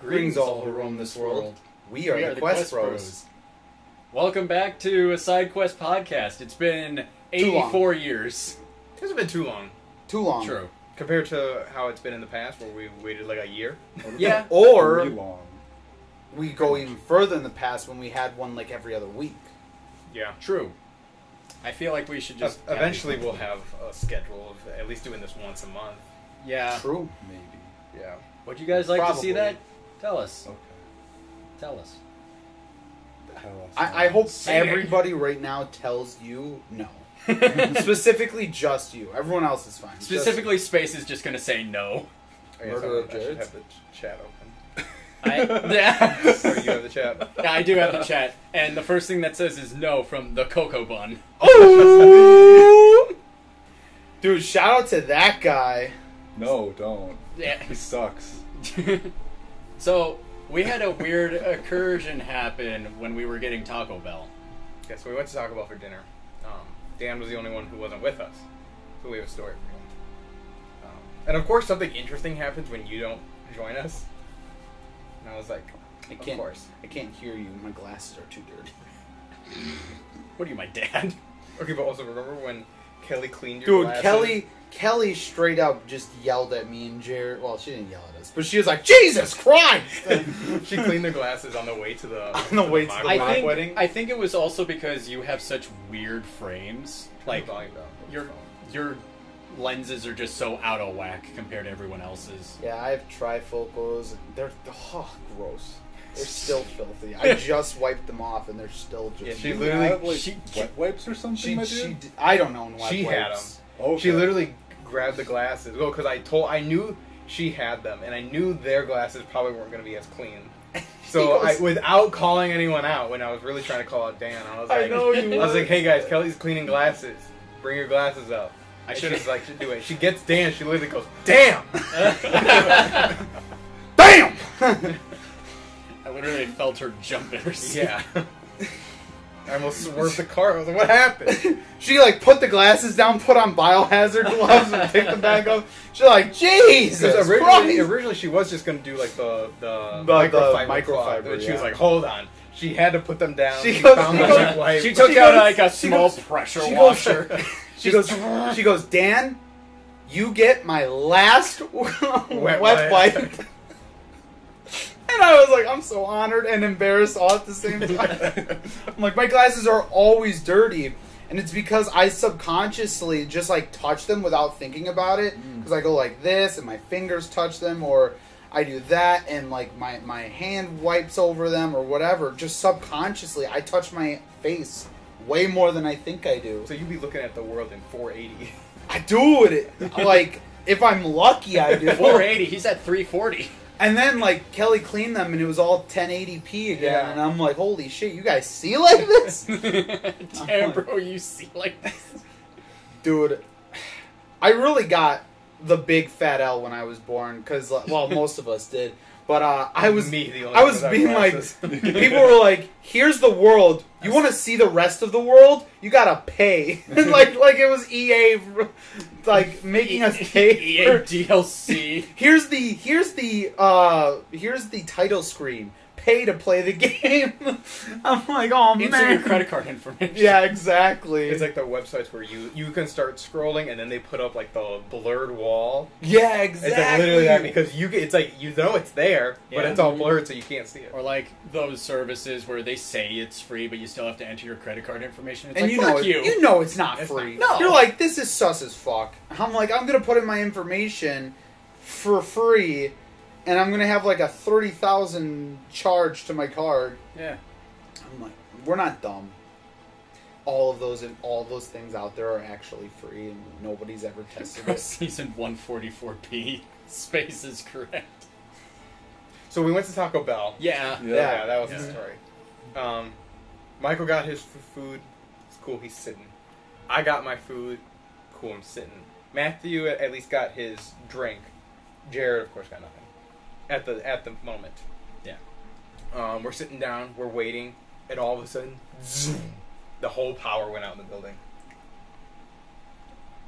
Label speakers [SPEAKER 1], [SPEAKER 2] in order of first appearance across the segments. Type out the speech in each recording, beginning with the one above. [SPEAKER 1] Greetings all who roam this world. We are, the, Quest, Bros.
[SPEAKER 2] Welcome back to a Side Quest podcast. It's been
[SPEAKER 3] Too long.
[SPEAKER 2] 84 years.
[SPEAKER 1] It hasn't been too long
[SPEAKER 3] Too long.
[SPEAKER 2] True.
[SPEAKER 1] compared to how it's been in the past, where we waited like a year.
[SPEAKER 2] Yeah.
[SPEAKER 3] Or-
[SPEAKER 4] Really long.
[SPEAKER 3] We go even further in the past when we had one like every other week.
[SPEAKER 1] Yeah.
[SPEAKER 2] True. I feel like we should just
[SPEAKER 1] Just eventually, we'll have a schedule of at least doing this once a month.
[SPEAKER 2] Yeah.
[SPEAKER 3] True.
[SPEAKER 4] Maybe.
[SPEAKER 1] Yeah.
[SPEAKER 2] Would you guys like to see
[SPEAKER 3] Probably.
[SPEAKER 2] that? Tell us.
[SPEAKER 4] Okay.
[SPEAKER 2] Tell us.
[SPEAKER 4] Tell us.
[SPEAKER 3] I, I hope
[SPEAKER 2] Say it.
[SPEAKER 3] everybody right now tells you no. Specifically, just you. Everyone else is fine. Just-
[SPEAKER 2] Specifically, Space is just gonna say no.
[SPEAKER 1] I guess
[SPEAKER 3] Murder
[SPEAKER 1] I,
[SPEAKER 3] of
[SPEAKER 1] I should
[SPEAKER 3] Jared?
[SPEAKER 1] have the ch- chat open.
[SPEAKER 2] I, yeah.
[SPEAKER 1] Or you have the chat.
[SPEAKER 2] Yeah, I do have the chat, and the first thing that says is no from the Cocoa Bun.
[SPEAKER 3] Ooh! Dude, shout out to that guy.
[SPEAKER 4] No, don't.
[SPEAKER 2] Yeah.
[SPEAKER 4] He sucks.
[SPEAKER 2] so we had a weird incursion happen when we were getting Taco Bell.
[SPEAKER 1] Okay, so we went to Taco Bell for dinner. Um, Dan was the only one who wasn't with us, so we have a story for him. Um, and of course, something interesting happens when you don't join us. And I was like,
[SPEAKER 3] I
[SPEAKER 1] of
[SPEAKER 3] can't.
[SPEAKER 1] course.
[SPEAKER 3] I can't hear you. My glasses are too dirty.
[SPEAKER 2] What are you, my dad?
[SPEAKER 1] Okay, but also remember when Kelly cleaned your
[SPEAKER 3] Dude,
[SPEAKER 1] glasses?
[SPEAKER 3] Kelly. Kelly straight up just yelled at me and Jared. Well, she didn't yell at us, but she was like, "Jesus Christ!"
[SPEAKER 1] she cleaned the glasses on the way to the
[SPEAKER 3] On the way to the
[SPEAKER 1] mock-
[SPEAKER 3] I
[SPEAKER 2] I
[SPEAKER 1] mock
[SPEAKER 2] think
[SPEAKER 1] wedding.
[SPEAKER 2] I think it was also because you have such weird frames. Like
[SPEAKER 1] volume down.
[SPEAKER 2] your your lenses are just so out of whack compared to everyone else's.
[SPEAKER 3] Yeah, I have trifocals. They're oh, gross. They're still filthy. I just wiped them off, and they're still just.
[SPEAKER 1] Yeah, she
[SPEAKER 4] You
[SPEAKER 1] literally-
[SPEAKER 4] have, like,
[SPEAKER 2] she-
[SPEAKER 4] wet wipes or something,
[SPEAKER 3] she,
[SPEAKER 4] my
[SPEAKER 3] she
[SPEAKER 4] dude?
[SPEAKER 3] d- I don't know. What
[SPEAKER 1] She had
[SPEAKER 3] wipes.
[SPEAKER 4] Okay.
[SPEAKER 1] She literally grabbed the glasses. Well, because I told I knew she had them, and I knew their glasses probably weren't going to be as clean. So
[SPEAKER 3] He
[SPEAKER 1] I,
[SPEAKER 3] goes-
[SPEAKER 1] without calling anyone out, when I was really trying to call out Dan, I was
[SPEAKER 3] I
[SPEAKER 1] like,
[SPEAKER 3] know you
[SPEAKER 1] I was
[SPEAKER 3] would.
[SPEAKER 1] like, hey guys, Kelly's cleaning glasses. Bring your glasses up.
[SPEAKER 2] I
[SPEAKER 1] I
[SPEAKER 2] should
[SPEAKER 1] should
[SPEAKER 2] have-
[SPEAKER 1] have like should do it. She gets Dan. She literally goes, damn.
[SPEAKER 3] Bam!
[SPEAKER 2] I literally felt her jump in her seat.
[SPEAKER 1] yeah. I almost swerved the car. I was like, what happened?
[SPEAKER 3] she like put the glasses down, put on biohazard gloves, and picked them back up. She's like, Jesus
[SPEAKER 1] Because originally,
[SPEAKER 3] Christ!
[SPEAKER 1] originally she was just gonna do like the the,
[SPEAKER 3] The- the
[SPEAKER 1] microfiber, cloth,
[SPEAKER 3] microfiber,
[SPEAKER 1] but she
[SPEAKER 3] yeah.
[SPEAKER 1] was like, hold on. She had to put them down.
[SPEAKER 3] She
[SPEAKER 1] She
[SPEAKER 3] goes-
[SPEAKER 1] found
[SPEAKER 3] she
[SPEAKER 1] the
[SPEAKER 3] goes-
[SPEAKER 1] wet wipe.
[SPEAKER 2] She took
[SPEAKER 3] She
[SPEAKER 2] out
[SPEAKER 3] goes-
[SPEAKER 2] like a
[SPEAKER 3] she
[SPEAKER 2] small
[SPEAKER 3] goes-
[SPEAKER 2] pressure
[SPEAKER 3] she goes-
[SPEAKER 2] washer.
[SPEAKER 3] she goes. She goes. Dan, you get my last wet,
[SPEAKER 1] wipe."
[SPEAKER 3] wipe. and I was like, I'm so honored and embarrassed all at the same time. I'm like, my glasses are always dirty. And it's because I subconsciously just like touch them without thinking about it. Because I go like this and my fingers touch them, or I do that and like my, my hand wipes over them or whatever. Just subconsciously, I touch my face way more than I think I do.
[SPEAKER 1] so you'd be looking at the world in 480.
[SPEAKER 3] I do it. Like, if I'm lucky, I do.
[SPEAKER 2] 480. He's at 340.
[SPEAKER 3] And then like Kelly cleaned them, and it was all 1080p again,
[SPEAKER 1] Yeah.
[SPEAKER 3] and I'm like, holy shit, you guys see like this,
[SPEAKER 2] Damn, bro, you see like this.
[SPEAKER 3] dude. I really got the big fat L when I was born, because well, most of us did. But uh, I was
[SPEAKER 1] Me, the only
[SPEAKER 3] I
[SPEAKER 1] one
[SPEAKER 3] was
[SPEAKER 1] without
[SPEAKER 3] being
[SPEAKER 1] glasses.
[SPEAKER 3] like, people were like, "Here's the world. You want to see the rest of the world? You gotta pay." like like it was EA, like making us pay
[SPEAKER 1] E
[SPEAKER 2] EA
[SPEAKER 3] for
[SPEAKER 2] DLC.
[SPEAKER 3] Here's the here's the uh here's the title screen. Pay to play the game. I'm like, oh
[SPEAKER 2] Insert
[SPEAKER 3] man.
[SPEAKER 2] your credit card information.
[SPEAKER 3] Yeah, exactly.
[SPEAKER 1] It's like the websites where you you can start scrolling and then they put up like the blurred wall.
[SPEAKER 3] yeah, exactly.
[SPEAKER 1] It's like literally that because you get, it's like you know it's there, but
[SPEAKER 2] Yeah.
[SPEAKER 1] it's all blurred so you can't see it.
[SPEAKER 2] Or like those services where they say it's free, but you still have to enter your credit card information. It's
[SPEAKER 3] and
[SPEAKER 2] like,
[SPEAKER 3] you know,
[SPEAKER 2] fuck
[SPEAKER 3] it,
[SPEAKER 2] you.
[SPEAKER 3] you. know it's not
[SPEAKER 1] It's
[SPEAKER 3] free.
[SPEAKER 2] not- no.
[SPEAKER 3] you're like this is sus as fuck. I'm like I'm gonna put in my information for free, and I'm gonna have like a thirty thousand charge to my card.
[SPEAKER 2] Yeah.
[SPEAKER 3] I'm like, we're not dumb. All of those and all those things out there are actually free, and nobody's ever tested it.
[SPEAKER 2] Season 144p. Space is correct.
[SPEAKER 1] So we went to Taco Bell.
[SPEAKER 2] Yeah.
[SPEAKER 4] Yeah.
[SPEAKER 1] Yeah, that was the
[SPEAKER 2] Yeah.
[SPEAKER 1] story. Um, Michael got his f- food. It's cool. He's sitting. I got my food. Cool. I'm sitting. Matthew at, at least got his drink. Jared, of course, got nothing. At the at the moment,
[SPEAKER 2] Yeah.
[SPEAKER 1] um, we're sitting down. We're waiting, and all of a sudden, zoom, the whole power went out in the building.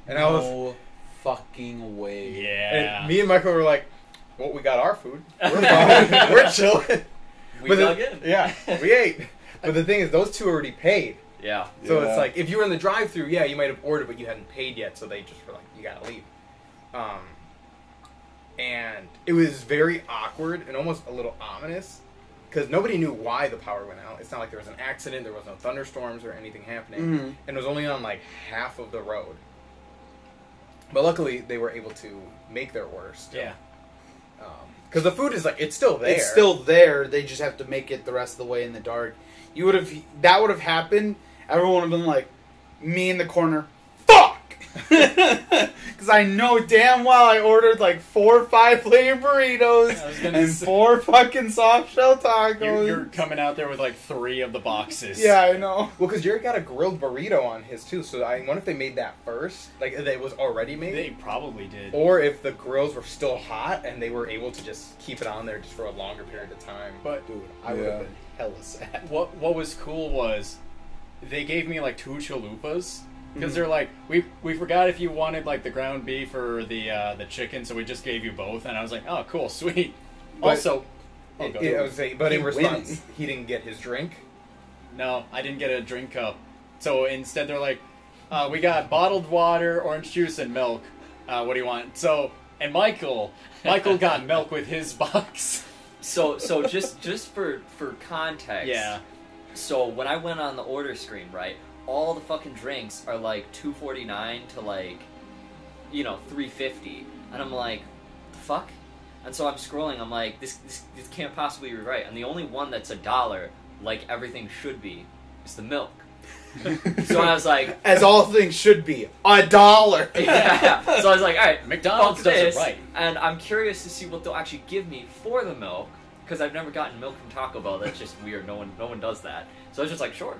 [SPEAKER 1] And I was,
[SPEAKER 3] fucking way.
[SPEAKER 2] Yeah.
[SPEAKER 1] and me and Michael were like, well, we got our food.
[SPEAKER 2] We're
[SPEAKER 1] fine. We're chilling.
[SPEAKER 2] We
[SPEAKER 1] But the-
[SPEAKER 2] dug in.
[SPEAKER 1] Yeah, we ate. But the thing is, those two already paid.
[SPEAKER 2] Yeah.
[SPEAKER 1] So
[SPEAKER 5] Yeah.
[SPEAKER 1] it's like if you were in the drive-through, yeah, you might have ordered, but you hadn't paid yet, so they just were like, "You gotta leave." Um, and it was very awkward and almost a little ominous because nobody knew why the power went out. It's not like there was an accident, there was no thunderstorms or anything happening,
[SPEAKER 3] Mhm.
[SPEAKER 1] and it was only on like half of the road. But luckily, they were able to make their order still.
[SPEAKER 2] Yeah.
[SPEAKER 1] Because the food is like it's still there.
[SPEAKER 3] It's still there. They just have to make it the rest of the way in the dark. You would have that would have happened. Everyone would have been like, me in the corner. Fuck, because I know damn well I ordered like four or five flavored
[SPEAKER 2] I was
[SPEAKER 3] burritos
[SPEAKER 2] gonna
[SPEAKER 3] and
[SPEAKER 2] say-
[SPEAKER 3] four fucking soft shell tacos.
[SPEAKER 2] You're, you're coming out there with like three of the boxes.
[SPEAKER 3] yeah, I know.
[SPEAKER 1] Well, because Jared got a grilled burrito on his too, so I wonder if they made that first, like that it was already made,
[SPEAKER 2] They probably did.
[SPEAKER 3] Oh.
[SPEAKER 1] or if the grills were still hot and they were able to just keep it on there just for a longer period of time.
[SPEAKER 2] But
[SPEAKER 3] Dude, I would
[SPEAKER 5] Yeah.
[SPEAKER 3] have been hella sad.
[SPEAKER 2] what what was cool was they gave me like two chalupas because they're like we we forgot if you wanted like the ground beef or the uh, the chicken, so we just gave you both. And I was like, oh, cool, sweet.
[SPEAKER 1] But-
[SPEAKER 2] also, oh,
[SPEAKER 1] It-
[SPEAKER 2] go.
[SPEAKER 1] it- I would say, but in
[SPEAKER 3] He
[SPEAKER 1] response,
[SPEAKER 3] wins.
[SPEAKER 1] he didn't get his drink.
[SPEAKER 2] no, I didn't get a drink cup. So instead, they're like, uh, we got bottled water, orange juice, and milk. Uh, what do you want? So and Michael, Michael got milk with his box.
[SPEAKER 6] So so just just for for context.
[SPEAKER 2] Yeah.
[SPEAKER 6] So when I went on the order screen, right, all the fucking drinks are like two forty nine to like, you know, three fifty, and I'm like, the fuck. And so I'm scrolling. I'm like, this, this this can't possibly be right. And the only one that's a dollar, like everything should be, is the milk. so I was like,
[SPEAKER 3] As all things should be, a dollar.
[SPEAKER 6] yeah. So I was like, all right,
[SPEAKER 2] McDonald's
[SPEAKER 6] fuck
[SPEAKER 2] does it
[SPEAKER 6] this,
[SPEAKER 2] right.
[SPEAKER 6] And I'm curious to see what they'll actually give me for the milk because I've never gotten milk from Taco Bell. That's just weird. No one, no one does that. So I was just like, sure.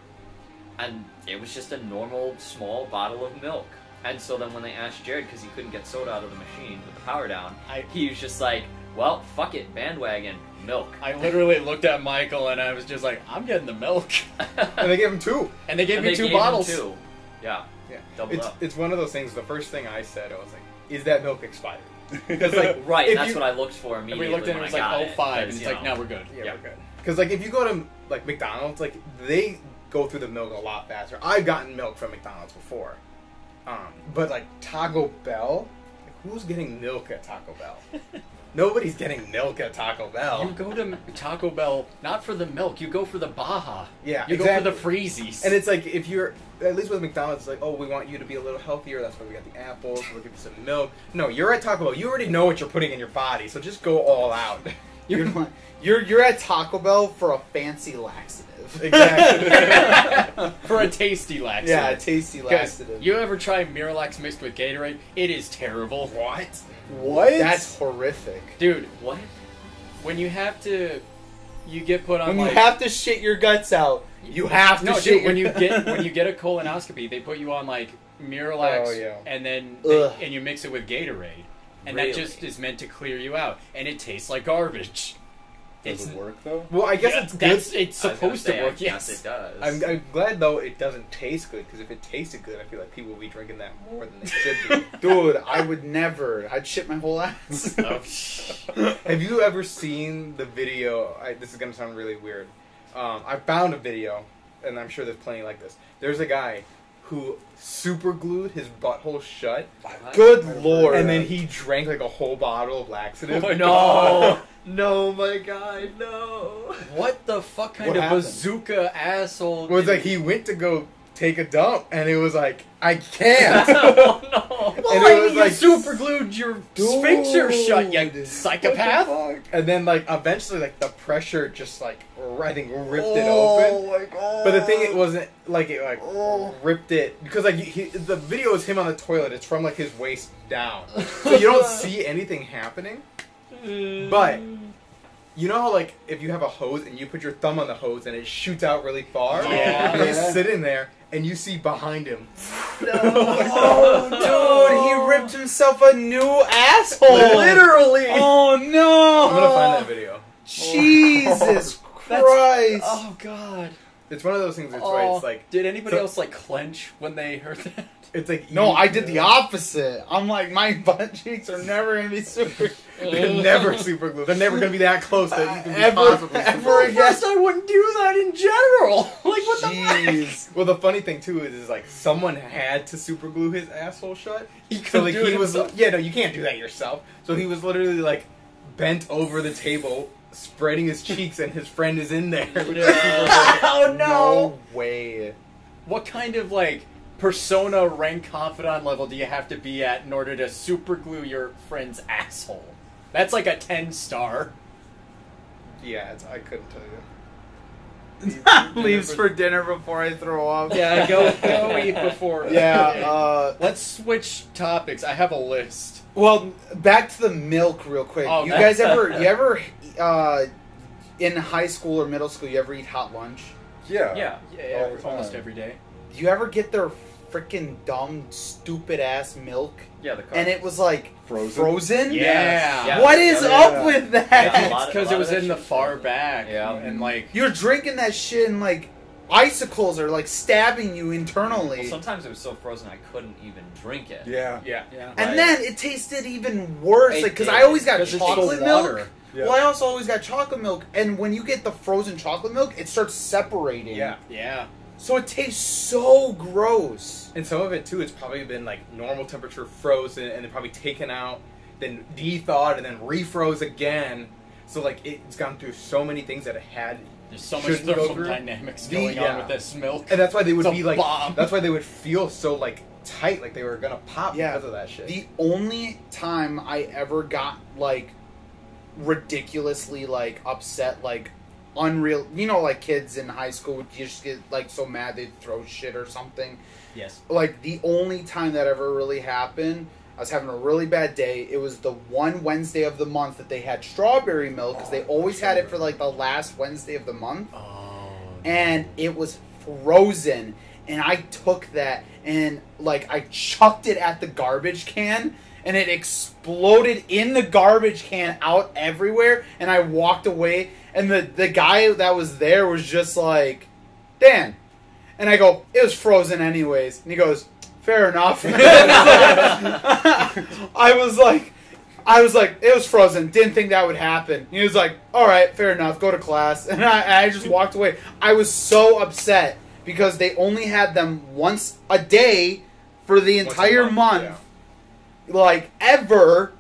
[SPEAKER 6] And it was just a normal small bottle of milk. And so then when they asked Jared because he couldn't get soda out of the machine with the power down,
[SPEAKER 2] I-
[SPEAKER 6] he was just like, well, fuck it, bandwagon, milk.
[SPEAKER 2] I literally looked at Michael and I was just like, I'm getting the milk.
[SPEAKER 1] And they gave him two.
[SPEAKER 2] And they gave
[SPEAKER 6] And
[SPEAKER 2] me
[SPEAKER 6] they
[SPEAKER 2] two
[SPEAKER 6] gave him
[SPEAKER 2] bottles.
[SPEAKER 6] two. Yeah.
[SPEAKER 1] Yeah,
[SPEAKER 6] Doubled
[SPEAKER 1] it's
[SPEAKER 6] up.
[SPEAKER 1] it's one of those things. The first thing I said, I was like, "Is that milk expired?" Because like,
[SPEAKER 6] Right,
[SPEAKER 1] if
[SPEAKER 6] that's
[SPEAKER 1] you-
[SPEAKER 6] what I looked for
[SPEAKER 2] And
[SPEAKER 6] immediately.
[SPEAKER 2] we looked at it and
[SPEAKER 6] when
[SPEAKER 2] it was
[SPEAKER 6] I got
[SPEAKER 2] like
[SPEAKER 6] it,
[SPEAKER 2] 05, and
[SPEAKER 6] because,
[SPEAKER 2] it's
[SPEAKER 6] you
[SPEAKER 2] like,
[SPEAKER 6] know.
[SPEAKER 2] now we're good.
[SPEAKER 1] Yeah,
[SPEAKER 6] Yeah.
[SPEAKER 1] we're good. Because like if you go to like McDonald's, like they go through the milk a lot faster. I've gotten milk from McDonald's before, um, but like Taco Bell, like, who's getting milk at Taco Bell? Nobody's getting milk at Taco Bell.
[SPEAKER 2] You go to Taco Bell not for the milk, you go for the Baja.
[SPEAKER 1] Yeah,
[SPEAKER 2] you
[SPEAKER 1] exactly.
[SPEAKER 2] go for the freezies.
[SPEAKER 1] And it's like if you're at least with McDonald's, it's like oh we want you to be a little healthier. That's why we got the apples. We'll give you some milk. No, you're at Taco Bell. You already know what you're putting in your body, so just go all out.
[SPEAKER 3] You're, like- you're you're at Taco Bell for a fancy laxative.
[SPEAKER 1] Exactly.
[SPEAKER 2] for a tasty laxative.
[SPEAKER 3] yeah, a tasty
[SPEAKER 2] 'Cause
[SPEAKER 3] laxative.
[SPEAKER 2] You ever try Miralax mixed with Gatorade? It is terrible.
[SPEAKER 1] what?
[SPEAKER 5] what?
[SPEAKER 3] That's horrific.
[SPEAKER 2] Dude,
[SPEAKER 6] What?
[SPEAKER 2] when you have to you get put on
[SPEAKER 3] When you
[SPEAKER 2] like
[SPEAKER 3] have to shit your guts out, you have to
[SPEAKER 2] no,
[SPEAKER 3] shit
[SPEAKER 2] dude, when you
[SPEAKER 3] your-
[SPEAKER 2] get when you get a colonoscopy, they put you on like Miralax,
[SPEAKER 1] Oh, yeah.
[SPEAKER 2] and then
[SPEAKER 3] Ugh.
[SPEAKER 2] and you mix it with Gatorade, and
[SPEAKER 6] Really?
[SPEAKER 2] that just is meant to clear you out, and it tastes like garbage.
[SPEAKER 5] Does
[SPEAKER 2] it's-
[SPEAKER 5] it work though?
[SPEAKER 1] Well, I guess
[SPEAKER 2] Yeah,
[SPEAKER 1] it's good.
[SPEAKER 2] that's it's
[SPEAKER 6] I was gonna
[SPEAKER 2] supposed
[SPEAKER 6] say,
[SPEAKER 2] to
[SPEAKER 6] I
[SPEAKER 2] work.
[SPEAKER 6] guess
[SPEAKER 2] Yes,
[SPEAKER 6] it does.
[SPEAKER 1] I'm, I'm glad though it doesn't taste good because if it tasted good, I feel like people would be drinking that more than they should be.
[SPEAKER 3] Dude, I would never. I'd shit my whole ass.
[SPEAKER 2] Oh,
[SPEAKER 1] Have you ever seen the video? I, this is gonna sound really weird. Um, I found a video, and I'm sure there's plenty like this. There's a guy who super glued his butthole shut,
[SPEAKER 6] What?
[SPEAKER 3] Good lord.
[SPEAKER 1] and then he drank like a whole bottle of laxative.
[SPEAKER 2] Oh my
[SPEAKER 6] No, no, my God, no.
[SPEAKER 2] what the fuck kind
[SPEAKER 3] What
[SPEAKER 2] of
[SPEAKER 3] happened?
[SPEAKER 2] bazooka asshole?
[SPEAKER 1] It was
[SPEAKER 2] did-
[SPEAKER 1] like he went to go take a dump, and it was like I can't.
[SPEAKER 6] oh no.
[SPEAKER 2] Well,
[SPEAKER 1] and
[SPEAKER 2] I
[SPEAKER 1] it was
[SPEAKER 2] mean, you
[SPEAKER 1] like-
[SPEAKER 2] super glued your sphincter shut, you
[SPEAKER 3] Dude.
[SPEAKER 2] psychopath.
[SPEAKER 5] What the fuck?
[SPEAKER 1] and then like eventually like the pressure just like r- I think ripped it open.
[SPEAKER 5] Oh my god.
[SPEAKER 1] But the thing, it wasn't like it like ripped it because like he, the video is him on the toilet. It's from like his waist down, so you don't see anything happening. But you know how like if you have a hose and you put your thumb on the hose and it shoots out really far,
[SPEAKER 2] Yeah.
[SPEAKER 1] and it's sitting there and you see behind him. Oh
[SPEAKER 3] oh, dude, he ripped himself a new asshole.
[SPEAKER 1] Literally,
[SPEAKER 3] Oh no.
[SPEAKER 1] I'm gonna
[SPEAKER 3] Oh.
[SPEAKER 1] find that video.
[SPEAKER 2] uh,
[SPEAKER 3] Jesus Christ.
[SPEAKER 2] Oh god!
[SPEAKER 1] It's one of those things. It's
[SPEAKER 2] oh,
[SPEAKER 1] where it's like
[SPEAKER 2] did anybody
[SPEAKER 1] so-
[SPEAKER 2] else like clench when they heard that?
[SPEAKER 1] It's like
[SPEAKER 3] No,
[SPEAKER 1] you-
[SPEAKER 3] I did the opposite. I'm like, my butt cheeks are never gonna be super
[SPEAKER 1] They're never super glue. They're never gonna be that close that you can be
[SPEAKER 3] Ever-
[SPEAKER 1] possibly super
[SPEAKER 3] ever
[SPEAKER 1] glued.
[SPEAKER 3] again.
[SPEAKER 2] First, I wouldn't do that in general. Like, what the fuck?
[SPEAKER 3] Jeez.
[SPEAKER 1] Well, the funny thing too is, is like someone had to super glue his asshole shut.
[SPEAKER 2] He
[SPEAKER 1] So
[SPEAKER 2] couldn't
[SPEAKER 1] like
[SPEAKER 2] do
[SPEAKER 1] he
[SPEAKER 2] it
[SPEAKER 1] was
[SPEAKER 2] himself.
[SPEAKER 1] yeah no you can't do that yourself. So he was literally like bent over the table, spreading his cheeks, and his friend is in there.
[SPEAKER 2] oh
[SPEAKER 1] no way.
[SPEAKER 2] What kind of like persona rank confidant level do you have to be at in order to super glue your friend's asshole? That's like a ten star.
[SPEAKER 1] Yeah, it's, I couldn't tell you.
[SPEAKER 3] Leaves for dinner before I throw up.
[SPEAKER 2] Yeah, go go eat before.
[SPEAKER 3] Yeah. Uh,
[SPEAKER 2] Let's switch topics. I have a list.
[SPEAKER 3] well, back to the milk real quick.
[SPEAKER 2] Oh,
[SPEAKER 3] you
[SPEAKER 2] man.
[SPEAKER 3] guys ever? You ever? Uh, in high school or middle school, you ever eat hot lunch?
[SPEAKER 4] Yeah.
[SPEAKER 2] yeah,
[SPEAKER 4] All the time.
[SPEAKER 2] Oh, almost every day.
[SPEAKER 3] Do you ever get their freaking dumb, stupid ass milk?
[SPEAKER 7] Yeah, the car.
[SPEAKER 3] And it was like
[SPEAKER 4] Frozen?
[SPEAKER 3] Frozen.
[SPEAKER 2] Yeah.
[SPEAKER 7] Yeah.
[SPEAKER 3] What is
[SPEAKER 4] Yeah.
[SPEAKER 3] up with
[SPEAKER 7] That's a
[SPEAKER 3] that?
[SPEAKER 7] lot of-
[SPEAKER 2] Because it was
[SPEAKER 7] that
[SPEAKER 2] in the
[SPEAKER 7] shit's
[SPEAKER 2] far
[SPEAKER 7] frozen.
[SPEAKER 2] back.
[SPEAKER 7] Yeah.
[SPEAKER 2] and like
[SPEAKER 3] You're drinking that shit and like icicles are like stabbing you
[SPEAKER 7] Well,
[SPEAKER 3] internally.
[SPEAKER 7] sometimes it was so frozen I couldn't even drink it.
[SPEAKER 4] Yeah.
[SPEAKER 1] Yeah.
[SPEAKER 2] yeah,
[SPEAKER 3] and
[SPEAKER 7] Right.
[SPEAKER 3] then it tasted even worse,
[SPEAKER 7] It
[SPEAKER 3] like because
[SPEAKER 7] did.
[SPEAKER 3] I always got
[SPEAKER 2] because it's
[SPEAKER 3] chocolate
[SPEAKER 2] so
[SPEAKER 3] milk.
[SPEAKER 2] water.
[SPEAKER 4] Yeah.
[SPEAKER 3] Well, I also always got chocolate milk, and when you get the frozen chocolate milk, it starts separating.
[SPEAKER 1] Yeah.
[SPEAKER 2] Yeah,
[SPEAKER 3] So it tastes so gross.
[SPEAKER 1] And some of it too, it's probably been like normal temperature frozen and then probably taken out, then de-thawed and then refroze again. So like it, it's gone through so many things that it had,
[SPEAKER 2] there's so much
[SPEAKER 1] Shouldn't go
[SPEAKER 2] thermal
[SPEAKER 1] through.
[SPEAKER 2] dynamics
[SPEAKER 1] The-
[SPEAKER 2] going
[SPEAKER 1] yeah.
[SPEAKER 2] on with this milk.
[SPEAKER 1] and that's why they would
[SPEAKER 2] It's a
[SPEAKER 1] be like.
[SPEAKER 2] bomb.
[SPEAKER 1] That's why they would feel so like tight, like they were gonna pop
[SPEAKER 3] Yeah.
[SPEAKER 1] because of that shit.
[SPEAKER 3] The only time I ever got like ridiculously like upset, like unreal, you know, like kids in high school would just get like so mad they'd throw shit or something.
[SPEAKER 2] yes,
[SPEAKER 3] like the only time that ever really happened i was having a really bad day it was the one wednesday of the month that they had strawberry milk because they always had it for like the last wednesday of the month
[SPEAKER 2] oh,
[SPEAKER 3] and it was frozen and i took that and like i chucked it at the garbage can and it exploded in the garbage can out everywhere and i walked away and the, the guy that was there was just like dan and i go it was frozen anyways and he goes fair enough i was like I was like, it was frozen. Didn't think that would happen. He was like, all right, fair enough. Go to class. And I, I just walked away. I was so upset because they only had them once a day for the
[SPEAKER 1] Once a
[SPEAKER 3] entire month, like ever.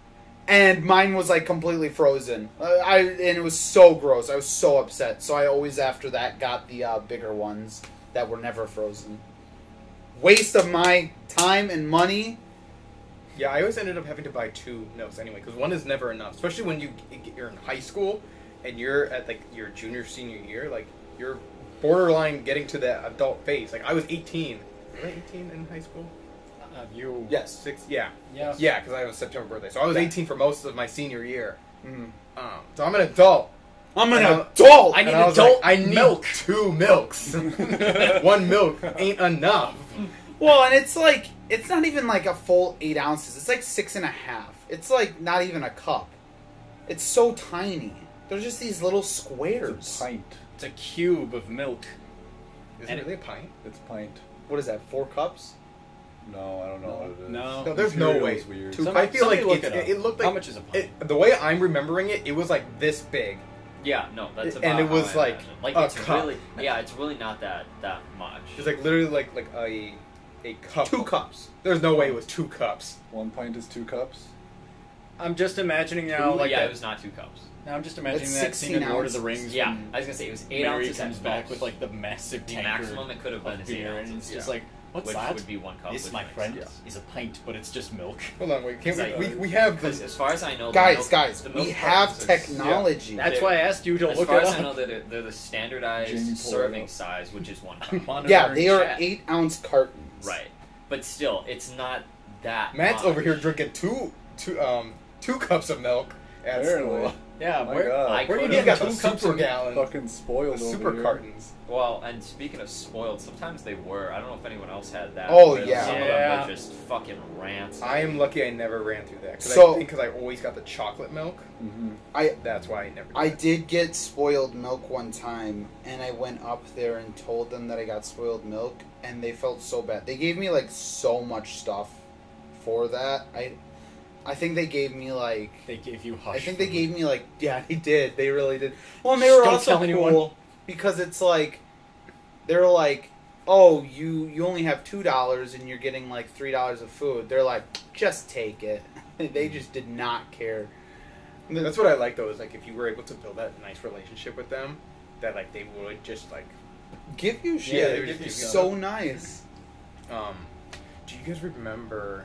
[SPEAKER 3] And mine was like completely frozen. Uh, I and it was so gross. I was so upset. So I always after that got the uh, bigger ones that were never frozen. Waste of my time and money.
[SPEAKER 1] Yeah, I always ended up having to buy two notes anyway because one is never enough, especially when you g- you're in high school and you're at like your junior senior year, like you're borderline getting to that adult phase. Like I was 18. Was I 18 in high school?
[SPEAKER 2] uh, you
[SPEAKER 3] Yes.
[SPEAKER 1] Six? Yeah,
[SPEAKER 2] yeah
[SPEAKER 1] yeah, because I have a September birthday, so I was
[SPEAKER 3] Yeah.
[SPEAKER 1] 18 for most of my senior year.
[SPEAKER 3] Mm.
[SPEAKER 1] Um, so I'm an adult.
[SPEAKER 3] I'm an
[SPEAKER 1] And I-
[SPEAKER 3] adult.
[SPEAKER 2] I need
[SPEAKER 1] And I was
[SPEAKER 2] adult
[SPEAKER 1] like, I need
[SPEAKER 2] milk.
[SPEAKER 1] two milks. one milk ain't enough.
[SPEAKER 3] Well, and it's like it's not even like a full eight ounces. It's like six and a half. It's like not even a cup. It's so tiny. They're just these little
[SPEAKER 4] It's
[SPEAKER 3] squares.
[SPEAKER 4] a pint.
[SPEAKER 2] It's a cube of milk.
[SPEAKER 1] Is
[SPEAKER 2] And
[SPEAKER 1] it
[SPEAKER 2] it-
[SPEAKER 1] really a pint?
[SPEAKER 4] It's pint.
[SPEAKER 3] What is that? Four cups?
[SPEAKER 4] No, I don't know
[SPEAKER 2] No.
[SPEAKER 4] what it is.
[SPEAKER 2] No.
[SPEAKER 1] No, there's no
[SPEAKER 4] Cereal
[SPEAKER 1] way.
[SPEAKER 4] is weird.
[SPEAKER 1] Two-
[SPEAKER 2] Some-
[SPEAKER 1] I feel like
[SPEAKER 2] somebody look
[SPEAKER 1] it's-
[SPEAKER 2] it up.
[SPEAKER 1] it- it looked like-
[SPEAKER 2] how much is a pint?
[SPEAKER 1] It, the way I'm remembering it, it was like this big.
[SPEAKER 7] Yeah, no, that's
[SPEAKER 1] And
[SPEAKER 7] about
[SPEAKER 1] it was
[SPEAKER 7] how I
[SPEAKER 1] like
[SPEAKER 7] imagine. like
[SPEAKER 1] a
[SPEAKER 7] it's
[SPEAKER 1] cup.
[SPEAKER 7] really yeah, it's really not that that much.
[SPEAKER 1] It's like literally like like a a cup.
[SPEAKER 3] Two cups.
[SPEAKER 1] There's no way it was two cups.
[SPEAKER 4] One pint is two cups.
[SPEAKER 2] I'm just imagining
[SPEAKER 7] Ooh,
[SPEAKER 2] now, like
[SPEAKER 7] yeah,
[SPEAKER 2] that-
[SPEAKER 7] it was not two cups.
[SPEAKER 2] now I'm just imagining
[SPEAKER 3] It's
[SPEAKER 2] that scene in
[SPEAKER 3] 16
[SPEAKER 2] Lord of the
[SPEAKER 3] ounces.
[SPEAKER 2] Rings.
[SPEAKER 7] Yeah,
[SPEAKER 2] when
[SPEAKER 7] I was gonna say it was eight
[SPEAKER 2] Mary
[SPEAKER 7] ounces.
[SPEAKER 2] comes
[SPEAKER 7] at
[SPEAKER 2] back
[SPEAKER 7] most.
[SPEAKER 2] with like the massive
[SPEAKER 7] the
[SPEAKER 2] tankard
[SPEAKER 7] maximum it could have been
[SPEAKER 2] of
[SPEAKER 7] is eight
[SPEAKER 2] beer, and
[SPEAKER 7] ounces.
[SPEAKER 2] it's just
[SPEAKER 7] yeah.
[SPEAKER 2] like, what's
[SPEAKER 7] which
[SPEAKER 2] that?
[SPEAKER 7] would be one cup.
[SPEAKER 2] this,
[SPEAKER 7] which
[SPEAKER 2] my
[SPEAKER 7] makes
[SPEAKER 2] friend,
[SPEAKER 7] sense.
[SPEAKER 2] is a pint, but it's just milk.
[SPEAKER 1] Hold on, wait. Can
[SPEAKER 7] It's
[SPEAKER 1] we,
[SPEAKER 7] like-
[SPEAKER 1] we we have
[SPEAKER 7] Because
[SPEAKER 1] this.
[SPEAKER 7] as far as I know, the
[SPEAKER 3] Guys,
[SPEAKER 7] milk-
[SPEAKER 3] guys,
[SPEAKER 7] the milk
[SPEAKER 3] we have
[SPEAKER 7] cartons are-
[SPEAKER 3] technology.
[SPEAKER 7] Yeah.
[SPEAKER 2] That's why I asked you to
[SPEAKER 7] As
[SPEAKER 2] look
[SPEAKER 7] far
[SPEAKER 2] it
[SPEAKER 7] as
[SPEAKER 2] up.
[SPEAKER 7] I know, they're, they're the standardized
[SPEAKER 4] Jamie Pollard.
[SPEAKER 7] serving size, which is one cup.
[SPEAKER 2] Monitor
[SPEAKER 3] yeah, they
[SPEAKER 2] and
[SPEAKER 3] are
[SPEAKER 2] chat.
[SPEAKER 3] eight ounce cartons.
[SPEAKER 7] right, but still, it's not that.
[SPEAKER 1] Matt's
[SPEAKER 7] much.
[SPEAKER 1] over here drinking two two um two cups of milk. at
[SPEAKER 4] Apparently.
[SPEAKER 1] school.
[SPEAKER 2] Yeah,
[SPEAKER 4] Oh My
[SPEAKER 2] where,
[SPEAKER 4] God.
[SPEAKER 2] where do you
[SPEAKER 7] Could've
[SPEAKER 1] He's
[SPEAKER 2] get
[SPEAKER 1] got
[SPEAKER 2] two
[SPEAKER 1] the
[SPEAKER 2] cups
[SPEAKER 1] super
[SPEAKER 2] of
[SPEAKER 1] gallon,
[SPEAKER 4] Fucking spoiled
[SPEAKER 1] the
[SPEAKER 4] over
[SPEAKER 1] super
[SPEAKER 4] here.
[SPEAKER 1] cartons.
[SPEAKER 7] Well, and speaking of spoiled, sometimes they were. I don't know if anyone else had that.
[SPEAKER 3] Oh,
[SPEAKER 7] but
[SPEAKER 3] yeah.
[SPEAKER 7] Some of
[SPEAKER 2] Yeah.
[SPEAKER 7] them were just fucking rants.
[SPEAKER 1] I am lucky I never ran through that. Cause
[SPEAKER 3] So-
[SPEAKER 1] I think because I always got the chocolate milk.
[SPEAKER 4] Mhm.
[SPEAKER 1] That's why I never. Did
[SPEAKER 3] I
[SPEAKER 1] that.
[SPEAKER 3] did get spoiled milk one time, and I went up there and told them that I got spoiled milk, and they felt so bad. They gave me like so much stuff for that. I, I think they gave me like.
[SPEAKER 2] They gave you hush.
[SPEAKER 3] I think
[SPEAKER 2] food.
[SPEAKER 3] they gave me like yeah they did they really did well and they
[SPEAKER 2] Just
[SPEAKER 3] were
[SPEAKER 2] don't
[SPEAKER 3] also
[SPEAKER 2] tell
[SPEAKER 3] cool
[SPEAKER 2] anyone.
[SPEAKER 3] because it's like they're like oh you you only have two dollars and you're getting like three dollars of food they're like just take it they
[SPEAKER 2] Mm.
[SPEAKER 3] just did not care
[SPEAKER 1] That's what I like though. Is like if you were able to build that nice relationship with them, that like they would just like.
[SPEAKER 3] give you
[SPEAKER 1] Yeah,
[SPEAKER 3] shit
[SPEAKER 1] they
[SPEAKER 3] It's
[SPEAKER 1] give you
[SPEAKER 3] so nice
[SPEAKER 1] Um, do you guys remember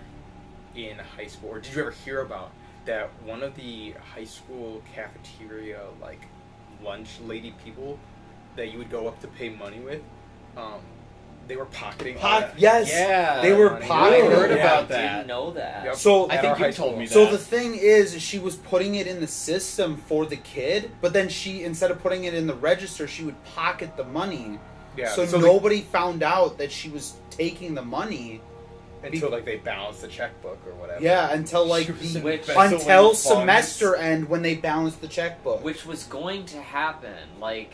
[SPEAKER 1] in high school, or did you ever hear about that one of the high school cafeteria like lunch lady people that you would go up to pay money with? Um, they were pocketing. all
[SPEAKER 3] Pock-
[SPEAKER 1] that-
[SPEAKER 3] yes
[SPEAKER 2] Yeah,
[SPEAKER 3] they were
[SPEAKER 1] money.
[SPEAKER 2] I
[SPEAKER 3] pocketing
[SPEAKER 2] heard
[SPEAKER 3] it.
[SPEAKER 7] I
[SPEAKER 2] about
[SPEAKER 7] didn't
[SPEAKER 2] that.
[SPEAKER 7] know that.
[SPEAKER 1] Yep.
[SPEAKER 3] so
[SPEAKER 2] I
[SPEAKER 1] At
[SPEAKER 2] think
[SPEAKER 1] our
[SPEAKER 2] you
[SPEAKER 1] high
[SPEAKER 2] told me that.
[SPEAKER 1] school.
[SPEAKER 3] So the thing is, is she was putting it in the system for the kid, but then she instead of putting it in the register, she would pocket the money.
[SPEAKER 1] Yeah.
[SPEAKER 3] so,
[SPEAKER 1] so, like,
[SPEAKER 3] nobody found out that she was taking the money.
[SPEAKER 1] until like they balanced the checkbook or whatever.
[SPEAKER 3] Yeah, until like
[SPEAKER 2] She was
[SPEAKER 3] the,
[SPEAKER 7] Which,
[SPEAKER 2] Back to
[SPEAKER 3] until
[SPEAKER 2] when the
[SPEAKER 3] semester end when they balanced the checkbook.
[SPEAKER 7] which was going to happen. Like,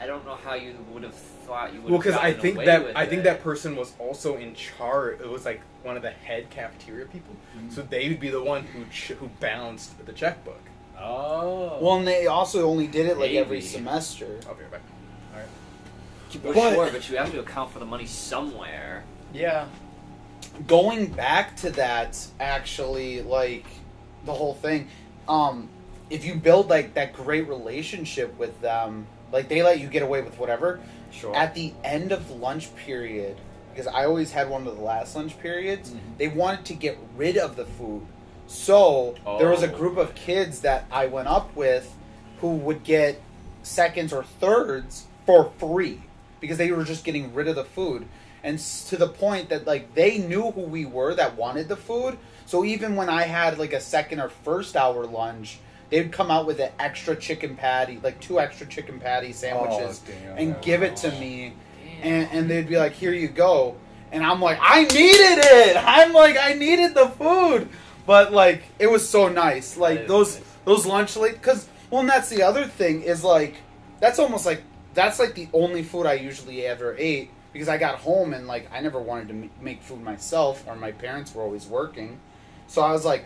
[SPEAKER 7] I don't know how you would have thought you would.
[SPEAKER 1] Well,
[SPEAKER 7] because
[SPEAKER 1] because I think that I think that person was also in charge. It was like one of the head cafeteria people, so they would be the one who ch- who balanced the checkbook.
[SPEAKER 2] Oh.
[SPEAKER 3] well, and they also only did it like every
[SPEAKER 7] Maybe.
[SPEAKER 3] semester.
[SPEAKER 1] I'll be right back.
[SPEAKER 7] Well,
[SPEAKER 3] But-
[SPEAKER 7] sure, but you have to account for the money somewhere.
[SPEAKER 2] yeah.
[SPEAKER 3] Going back to that, actually, like the whole thing. Um, if you build like that great relationship with them, like they let you get away with whatever.
[SPEAKER 7] Sure.
[SPEAKER 3] At the end of lunch period, because I always had one of the last lunch periods,
[SPEAKER 7] Mm-hmm.
[SPEAKER 3] they wanted to get rid of the food. So there was a
[SPEAKER 7] Oh.
[SPEAKER 3] group of kids that I went up with who would get seconds or thirds for free because they were just getting rid of the food. And s- to the point that like they knew who we were that wanted the food. So even when I had like a second or first hour lunch, they'd come out with an extra chicken patty, like two extra chicken patty sandwiches
[SPEAKER 4] Oh, damn.
[SPEAKER 3] and give it to me
[SPEAKER 7] Damn.
[SPEAKER 3] and, and they'd be like here you go and i'm like i needed it i'm like i needed the food but like it was so nice
[SPEAKER 7] That
[SPEAKER 3] like
[SPEAKER 7] is
[SPEAKER 3] those
[SPEAKER 7] nice.
[SPEAKER 3] those lunch late because well and that's the other thing is like that's almost like that's like the only food i usually ever ate because i got home and like i never wanted to m- make food myself or my parents were always working so i was like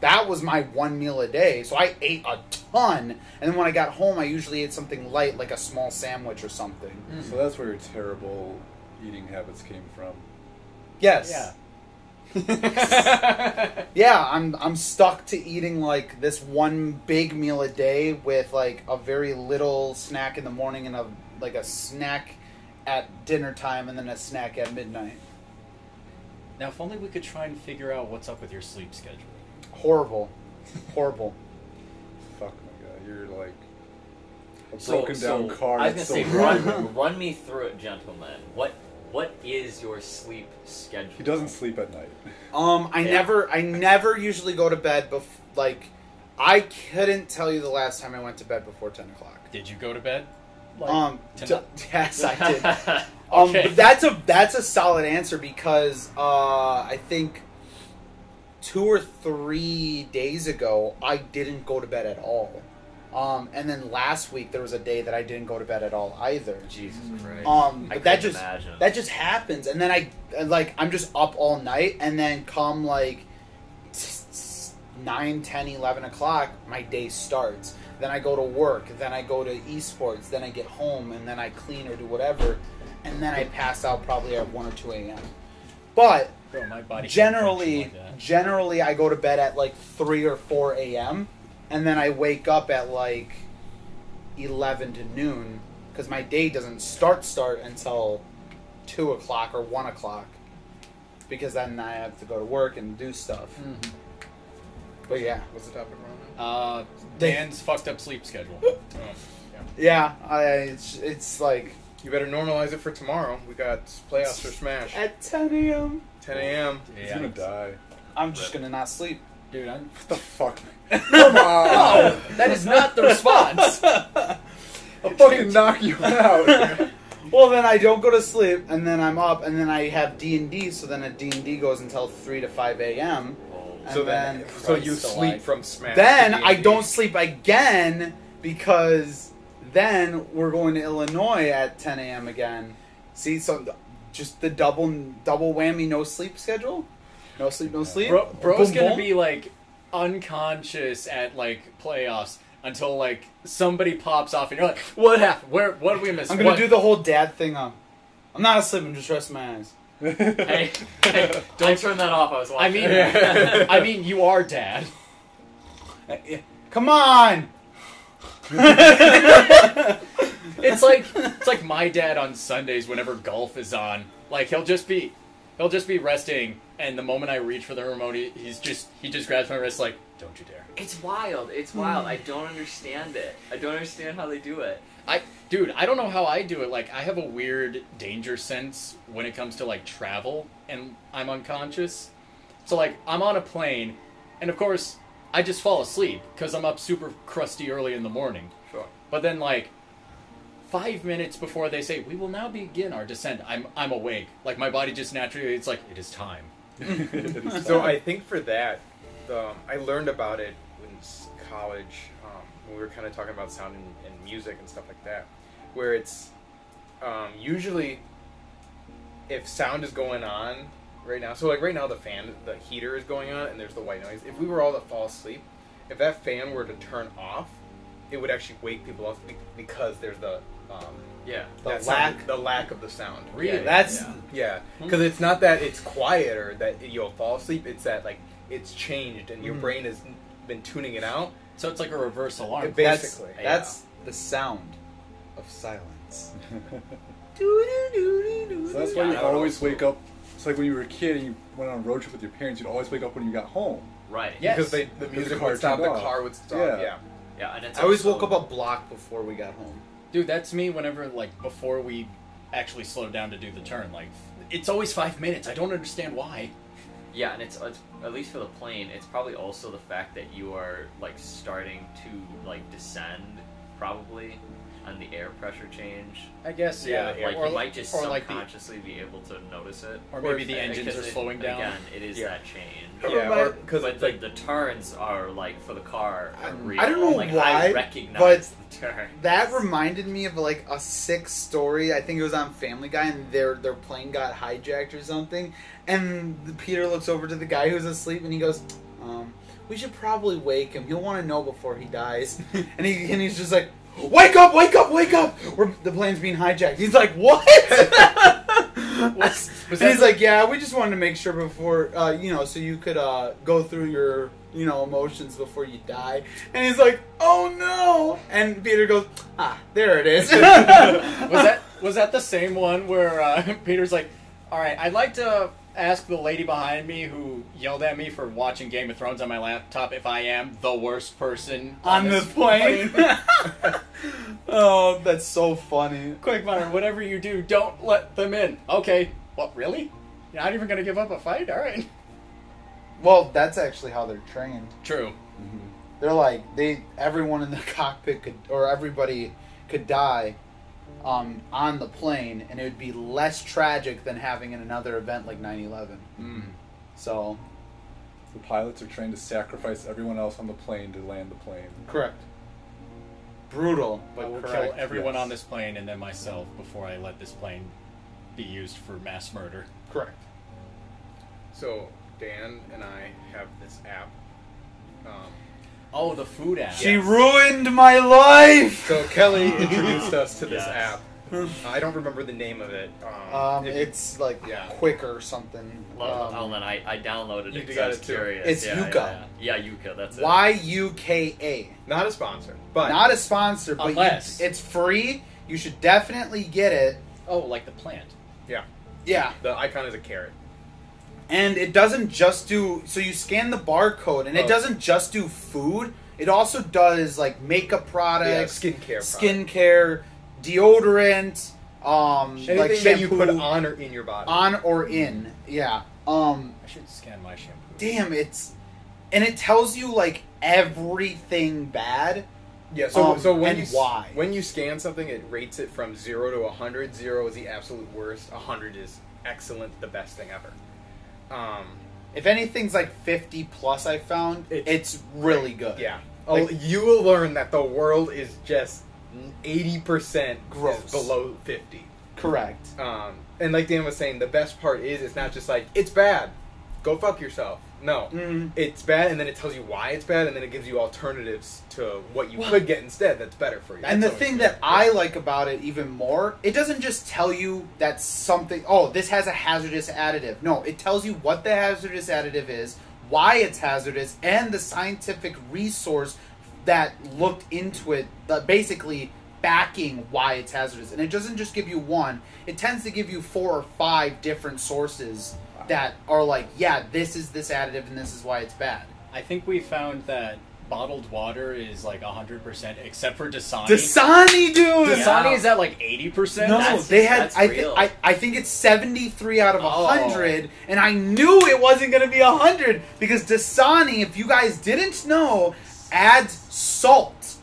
[SPEAKER 3] that was my one meal a day. So I ate a ton. And then when I got home, I usually ate something light, like a small sandwich or something.
[SPEAKER 4] So that's where your terrible eating habits came from.
[SPEAKER 3] Yes.
[SPEAKER 2] Yeah.
[SPEAKER 3] Yeah, I'm I'm stuck to eating like this one big meal a day with like a very little snack in the morning and a like a snack at dinner time and then a snack at midnight.
[SPEAKER 2] now, if only we could try and figure out what's up with your sleep schedule.
[SPEAKER 3] Horrible. Horrible.
[SPEAKER 4] Fuck my god, you're like a
[SPEAKER 7] So-
[SPEAKER 4] broken down
[SPEAKER 7] so,
[SPEAKER 4] car.
[SPEAKER 7] I was gonna
[SPEAKER 4] that's
[SPEAKER 7] say,
[SPEAKER 4] so
[SPEAKER 7] run, run me through it, gentlemen. What what is your sleep schedule?
[SPEAKER 4] He doesn't sleep at night.
[SPEAKER 3] Um, I
[SPEAKER 7] Yeah.
[SPEAKER 3] never, I never usually go to bed bef- like, I couldn't tell you the last time I went to bed before ten o'clock.
[SPEAKER 2] Did you go to bed? Like,
[SPEAKER 3] Um,
[SPEAKER 2] tonight?
[SPEAKER 3] d- yes, I did. Um,
[SPEAKER 2] Okay.
[SPEAKER 3] but that's a that's a solid answer because uh, I think two or three days ago I didn't go to bed at all, um, and then last week there was a day that I didn't go to bed at all either.
[SPEAKER 7] Jesus Christ.
[SPEAKER 3] Um,
[SPEAKER 7] I
[SPEAKER 3] but that
[SPEAKER 7] couldn't
[SPEAKER 3] just
[SPEAKER 7] imagine.
[SPEAKER 3] that just happens, and then I and, like I'm just up all night, and then come like s- s- 9, 10, 11 o'clock, my day starts. Then I go to work, then I go to esports, then I get home, and then I clean or do whatever, and then I pass out probably at one or two a.m. But
[SPEAKER 2] Bro, my body can't
[SPEAKER 3] generally
[SPEAKER 2] function like that.
[SPEAKER 3] generally I go to bed at like three or four a.m. and then I wake up at like eleven to noon because my day doesn't start start until two o'clock or one o'clock because then I have to go to work and do stuff.
[SPEAKER 2] Mm.
[SPEAKER 3] But yeah,
[SPEAKER 1] What's the topic wrong?
[SPEAKER 2] Uh,
[SPEAKER 3] They-
[SPEAKER 2] Dan's fucked up sleep schedule.
[SPEAKER 3] yeah, I, it's it's like
[SPEAKER 1] You better normalize it for tomorrow. We got playoffs for Smash.
[SPEAKER 3] at ten a.m.
[SPEAKER 1] 10 a.m.
[SPEAKER 4] He's gonna die.
[SPEAKER 3] I'm just gonna not sleep.
[SPEAKER 2] Dude, I'm.
[SPEAKER 4] What the fuck? man? Come on!
[SPEAKER 2] Oh, that is not the response.
[SPEAKER 4] I'll fucking knock you out. man.
[SPEAKER 3] Well, then I don't go to sleep, and then I'm up, and then I have D and D. So then a D and D goes until three to five a.m. And
[SPEAKER 1] so
[SPEAKER 3] then,
[SPEAKER 1] then, so you
[SPEAKER 2] Christ
[SPEAKER 1] sleep
[SPEAKER 2] alive.
[SPEAKER 1] from smash.
[SPEAKER 3] then
[SPEAKER 1] to D&D.
[SPEAKER 3] I don't sleep again because then we're going to Illinois at ten a.m. again. See, so th- just the double double whammy, no sleep schedule, no sleep, no sleep.
[SPEAKER 2] Bro, bro's
[SPEAKER 3] Boom,
[SPEAKER 2] gonna
[SPEAKER 3] boom.
[SPEAKER 2] be like unconscious at like playoffs until like somebody pops off and you're like, what happened? Where? What did we miss?
[SPEAKER 3] I'm gonna
[SPEAKER 2] What?"
[SPEAKER 3] do the whole dad thing on. I'm not asleep. I'm just resting my eyes.
[SPEAKER 7] Hey, hey, don't turn that off. I was
[SPEAKER 2] I
[SPEAKER 7] watching.
[SPEAKER 2] mean, I mean, you are dad.
[SPEAKER 3] Come on.
[SPEAKER 2] It's like it's like my dad on Sundays whenever golf is on. Like he'll just be he'll just be resting, and the moment I reach for the remote, he- he's just he just grabs my wrist like, "Don't you dare!"
[SPEAKER 7] it's wild. It's wild. I don't understand it. I don't understand how they do it.
[SPEAKER 2] I dude, I don't know how I do it. Like I have a weird danger sense when it comes to like travel, and I'm unconscious. So like I'm on a plane, and of course I just fall asleep because I'm up super crusty early in the morning.
[SPEAKER 1] Sure.
[SPEAKER 2] But then, like, five minutes before they say, we will now begin our descent, I'm, I'm awake. Like, my body just naturally, it's like, it is time.
[SPEAKER 4] It is
[SPEAKER 1] So
[SPEAKER 4] fine.
[SPEAKER 1] I think for that, um, I learned about it in s- college. Um, when we were kind of talking about sound and, and music and stuff like that, where it's um, usually if sound is going on right now. So like right now, the fan, the heater is going on, and there's the white noise. If we were all to fall asleep, if that fan were to turn off, it would actually wake people up be- because there's the um,
[SPEAKER 7] Yeah.
[SPEAKER 1] the
[SPEAKER 3] That sound-
[SPEAKER 1] lack the lack of the sound.
[SPEAKER 2] Really?
[SPEAKER 7] Yeah,
[SPEAKER 3] That's
[SPEAKER 2] Yeah.
[SPEAKER 1] Yeah, because it's not that it's quieter that you'll fall asleep. It's that like it's changed and your
[SPEAKER 3] Mhm.
[SPEAKER 1] brain has been tuning it out.
[SPEAKER 2] So it's like a reverse alarm.
[SPEAKER 1] It ba-
[SPEAKER 3] that's uh,
[SPEAKER 1] Basically, yeah.
[SPEAKER 3] that's the sound of silence.
[SPEAKER 4] So that's why you always wake up. It's like when you were a kid and you went on a road trip with your parents, you'd always wake up when you got home.
[SPEAKER 7] Right.
[SPEAKER 2] Yes.
[SPEAKER 1] because they, the
[SPEAKER 4] the
[SPEAKER 1] music
[SPEAKER 4] car
[SPEAKER 1] would stop,
[SPEAKER 4] turned
[SPEAKER 1] the
[SPEAKER 4] off.
[SPEAKER 1] car would stop.
[SPEAKER 4] Yeah.
[SPEAKER 1] Yeah,
[SPEAKER 7] Yeah, and it's
[SPEAKER 3] I always
[SPEAKER 7] also-
[SPEAKER 3] woke up a block before we got home.
[SPEAKER 2] Dude, that's me whenever, like, before we actually slow down to do the turn. Like, it's always five minutes. I don't understand why.
[SPEAKER 7] Yeah, and it's, it's at least for the plane, it's probably also the fact that you are like starting to like descend, probably, on the air pressure change.
[SPEAKER 2] I guess,
[SPEAKER 1] Yeah,
[SPEAKER 2] yeah.
[SPEAKER 1] the air-
[SPEAKER 7] like
[SPEAKER 2] or,
[SPEAKER 7] you might just
[SPEAKER 2] or like the,
[SPEAKER 7] subconsciously be able to notice it.
[SPEAKER 2] or maybe the
[SPEAKER 1] or-
[SPEAKER 2] engines are
[SPEAKER 7] Because it-
[SPEAKER 2] slowing down.
[SPEAKER 7] Again, it is
[SPEAKER 1] Yeah.
[SPEAKER 7] that change.
[SPEAKER 1] yeah,
[SPEAKER 3] Everybody-
[SPEAKER 1] because
[SPEAKER 7] Because
[SPEAKER 1] it's
[SPEAKER 7] like
[SPEAKER 1] like
[SPEAKER 7] the turns are like for the car. Are
[SPEAKER 3] I-
[SPEAKER 7] real.
[SPEAKER 3] I don't know
[SPEAKER 7] like,
[SPEAKER 3] why,
[SPEAKER 7] I recognize the turn.
[SPEAKER 3] That reminded me of like a sick story. I think it was on Family Guy, and their their plane got hijacked or something. And the, Peter looks over to the guy who's asleep, and he goes, um, "We should probably wake him. He'll want to know before he dies." and he and he's just like, "Wake up! Wake up! Wake up! We're, the plane's being hijacked." He's like, "What?"
[SPEAKER 2] Was- was
[SPEAKER 3] and
[SPEAKER 2] that
[SPEAKER 3] he's
[SPEAKER 2] the-
[SPEAKER 3] like, "Yeah, we just wanted to make sure before, uh, you know, so you could uh, go through your, you know, emotions before you die." And he's like, "Oh no!" And Peter goes, "Ah, there it
[SPEAKER 2] was
[SPEAKER 3] is."
[SPEAKER 2] that was that the same one where uh, Peter's like, "All right, I'd like to ask the lady behind me who yelled at me for watching Game of Thrones on my laptop if I am the worst person
[SPEAKER 3] on the
[SPEAKER 2] this
[SPEAKER 3] plane? oh, that's so funny.
[SPEAKER 2] Quick fire, whatever you do, don't let them in." Okay, what really? You're not even gonna give up a fight? All right.
[SPEAKER 3] Well, that's actually how they're trained.
[SPEAKER 2] True.
[SPEAKER 3] They're like they everyone in the cockpit could or everybody could die um, on the plane, and it would be less tragic than having in another event like 9/11. So
[SPEAKER 4] The pilots are trained to sacrifice everyone else on the plane to land the plane.
[SPEAKER 3] correct, brutal,
[SPEAKER 2] I
[SPEAKER 3] but
[SPEAKER 2] will
[SPEAKER 3] correct.
[SPEAKER 2] kill everyone
[SPEAKER 4] yes.
[SPEAKER 2] on this plane and then myself before I let this plane be used for mass murder.
[SPEAKER 3] correct.
[SPEAKER 1] so Dan and I have this app. Um,
[SPEAKER 2] Oh, the food app.
[SPEAKER 3] She ruined my life.
[SPEAKER 1] so Kelly introduced us to this
[SPEAKER 2] Yes.
[SPEAKER 1] app. I don't remember the name of it. Um,
[SPEAKER 3] Um,
[SPEAKER 1] if-
[SPEAKER 3] it's like
[SPEAKER 1] yeah.
[SPEAKER 3] quick or something.
[SPEAKER 7] Love
[SPEAKER 3] Um,
[SPEAKER 7] um, I, I downloaded
[SPEAKER 1] You
[SPEAKER 7] it. 'cause
[SPEAKER 1] got
[SPEAKER 7] I was
[SPEAKER 1] it too.
[SPEAKER 7] curious.
[SPEAKER 3] It's
[SPEAKER 7] yeah,
[SPEAKER 3] Yuka.
[SPEAKER 7] Yeah, yeah. yeah, Yuka. That's it.
[SPEAKER 3] Y U K A.
[SPEAKER 1] not a sponsor, but
[SPEAKER 3] Not a sponsor, but you-
[SPEAKER 2] Unless-
[SPEAKER 3] it's free. You should definitely get it.
[SPEAKER 2] Oh, like the plant.
[SPEAKER 1] yeah,
[SPEAKER 3] Yeah.
[SPEAKER 1] the icon is a carrot.
[SPEAKER 3] And it doesn't just do so you scan the barcode and it
[SPEAKER 1] Oh.
[SPEAKER 3] doesn't just do food. It also does like makeup
[SPEAKER 1] Yeah,
[SPEAKER 3] products,
[SPEAKER 1] skincare. product.
[SPEAKER 3] skincare, deodorant, um
[SPEAKER 1] Anything
[SPEAKER 3] like
[SPEAKER 1] that you
[SPEAKER 3] shampoo
[SPEAKER 1] put on or in your body.
[SPEAKER 3] on or in. Yeah. Um
[SPEAKER 2] I should scan my shampoo.
[SPEAKER 3] damn it's and it tells you like everything bad.
[SPEAKER 1] Yeah, so
[SPEAKER 3] Um,
[SPEAKER 1] so when
[SPEAKER 3] and
[SPEAKER 1] you s-
[SPEAKER 3] why?
[SPEAKER 1] when you scan something, it rates it from zero to hundred. Zero is the absolute worst. hundred is excellent, the best thing ever. Um,
[SPEAKER 3] If anything's like fifty plus, I found
[SPEAKER 1] It's-
[SPEAKER 3] it's really good.
[SPEAKER 1] yeah,
[SPEAKER 3] Like-
[SPEAKER 1] Oh, you will learn that the world is just eighty percent
[SPEAKER 3] Gross.
[SPEAKER 1] below fifty.
[SPEAKER 3] correct.
[SPEAKER 1] Um, and like Dan was saying, the best part is it's not just like it's bad, go fuck yourself. No,
[SPEAKER 3] Mm.
[SPEAKER 1] it's bad, and then it tells you why it's bad, and then it gives you alternatives to what you
[SPEAKER 3] Well-
[SPEAKER 1] could get instead that's better for you.
[SPEAKER 3] and the
[SPEAKER 1] That's
[SPEAKER 3] thing
[SPEAKER 1] always
[SPEAKER 3] that
[SPEAKER 1] good.
[SPEAKER 3] I like about it even more, it doesn't just tell you that something, oh, this has a hazardous additive. No, it tells you what the hazardous additive is, why it's hazardous, and the scientific resource that looked into it, that basically backing why it's hazardous. And it doesn't just give you one, it tends to give you four or five different sources that are like, yeah, this is this additive and this is why it's bad.
[SPEAKER 2] I think we found that bottled water is like 100% except for Dasani.
[SPEAKER 3] Dasani, dude!
[SPEAKER 2] Dasani is at like 80%?
[SPEAKER 3] No,
[SPEAKER 7] That's-
[SPEAKER 3] they had.
[SPEAKER 7] that's
[SPEAKER 3] I, thi-
[SPEAKER 7] real.
[SPEAKER 3] I I think it's seventy three out of
[SPEAKER 2] Oh.
[SPEAKER 3] hundred, and I knew it wasn't going to be hundred because Dasani, if you guys didn't know, adds salt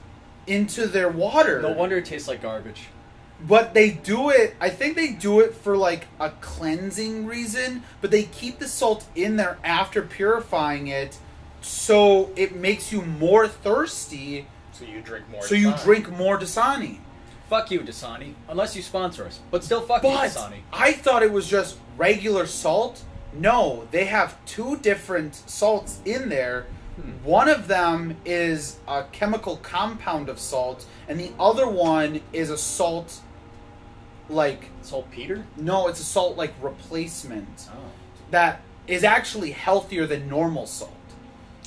[SPEAKER 3] into their water.
[SPEAKER 2] No wonder it tastes like garbage.
[SPEAKER 3] But they do it. I think they do it for like a cleansing reason. But they keep the salt in there after purifying it, so it makes you more thirsty.
[SPEAKER 1] so you drink more.
[SPEAKER 3] so you
[SPEAKER 1] time.
[SPEAKER 3] drink more Dasani.
[SPEAKER 2] Fuck you, Dasani. Unless you sponsor us. But still, fuck you,
[SPEAKER 3] But
[SPEAKER 2] Dasani.
[SPEAKER 3] I thought it was just regular salt. No, they have two different salts in there. One of them is a chemical compound of salt, and the other one is a salt, like,
[SPEAKER 2] Saltpeter?
[SPEAKER 3] no, it's a salt like replacement
[SPEAKER 2] Oh.
[SPEAKER 3] that is actually healthier than normal salt.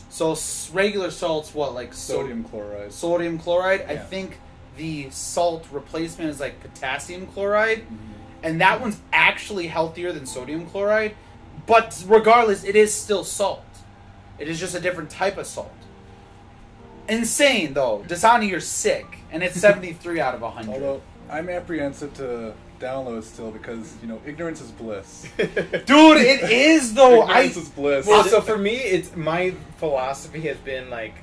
[SPEAKER 3] So s- regular salt's what, like so-
[SPEAKER 4] Sodium chloride.
[SPEAKER 3] sodium chloride. I
[SPEAKER 2] Yeah.
[SPEAKER 3] think the salt replacement is like potassium chloride, and that one's actually healthier than sodium chloride. But regardless, it is still salt. It is just a different type of salt. Insane though, Dasani, you're sick, and it's 73 out of 100.
[SPEAKER 4] Although I'm apprehensive to download still because you know ignorance is bliss.
[SPEAKER 3] Dude, it is though. Oh, I
[SPEAKER 4] ignorance is bliss.
[SPEAKER 1] Well, so for me, it's my philosophy has been like,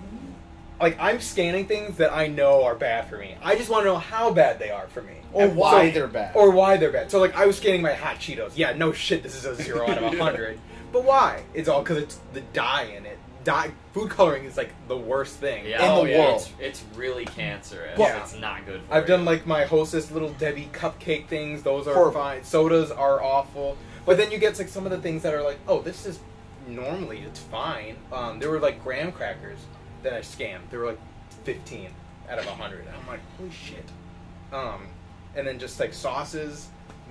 [SPEAKER 1] like I'm scanning things that I know are bad for me. I just want to know how bad they are for me,
[SPEAKER 3] or
[SPEAKER 1] And
[SPEAKER 3] why
[SPEAKER 1] so-
[SPEAKER 3] they're bad.
[SPEAKER 1] or why they're bad. So like I was scanning my hot Cheetos. Yeah, no shit, this is a zero out of a
[SPEAKER 4] Yeah.
[SPEAKER 1] hundred. But why? It's all because it's the dye in it. Dye food coloring is like the worst thing.
[SPEAKER 7] Yeah.
[SPEAKER 3] In
[SPEAKER 7] oh,
[SPEAKER 3] the
[SPEAKER 7] yeah,
[SPEAKER 3] world.
[SPEAKER 7] It's, it's really cancerous.
[SPEAKER 1] Yeah.
[SPEAKER 7] It's not good for
[SPEAKER 1] I've
[SPEAKER 7] you.
[SPEAKER 1] done like my Hostess Little Debbie cupcake things. Those are
[SPEAKER 3] Horrible.
[SPEAKER 1] fine. Sodas are awful. But then you get like some of the things that are like, oh, this is normally it's fine. Um, there were like graham crackers that I scammed. They were like 15 out of 100. And I'm like, holy shit. Um, and then just like sauces.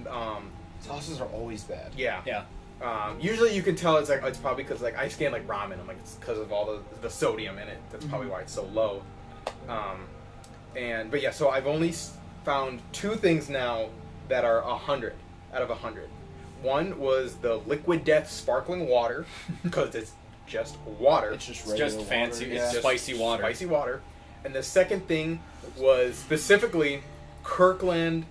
[SPEAKER 1] Um,
[SPEAKER 3] Sauces are always bad.
[SPEAKER 1] yeah.
[SPEAKER 2] Yeah.
[SPEAKER 1] Um, usually you can tell it's like it's probably because like I scan like ramen. I'm like it's because of all the the sodium in it. That's probably why it's so low. Um, and but yeah, so I've only s- found two things now that are a hundred out of a hundred. One was the liquid death sparkling water because it's just water.
[SPEAKER 3] It's just
[SPEAKER 2] It's
[SPEAKER 3] regular
[SPEAKER 2] just
[SPEAKER 3] water,
[SPEAKER 2] fancy.
[SPEAKER 3] yeah.
[SPEAKER 2] It's spicy water.
[SPEAKER 1] Spicy water. And the second thing was specifically Kirkland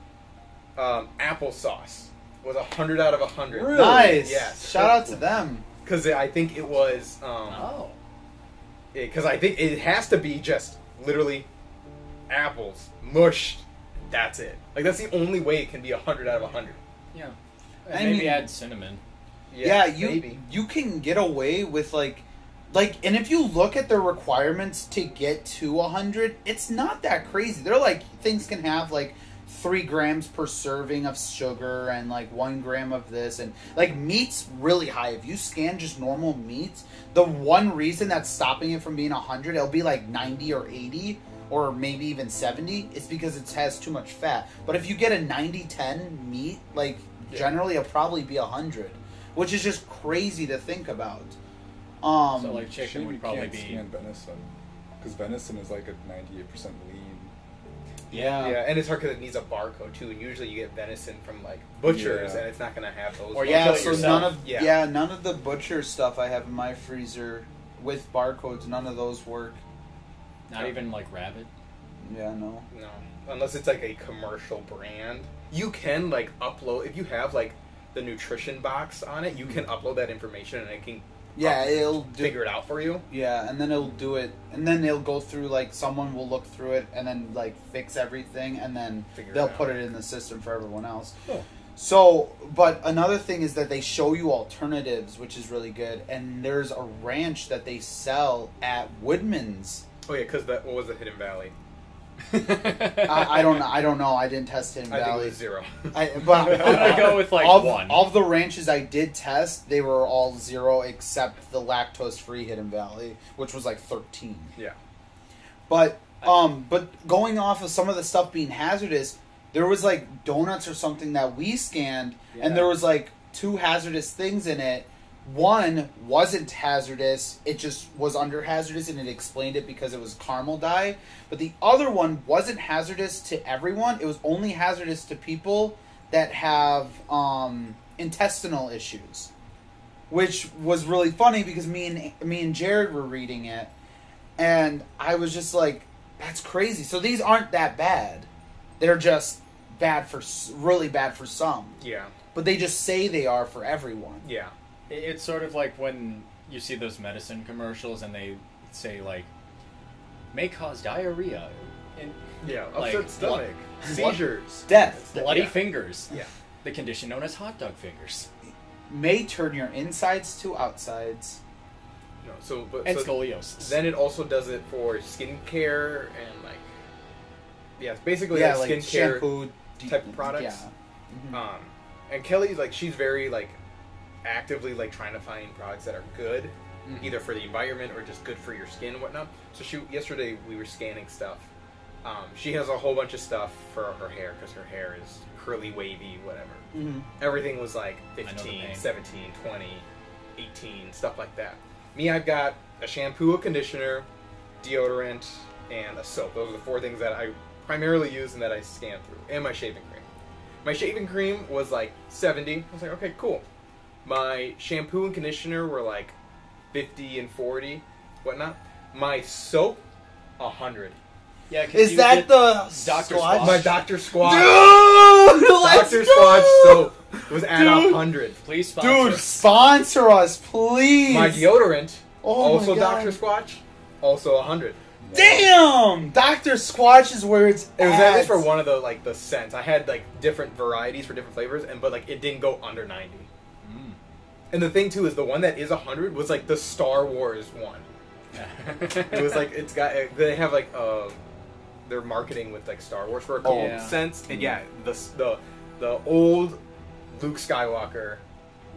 [SPEAKER 1] um, applesauce was a hundred out of a hundred.
[SPEAKER 4] Really?
[SPEAKER 3] nice.
[SPEAKER 1] Yeah.
[SPEAKER 3] Shout out to them.
[SPEAKER 1] Because I think it was, um,
[SPEAKER 2] Oh.
[SPEAKER 1] because I think it has to be just literally apples mushed. That's it. Like that's the only way it can be hundred out of hundred.
[SPEAKER 2] Yeah.
[SPEAKER 3] I
[SPEAKER 2] And maybe
[SPEAKER 3] mean-
[SPEAKER 2] add cinnamon.
[SPEAKER 3] Yeah, you
[SPEAKER 1] maybe.
[SPEAKER 3] you can get away with like like and if you look at the requirements to get to 100, it's not that crazy. They're like things can have like 3 grams per serving of sugar and like 1 gram of this and like meat's really high. If you scan just normal meats, the one reason that's stopping it from being 100, it'll be like 90 or 80 or maybe even 70 it's because it has too much fat. But if you get a 90-10 meat, like
[SPEAKER 1] Yeah.
[SPEAKER 3] generally it'll probably be 100 which is just crazy to think about. Um,
[SPEAKER 2] so, like, chicken
[SPEAKER 4] Shame we
[SPEAKER 2] would probably
[SPEAKER 4] can't
[SPEAKER 2] be.
[SPEAKER 4] scan venison because venison is like a 98 percent lean.
[SPEAKER 2] Yeah.
[SPEAKER 1] yeah, and it's hard because it needs a barcode too. And usually you get venison from like butchers,
[SPEAKER 4] Yeah.
[SPEAKER 1] and it's not gonna have those.
[SPEAKER 2] Or you
[SPEAKER 3] yeah,
[SPEAKER 2] kill it
[SPEAKER 3] so
[SPEAKER 2] yourself.
[SPEAKER 3] none of yeah.
[SPEAKER 1] Yeah.
[SPEAKER 3] none of the butcher stuff I have in my freezer with barcodes, none of those work.
[SPEAKER 2] Not even like rabbit.
[SPEAKER 3] Yeah, no.
[SPEAKER 1] No, unless it's like a commercial brand. You can like upload if you have like the nutrition box on it. You can upload that information, and it can
[SPEAKER 3] Yeah, it'll do.
[SPEAKER 1] figure it out for you.
[SPEAKER 3] Yeah, and then it'll do it, and then it'll go through like someone will look through it and then like fix everything, and then
[SPEAKER 1] Figure it
[SPEAKER 3] they'll
[SPEAKER 1] out.
[SPEAKER 3] put it in the system for everyone else.
[SPEAKER 1] Cool.
[SPEAKER 3] So, but another thing is that they show you alternatives, which is really good. And there's a ranch that they sell at Woodman's.
[SPEAKER 1] Oh yeah, because that what was the Hidden Valley?
[SPEAKER 3] I, I don't, I don't know. I didn't test Hidden
[SPEAKER 1] I think it
[SPEAKER 3] Valley.
[SPEAKER 1] was zero.
[SPEAKER 3] I, but
[SPEAKER 2] I'm gonna go with like
[SPEAKER 3] of,
[SPEAKER 2] one.
[SPEAKER 3] of the ranches I did test, they were all zero except the lactose free Hidden Valley, which was like thirteen.
[SPEAKER 1] Yeah.
[SPEAKER 3] But um, but going off of some of the stuff being hazardous, there was like donuts or something that we scanned,
[SPEAKER 7] Yeah.
[SPEAKER 3] and there was like two hazardous things in it. One wasn't hazardous; it just was under hazardous, and it explained it because it was caramel dye. But the other one wasn't hazardous to everyone; it was only hazardous to people that have um, intestinal issues, which was really funny because me and me and Jared were reading it, and I was just like, "That's crazy." So these aren't that bad; they're just bad for s- really bad for some,
[SPEAKER 1] Yeah.
[SPEAKER 3] but they just say they are for everyone.
[SPEAKER 1] Yeah.
[SPEAKER 2] It- It's sort of like when you see those medicine commercials and they say like may cause diarrhea and
[SPEAKER 1] Yeah.
[SPEAKER 2] Like,
[SPEAKER 1] Upset stomach,
[SPEAKER 2] what-
[SPEAKER 1] seizures,
[SPEAKER 3] Death.
[SPEAKER 2] bloody
[SPEAKER 1] Yeah.
[SPEAKER 2] fingers.
[SPEAKER 1] Yeah.
[SPEAKER 2] The condition known as hot dog fingers.
[SPEAKER 3] May turn your insides to outsides.
[SPEAKER 1] No. So, but
[SPEAKER 2] And
[SPEAKER 1] so
[SPEAKER 2] scoliosis.
[SPEAKER 1] then it also does it for skincare and like, yeah, it's basically
[SPEAKER 3] yeah,
[SPEAKER 1] like
[SPEAKER 3] like
[SPEAKER 1] skincare.
[SPEAKER 3] shampoo de-
[SPEAKER 1] type products.
[SPEAKER 3] Yeah. Mhm.
[SPEAKER 1] Um, and Kelly, like, she's very like actively like trying to find products that are good, either for the environment or just good for your skin and whatnot. So she yesterday we were scanning stuff. Um, she has a whole bunch of stuff for her hair because her hair is curly, wavy, whatever.
[SPEAKER 3] Mhm.
[SPEAKER 1] Everything was like
[SPEAKER 2] know the
[SPEAKER 1] 15,
[SPEAKER 2] pain.
[SPEAKER 1] 17, 20, 18, stuff like that. Me, I've got a shampoo, a conditioner, deodorant, and a soap. Those are the four things that I primarily use and that I scan through, and my shaving cream. My shaving cream was like 70. I was like, okay, cool. My shampoo and conditioner were like 50 and 40, whatnot. My soap, 100.
[SPEAKER 2] yeah, 'cause
[SPEAKER 3] Is
[SPEAKER 2] you
[SPEAKER 3] that
[SPEAKER 2] get-
[SPEAKER 3] the
[SPEAKER 2] Dr.
[SPEAKER 3] squatch?
[SPEAKER 2] Squatch?
[SPEAKER 1] My Dr. Squatch.
[SPEAKER 3] Dude, let's
[SPEAKER 1] Dr.
[SPEAKER 3] go!
[SPEAKER 1] Squatch soap was at
[SPEAKER 3] Dude.
[SPEAKER 1] 100.
[SPEAKER 2] please sponsor.
[SPEAKER 3] Dude, sponsor us, please.
[SPEAKER 1] My deodorant,
[SPEAKER 3] Oh my
[SPEAKER 1] also
[SPEAKER 3] God.
[SPEAKER 1] Dr. Squatch, also 100.
[SPEAKER 3] Damn, Doctor Squatch is where it's.
[SPEAKER 1] It was at least for
[SPEAKER 3] one.
[SPEAKER 1] one of the like the scents. I had like different varieties for different flavors, and but like it didn't go under 90.
[SPEAKER 2] Mm.
[SPEAKER 1] And the thing too is the one that is 100 was like the Star Wars one. It was like it's got they have like uh their marketing with like Star Wars for occult
[SPEAKER 2] Yeah.
[SPEAKER 1] sense and yeah the the the old Luke Skywalker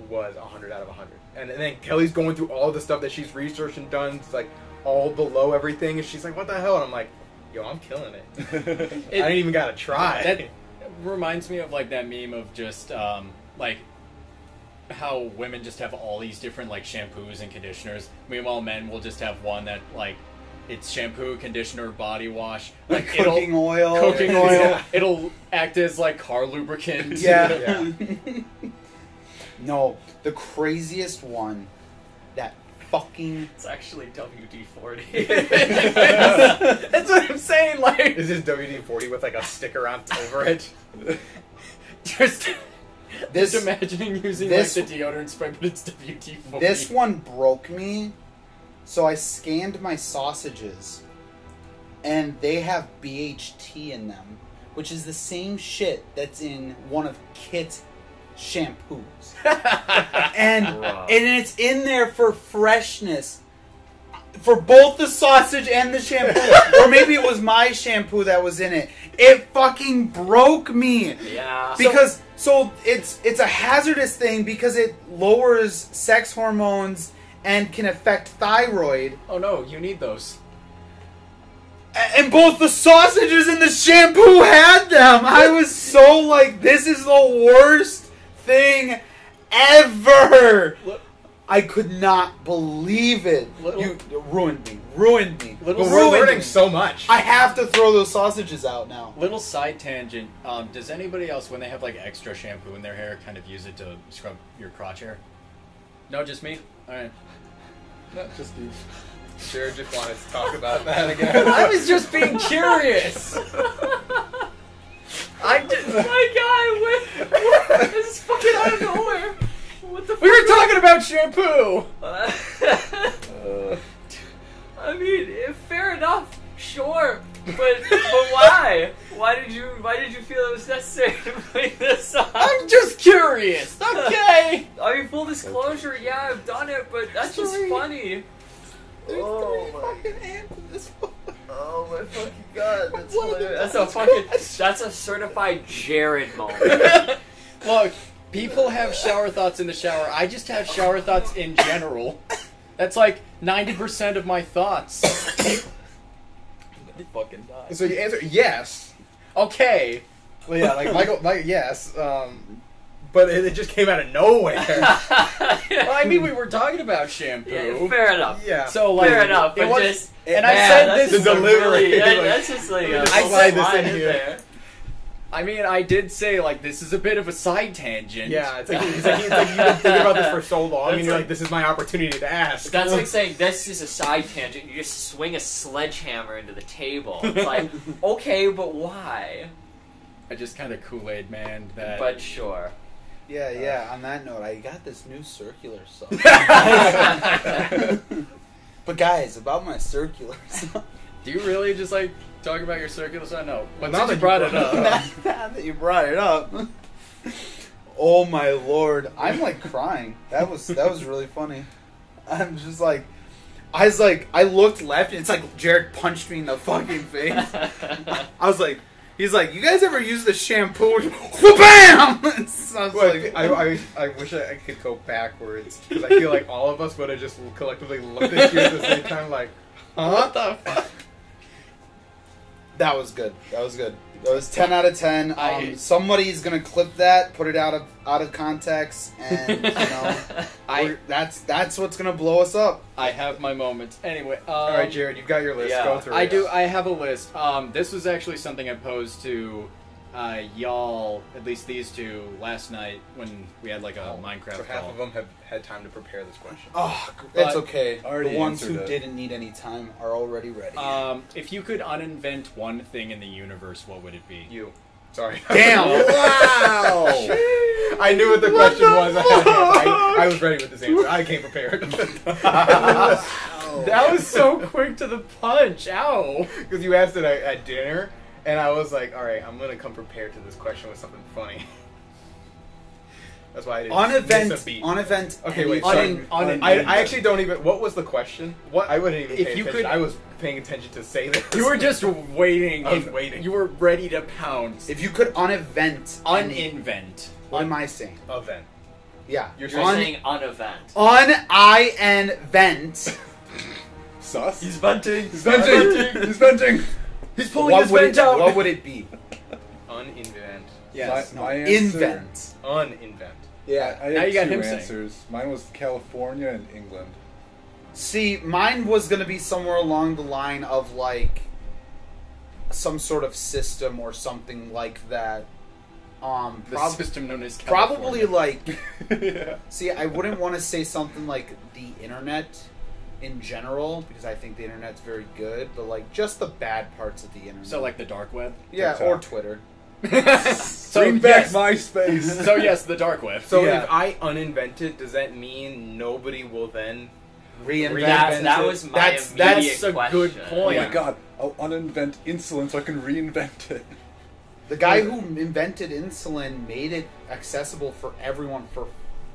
[SPEAKER 1] was 100 out of 100 and, and then Kelly's going through all the stuff that she's researched and done it's like all below everything and she's like what the hell and I'm like yo I'm killing it I
[SPEAKER 2] It-
[SPEAKER 1] didn't even gotta try
[SPEAKER 2] that reminds me of like that meme of just um, like how women just have all these different like shampoos and conditioners. Meanwhile, men will just have one that like it's shampoo, conditioner, body wash, like
[SPEAKER 3] cooking
[SPEAKER 2] it'll,
[SPEAKER 3] oil.
[SPEAKER 2] cooking oil.
[SPEAKER 1] Yeah.
[SPEAKER 2] It'll act as like car lubricant.
[SPEAKER 3] Yeah. no, the craziest one. That fucking.
[SPEAKER 7] It's actually WD forty.
[SPEAKER 2] That's what I'm saying. Like
[SPEAKER 1] is this WD-40 with like a sticker on over it
[SPEAKER 2] just.
[SPEAKER 3] This-
[SPEAKER 2] just imagining using
[SPEAKER 3] this-
[SPEAKER 2] like the deodorant spray, but it's WD forty.
[SPEAKER 3] This one broke me, so I scanned my sausages, and they have BHT in them, which is the same shit that's in one of Kit's shampoos. and
[SPEAKER 7] Bruh.
[SPEAKER 3] and it's in there for freshness for both the sausage and the shampoo or maybe it was my shampoo that was in it it fucking broke me
[SPEAKER 7] yeah.
[SPEAKER 3] because so it's it's a hazardous thing because it lowers sex hormones and can affect thyroid
[SPEAKER 2] Oh no, you need those.
[SPEAKER 3] A- and both the sausages and the shampoo had them i was so like this is the worst thing ever
[SPEAKER 2] Look,
[SPEAKER 3] I could not believe it.
[SPEAKER 2] Little-
[SPEAKER 3] you ruined me. Ruined me.
[SPEAKER 2] Little-
[SPEAKER 1] but we're
[SPEAKER 3] Ruined
[SPEAKER 1] learning
[SPEAKER 3] me.
[SPEAKER 1] so much
[SPEAKER 3] I have to throw those sausages out now.
[SPEAKER 2] Little side tangent. Um, does anybody else, when they have like extra shampoo in their hair, kind of use it to scrub your crotch hair? No, just me. All right.
[SPEAKER 4] Not just the.
[SPEAKER 1] Jared just wanted to talk about that again
[SPEAKER 2] was just being curious.
[SPEAKER 7] I did. My God, what, what? this is fucking out of nowhere. What the?
[SPEAKER 2] We were talking about shampoo.
[SPEAKER 7] F-
[SPEAKER 3] Uh,
[SPEAKER 7] eh, Why did you feel it was necessary to play this song?
[SPEAKER 2] I'm just curious. Okay.
[SPEAKER 7] I mean, full disclosure, yeah, I've done it, but that's just
[SPEAKER 3] Sorry.
[SPEAKER 7] funny. Oh my, oh my fucking god, that's
[SPEAKER 3] What are the
[SPEAKER 7] hilarious. That's a fucking, that's a certified Jared moment.
[SPEAKER 2] Look, people have shower thoughts in the shower. I just have shower thoughts in general. That's like 90% of my thoughts.
[SPEAKER 7] fucking die.
[SPEAKER 1] So you answer yes.
[SPEAKER 2] Okay.
[SPEAKER 1] Well, yeah, like Michael, Mike, yes. Um, but it, it just came out of nowhere.
[SPEAKER 2] Well, I mean, we were talking about shampoo.
[SPEAKER 7] yeah, fair enough.
[SPEAKER 1] yeah.
[SPEAKER 2] So like,
[SPEAKER 7] fair enough,
[SPEAKER 2] It
[SPEAKER 7] but
[SPEAKER 2] was,
[SPEAKER 7] just
[SPEAKER 2] and I
[SPEAKER 7] man,
[SPEAKER 2] said
[SPEAKER 7] that's
[SPEAKER 2] this.
[SPEAKER 7] just a
[SPEAKER 1] delivery,
[SPEAKER 7] really- that-
[SPEAKER 1] like,
[SPEAKER 7] that's just like a,
[SPEAKER 1] just
[SPEAKER 2] I slide
[SPEAKER 1] this
[SPEAKER 7] line
[SPEAKER 1] in here.
[SPEAKER 7] there.
[SPEAKER 2] I mean, I did say like this is a bit of a side tangent.
[SPEAKER 1] yeah, it's like, it's like it's like you've been thinking about this for so long, and you're like, "This is my opportunity to ask."
[SPEAKER 7] That's like saying this is a side tangent. You just swing a sledgehammer into the table. It's like, okay, but why?
[SPEAKER 2] I just kind of Kool Aid man that.
[SPEAKER 7] But sure.
[SPEAKER 3] Yeah,
[SPEAKER 1] Uh,
[SPEAKER 3] yeah. On that note, I got this new circular saw. but guys, about my circular saw.
[SPEAKER 2] do you really just like talk about your circular saw? No. But
[SPEAKER 1] Now
[SPEAKER 2] since you
[SPEAKER 1] that you
[SPEAKER 2] brought it
[SPEAKER 1] brought it
[SPEAKER 2] up,
[SPEAKER 1] up.
[SPEAKER 3] now that you brought it up. Oh my lord, I'm like crying. That was that was really funny. I'm just like I was like I looked left and it's like Jared punched me in the fucking face. I was like he's like, You guys ever use the shampoo? Bam! I was
[SPEAKER 1] Well,
[SPEAKER 3] like,
[SPEAKER 1] I, I, I wish I, I could go backwards because I feel like all of us would have just collectively looked at you at the same time, like, huh?
[SPEAKER 2] what the fuck?
[SPEAKER 3] That was good. That was good. That was ten out of ten. Um,
[SPEAKER 2] I-
[SPEAKER 3] somebody's gonna clip that, put it out of out of context, and you know
[SPEAKER 2] I
[SPEAKER 3] we're- that's that's what's gonna blow us up.
[SPEAKER 2] I have my moments. Anyway. Um,
[SPEAKER 1] all right, Jared, you've got your list.
[SPEAKER 7] yeah,
[SPEAKER 1] go through
[SPEAKER 2] I
[SPEAKER 1] it.
[SPEAKER 2] do. I have a list. Um, this was actually something I posed to uh, y'all, at least these two, last night when we had like a Minecraft
[SPEAKER 1] So Oh, half
[SPEAKER 2] call.
[SPEAKER 1] of them have had time to prepare this question.
[SPEAKER 3] Oh,
[SPEAKER 2] But-
[SPEAKER 3] it's okay.
[SPEAKER 4] Already
[SPEAKER 3] The ones who
[SPEAKER 4] answered it.
[SPEAKER 3] didn't need any time are already ready.
[SPEAKER 2] Um, if you could uninvent one thing in the universe, what would it be?
[SPEAKER 1] You. Sorry.
[SPEAKER 3] Damn!
[SPEAKER 4] Wow!
[SPEAKER 1] I knew what the question was. I, had it. I, I was ready with this answer. I came prepared.
[SPEAKER 2] That was so quick to the punch. Ow!
[SPEAKER 1] Because you asked it at, at dinner, and I was like, all right, I'm going to come prepared to this question with something funny. That's why I didn't
[SPEAKER 3] on
[SPEAKER 1] miss a
[SPEAKER 3] event,
[SPEAKER 1] beat.
[SPEAKER 3] on event.
[SPEAKER 1] Okay,
[SPEAKER 3] any-
[SPEAKER 1] wait,
[SPEAKER 3] on-
[SPEAKER 1] sorry.
[SPEAKER 2] On-
[SPEAKER 1] I, I actually don't even. What was the question? What I wouldn't even.
[SPEAKER 2] If
[SPEAKER 1] pay
[SPEAKER 2] you
[SPEAKER 1] attention.
[SPEAKER 2] could-
[SPEAKER 1] I was paying attention to say this.
[SPEAKER 2] You were just waiting.
[SPEAKER 1] I was
[SPEAKER 2] and
[SPEAKER 1] waiting.
[SPEAKER 2] You were ready to pound.
[SPEAKER 3] if you could on event, any-
[SPEAKER 2] Uninvent.
[SPEAKER 3] what am I saying?
[SPEAKER 1] event.
[SPEAKER 3] Yeah,
[SPEAKER 1] You're
[SPEAKER 7] You're
[SPEAKER 3] on
[SPEAKER 7] saying on event.
[SPEAKER 3] on I N vent.
[SPEAKER 4] Sus?
[SPEAKER 2] He's venting.
[SPEAKER 4] He's venting! He's venting!
[SPEAKER 2] He's pulling
[SPEAKER 3] what
[SPEAKER 2] his
[SPEAKER 3] would
[SPEAKER 2] vent
[SPEAKER 3] it,
[SPEAKER 2] out.
[SPEAKER 3] what would it be?
[SPEAKER 1] Uninvent.
[SPEAKER 2] yes.
[SPEAKER 4] My, my answer,
[SPEAKER 3] Invent.
[SPEAKER 1] Uninvent.
[SPEAKER 3] Yeah.
[SPEAKER 4] I had
[SPEAKER 2] Now you got
[SPEAKER 4] two
[SPEAKER 2] him saying.
[SPEAKER 4] answers. Mine was California and England.
[SPEAKER 3] See, mine was going to be somewhere along the line of like some sort of system or something like that. Um,
[SPEAKER 2] The
[SPEAKER 3] prob-
[SPEAKER 2] system known as
[SPEAKER 3] probably
[SPEAKER 2] California.
[SPEAKER 3] like.
[SPEAKER 4] yeah.
[SPEAKER 3] See, I wouldn't want to say something like the internet in general because I think the internet's very good, but like just the bad parts of the internet.
[SPEAKER 2] so like the dark web.
[SPEAKER 3] yeah,
[SPEAKER 4] TikTok.
[SPEAKER 3] or Twitter.
[SPEAKER 2] so
[SPEAKER 4] Bring
[SPEAKER 2] yes.
[SPEAKER 4] back MySpace!
[SPEAKER 2] So yes, the dark web.
[SPEAKER 1] So
[SPEAKER 3] Yeah.
[SPEAKER 1] if I uninvented, does that mean nobody will then?
[SPEAKER 3] Reinvent.
[SPEAKER 7] That,
[SPEAKER 1] Reinvent
[SPEAKER 7] that
[SPEAKER 1] it.
[SPEAKER 7] was my
[SPEAKER 3] That's-
[SPEAKER 7] immediate
[SPEAKER 2] that's a
[SPEAKER 7] question.
[SPEAKER 2] good
[SPEAKER 4] oh
[SPEAKER 2] point.
[SPEAKER 4] my god, I'll uninvent insulin so I can reinvent it.
[SPEAKER 3] The guy who invented insulin made it accessible for everyone for